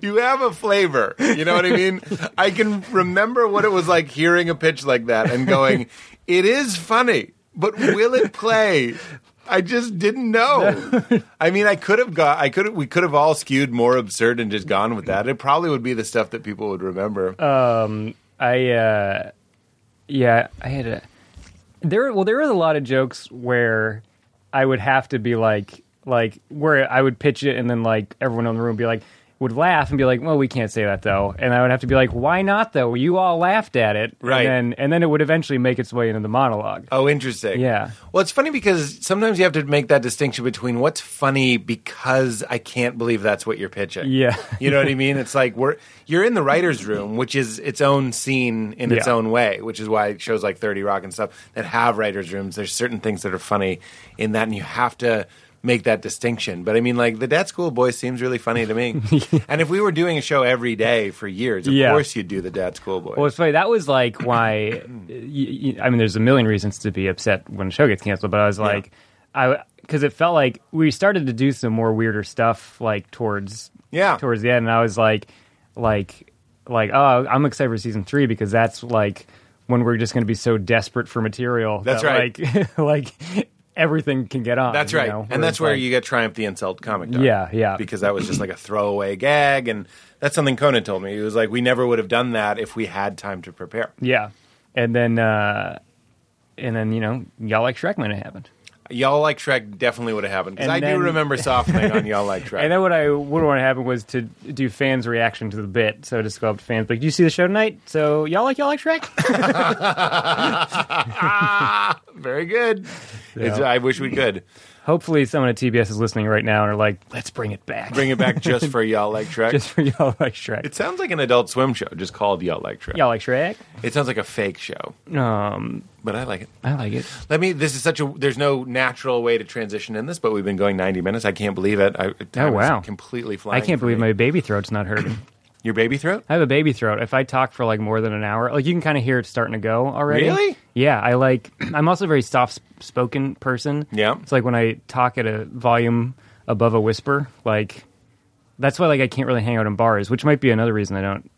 S3: You have a flavor. You know what I mean? I can remember what it was like hearing a pitch like that and going, it is funny, but will it play? I just didn't know. I mean, I could have got, I could have, we could have all skewed more absurd and just gone with that. It probably would be the stuff that people would remember.
S5: I uh yeah, I had a there well there was a lot of jokes where I would have to be like like where I would pitch it and then like everyone in the room would be like would laugh and be like, "Well, we can't say that though," and I would have to be like, "Why not though? You all laughed at it,
S3: Right.
S5: And then, and then it would eventually make its way into the monologue.
S3: Oh, interesting.
S5: Yeah.
S3: Well, it's funny because sometimes you have to make that distinction between what's funny because I can't believe that's what you're pitching.
S5: Yeah.
S3: You know what I mean? It's like we're you're in the writers' room, which is its own scene in its
S5: Yeah.
S3: own way, which is why shows like Thirty Rock and stuff that have writers' rooms. There's certain things that are funny in that, and you have to make that distinction. But I mean, like the Dad School Boys seems really funny to me. And if we were doing a show every day for years, of
S5: Yeah.
S3: course you'd do the Dad School Boys.
S5: Well, it's funny. That was like why. y- y- I mean, there's a million reasons to be upset when a show gets canceled, but I was like, I because it felt like we started to do some more weirder stuff like towards
S3: Yeah.
S5: towards the end, and I was like, like, like, oh, I'm excited for season three because that's like when we're just going to be so desperate for material.
S3: That's
S5: that,
S3: right.
S5: Like, like everything can get on.
S3: That's
S5: Uh, you
S3: right,
S5: know?
S3: and
S5: it's
S3: that's where
S5: like-
S3: you get Triumph the Insult comic. Dog.
S5: Yeah, yeah.
S3: Because that was just like a throwaway gag, and that's something Conan told me. He was like, "We never would have done that if we had time to prepare."
S5: yeah, and then uh and then you know y'all like Shrek might have happened.
S3: Y'all like Shrek definitely would have happened because
S5: And
S3: I
S5: then-
S3: do remember softening on Y'all like Shrek.
S5: And then what I would want to happen was to do fans' reaction to the bit. So just go up to fans, like, "Do you see the show tonight? So y'all like y'all like Shrek?"
S3: Very good. It's, I wish we could
S5: Hopefully, someone at TBS is listening right now and are like, "Let's bring it back,
S3: bring it back just for Y'all like Shrek.
S5: just for y'all like Shrek."
S3: it sounds like an Adult Swim show, just called Y'all like Shrek.
S5: y'all like Shrek?
S3: It sounds like a fake show,
S5: Um,
S3: but I like it.
S5: I like it.
S3: Let me. This is such a. There's no natural way to transition in this, but we've been going 90 minutes. I can't believe it. I, time is
S5: Oh, wow.
S3: Completely
S5: I
S3: flying.
S5: can't
S3: for
S5: believe
S3: me.
S5: my baby throat's not hurting.
S3: Your baby throat?
S5: I have a baby throat. If I talk for like more than an hour, like you can kind of hear it starting to go already.
S3: Really?
S5: Yeah. I like. I'm also a very soft-spoken person.
S3: Yeah.
S5: It's like when I talk at a volume above a whisper, like that's why like I can't really hang out in bars, which might be another reason I don't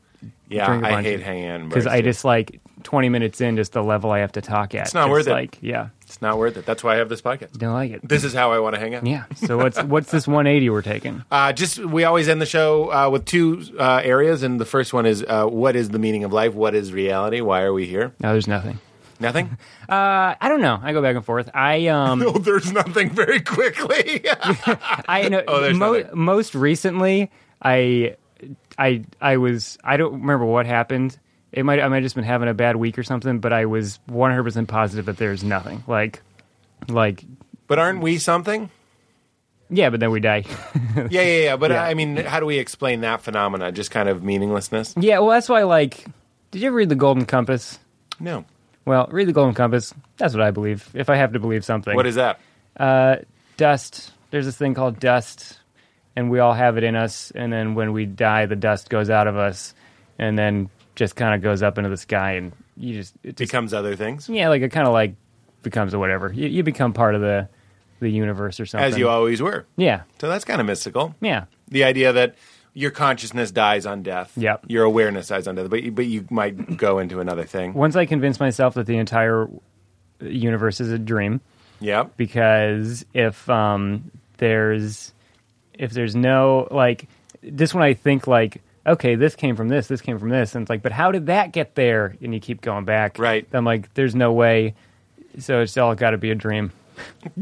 S3: Yeah,
S5: drink a
S3: I
S5: bunch
S3: hate
S5: of-
S3: hanging out
S5: because I just like 20 minutes in, just the level I have to talk at. It's
S3: not worth it.
S5: Like, yeah,
S3: it's not worth it. That's why I have this podcast.
S5: don't like it.
S3: This is how I want to hang out.
S5: Yeah. So what's what's this 180 we're taking?
S3: Uh, just we always end the show uh, with two uh, areas, and the first one is uh, what is the meaning of life? What is reality? Why are we here?
S5: No, there's nothing.
S3: Nothing.
S5: I, I don't know. I go back and forth. I um.
S3: no, there's nothing. Very quickly.
S5: I know.
S3: Oh, there's
S5: mo-
S3: nothing.
S5: most recently, I, I, I was. I don't remember what happened. It might. I might have just been having a bad week or something. But I was 100 percent positive that there's nothing. Like, like,
S3: but aren't we something?
S5: yeah. But then we die.
S3: Yeah, yeah, yeah. But
S5: Yeah.
S3: I mean, how do we explain that phenomena? Just kind of meaninglessness?
S5: yeah. Well, that's why. Like, did you ever read the Golden Compass?
S3: No.
S5: Well, read the Golden Compass. That's what I believe. If I have to believe something,
S3: What is that?
S5: Uh, dust? There's this thing called dust, and we all have it in us. And then when we die, the dust goes out of us, and then just kind of goes up into the sky, and you just it just
S3: Becomes other things,
S5: yeah, like it kind of like becomes a whatever. You, you become part of the the universe or something.
S3: as you always were.
S5: Yeah,
S3: So that's kind of mystical.
S5: yeah.
S3: The idea that your consciousness dies on death.
S5: Yep.
S3: Your awareness dies on death, but you- but you might go into another thing.
S5: Once I convince myself that the entire uh, universe is a dream,
S3: Yep.
S5: because if um, there's if there's no like this one, I think like okay, this came from this, this came from this, and it's like, but how did that get there? And you keep going back,
S3: Right.
S5: Then I'm like, there's no way. So it's all got to be a dream.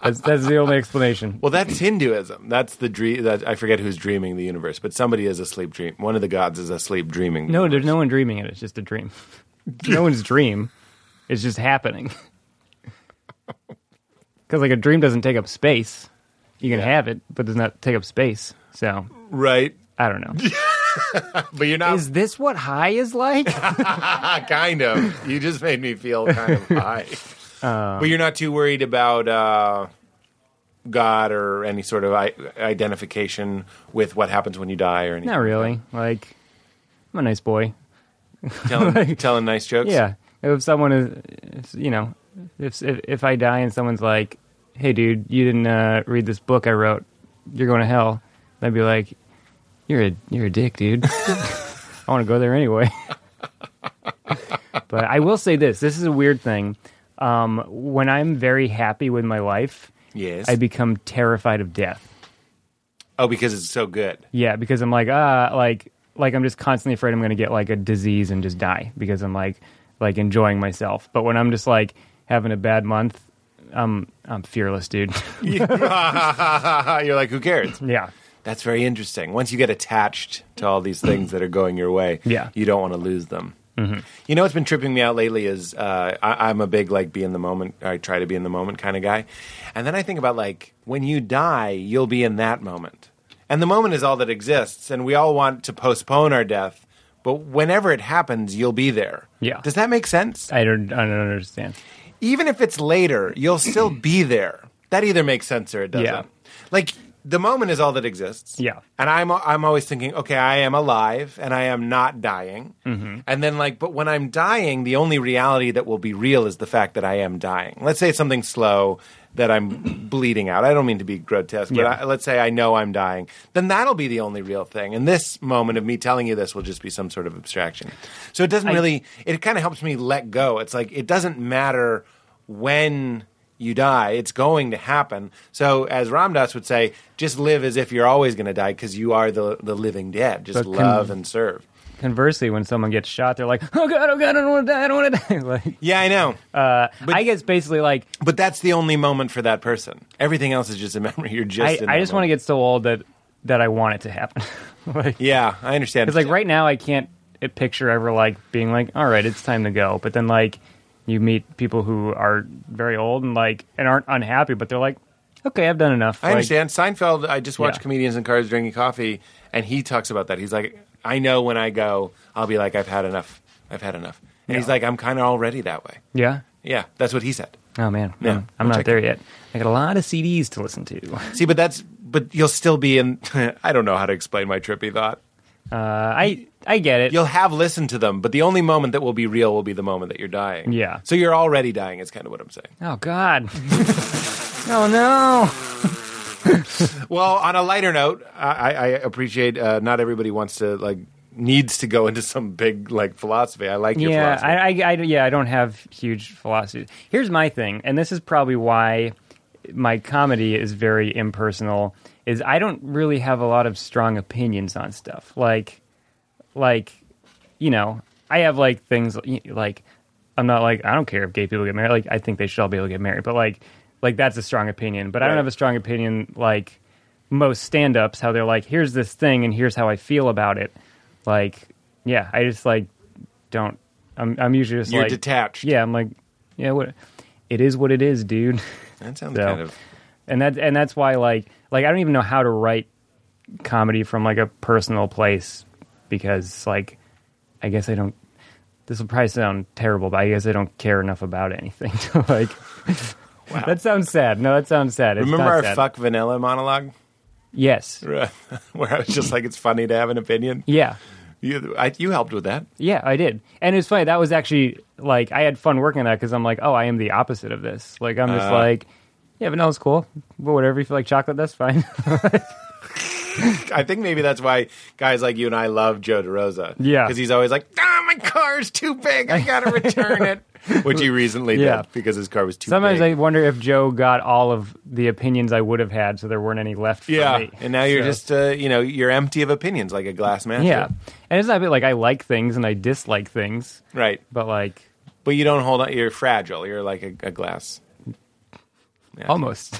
S5: that's, that's the only explanation.
S3: Well, that's Hinduism. That's the dream. That, I forget who's dreaming the universe, but somebody is asleep dream. One of the gods is asleep dreaming. the
S5: No, there's
S3: universe.
S5: no one dreaming it. It's just a dream. no one's dream. It's just happening. Because like a dream doesn't take up space. You can have it, but does not take up space. So
S3: right.
S5: I don't know.
S3: But you're not
S5: Is this what high is like?
S3: kind of. You just made me feel kind of high.
S5: Um,
S3: but you're not too worried about uh, God or any sort of I- identification with what happens when you die or anything.
S5: not really. Like I'm a nice boy.
S3: Telling, telling nice jokes.
S5: Yeah. If someone is, if, you know, if, if if I die and someone's like, "Hey, dude, you didn't uh, read this book I wrote. You're going to hell," I'd be like, "You're a you're a dick, dude. I want to go there anyway." but I will say this: this is a weird thing. Um, when I'm very happy with my life,
S3: Yes.
S5: I become terrified of death.
S3: oh, because it's so good.
S5: Yeah, because I'm like, ah, like, like I'm just constantly afraid I'm going to get like a disease and just die because I'm like, like enjoying myself. But when I'm just like having a bad month, I'm I'm fearless, dude.
S3: you're like, who cares?
S5: yeah,
S3: That's very interesting. Once you get attached to all these things that are going your way,
S5: Yeah. Mm-hmm.
S3: you don't want to lose them. You know what's been tripping me out lately is uh, I, I'm a big like be in the moment. I try to be in the moment kind of guy, and then I think about like when you die, you'll be in that moment, and the moment is all that exists. And we all want to postpone our death, but whenever it happens, you'll be there.
S5: Yeah.
S3: Does that make sense?
S5: I don't I don't understand.
S3: even if it's later, you'll still be there. That either makes sense or it doesn't.
S5: Yeah.
S3: Like the moment is all that exists.
S5: Yeah.
S3: And I'm I'm always thinking, okay, I am alive and I am not dying.
S5: Mm-hmm.
S3: And then like, but when I'm dying, the only reality that will be real is the fact that I am dying. Let's say it's something slow that I'm bleeding out. I don't mean to be grotesque,
S5: Yeah.
S3: but I, let's say I know I'm dying. Then that'll be the only real thing. And this moment of me telling you this will just be some sort of abstraction. So it doesn't really. It kind of helps me let go. It's like it doesn't matter when you die, it's going to happen. So, as Ramdas would say, just live as if you're always going to die because you are the, the living dead. Just
S5: But can-
S3: love and serve.
S5: Conversely, when someone gets shot, they're like, "Oh God, oh God, I don't want to die, I don't want to die." like,
S3: Yeah, I know.
S5: uh, I guess basically like
S3: but that's the only moment for that person. Everything else is just a memory. You're just.
S5: I,
S3: in
S5: I
S3: that
S5: just want to
S3: moment.
S5: get so old that that I want it to happen. like,
S3: Yeah, I understand.
S5: Because like right now, I can't uh, picture ever like being like, all right, it's time to go. But then like you meet people who are very old and like and aren't unhappy, but they're like, okay, I've done enough.
S3: I
S5: Like,
S3: understand. Seinfeld, I just watched
S5: Yeah.
S3: comedians in cars drinking coffee, and he talks about that. He's like, I know when I go, I'll be like, I've had enough. I've had enough. And he's
S5: Yeah.
S3: like, I'm kind of already that way.
S5: Yeah.
S3: Yeah, that's what he said.
S5: Oh man,
S3: Yeah,
S5: I'm, I'm
S3: I'll
S5: not
S3: check
S5: there
S3: it.
S5: yet. I got a lot of CDs to listen to. Uh,
S3: See, but that's, but you'll still be in, I don't know how to explain my trippy thought.
S5: I I get it.
S3: You'll have listened to them, but the only moment that will be real will be the moment that you're dying.
S5: Yeah.
S3: So you're already dying, is kind of what I'm saying.
S5: oh God. oh no.
S3: Well, on a lighter note, I, I appreciate uh, not everybody wants to, like, needs to go into some big, like, philosophy. I like your
S5: yeah,
S3: philosophy.
S5: I, I, I, yeah, I don't have huge philosophies. Here's my thing, and this is probably why my comedy is very impersonal. Is I don't really have a lot of strong opinions on stuff. Like, like, you know, I have like things y- like I'm not like I don't care if gay people get married. Like, I think they should all be able to get married. But like, like that's a strong opinion. But I
S3: Right.
S5: don't have a strong opinion like most stand-ups how they're like here's this thing and here's how i feel about it like yeah i just like don't i'm, I'm usually just
S3: You're
S5: like
S3: detached.
S5: yeah i'm like yeah what it is what it is dude
S3: That sounds
S5: So-
S3: kind of.
S5: and that and that's why like like i don't even know how to write comedy from like a personal place because like i guess i don't this will probably sound terrible but i guess i don't care enough about anything to like that sounds sad no that sounds sad It's
S3: Remember
S5: not
S3: our
S5: sad.
S3: fuck vanilla monologue,
S5: yes
S3: where I was just like, "It's funny to have an opinion."
S5: yeah
S3: You, I, you helped with that.
S5: Yeah, I did. And it's funny. That
S3: Uh-huh.
S5: was actually like I had fun working on that because I'm like, oh, I am the opposite of this. Like I'm just like, yeah, vanilla's cool. But whatever you feel like chocolate, that's fine.
S3: I think maybe that's why guys like you and I love Joe DeRosa.
S5: Yeah.
S3: Because he's always like, ah, my car's too big. I got to return it. Which he recently
S5: Yeah.
S3: did because his car was too
S5: Sometimes
S3: big.
S5: I wonder if Joe got all of the opinions I would have had, so there weren't any left for
S3: yeah.
S5: me.
S3: And now you're
S5: So-
S3: just, uh, you know, you're empty of opinions like a glass match.
S5: yeah. And it's not a bit like I like things and I dislike things,
S3: Right.
S5: but like
S3: But you don't hold on. You're fragile. You're like a, a glass. Yeah.
S5: almost.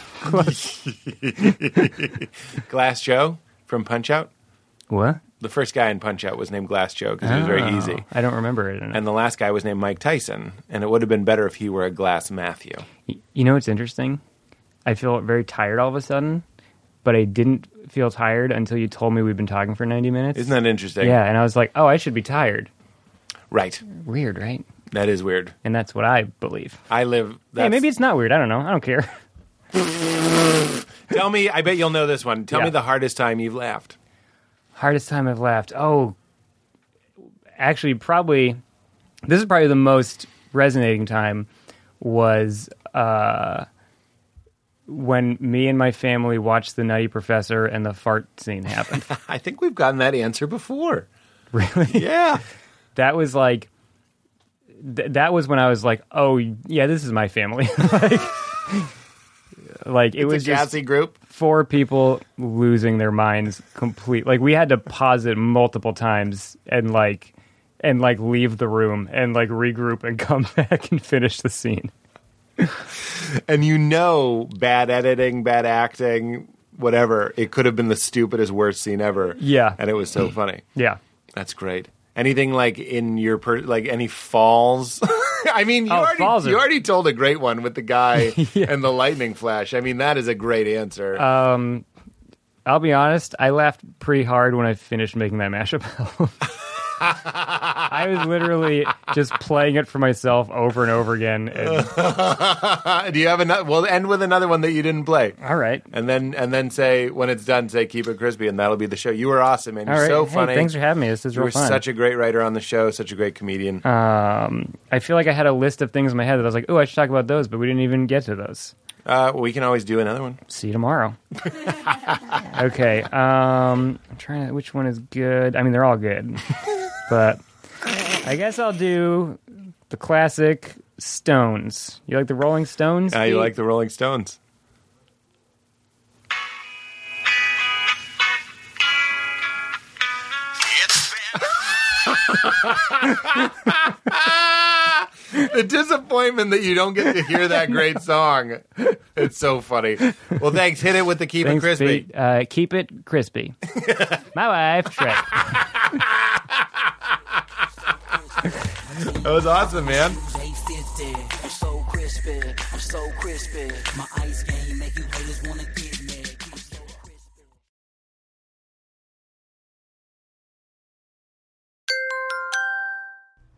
S3: Glass Joe from Punch Out.
S5: what?
S3: The first guy in Punch Out was named Glass Joe because it was
S5: Oh.
S3: very easy.
S5: Uh, I don't remember it. And
S3: And the last guy was named Mike Tyson. And it would have been better if he were a Glass Matthew.
S5: you know what's interesting? I feel very tired all of a sudden, but I didn't feel tired until you told me we've been talking for 90 minutes.
S3: Isn't that interesting?
S5: yeah, and I was like, oh, I should be tired.
S3: Right.
S5: Weird, right?
S3: That is weird.
S5: And that's what I believe.
S3: I live.
S5: Hey,
S3: That's,
S5: maybe it's not weird. I don't know. I don't care.
S3: Tell me. I bet you'll know this one. Tell
S5: Yeah.
S3: me the hardest time you've laughed.
S5: Hardest time I've laughed. Oh, actually, probably this is probably the most resonating time was uh, when me and my family watched The Nutty Professor and the fart scene happened.
S3: I think we've gotten that answer before. Really? Yeah.
S5: that was like, th- that was when I was like, oh yeah, this is my family. like, like, it
S3: It's
S5: was
S3: a
S5: just
S3: jazzy group.
S5: four people losing their minds complete like we had to pause it multiple times and like and like leave the room and like regroup and come back and finish the scene
S3: and you know bad editing, bad acting, whatever. It could have been the stupidest, worst scene ever.
S5: Yeah.
S3: and it was so funny.
S5: yeah
S3: That's great. Anything like in your per- like any falls? I mean, you
S5: Oh,
S3: already
S5: falls are-
S3: you already told a great one with the guy and the lightning flash. I mean, that is a great answer.
S5: Uh, i'll be honest i laughed pretty hard when i finished making that mashup album i was literally just playing it for myself over and over again and,
S3: Uh, Do you have another? Well, end with another one that you didn't play.
S5: all right
S3: And then and then say when it's done, say keep it crispy, and that'll be the show. You were awesome, man.
S5: all
S3: You're
S5: right
S3: so
S5: Hey,
S3: funny.
S5: thanks for having me this is
S3: you
S5: real
S3: were
S5: fun
S3: such a great writer on the show, such a great comedian.
S5: um, i feel like i had a list of things in my head that i was like oh i should talk about those but we didn't even get to those
S3: Uh, we can always do another one.
S5: see you tomorrow. okay. Um, I'm trying to, which one is good? I mean, they're all good, but I guess I'll do the classic Stones. You like the Rolling Stones?
S3: Uh, you like the Rolling Stones?
S6: It's been
S3: the disappointment that you don't get to hear that great song. It's so funny. Well, thanks. Hit it with the keep
S5: Thanks,
S3: it crispy.
S5: Pete. Uh, keep it crispy. My wife, Trey.
S3: That was awesome, man.
S8: Wasted. I'm so crispy. I'm so crispy. My ice game make you haters wanna get me. I'm so crispy.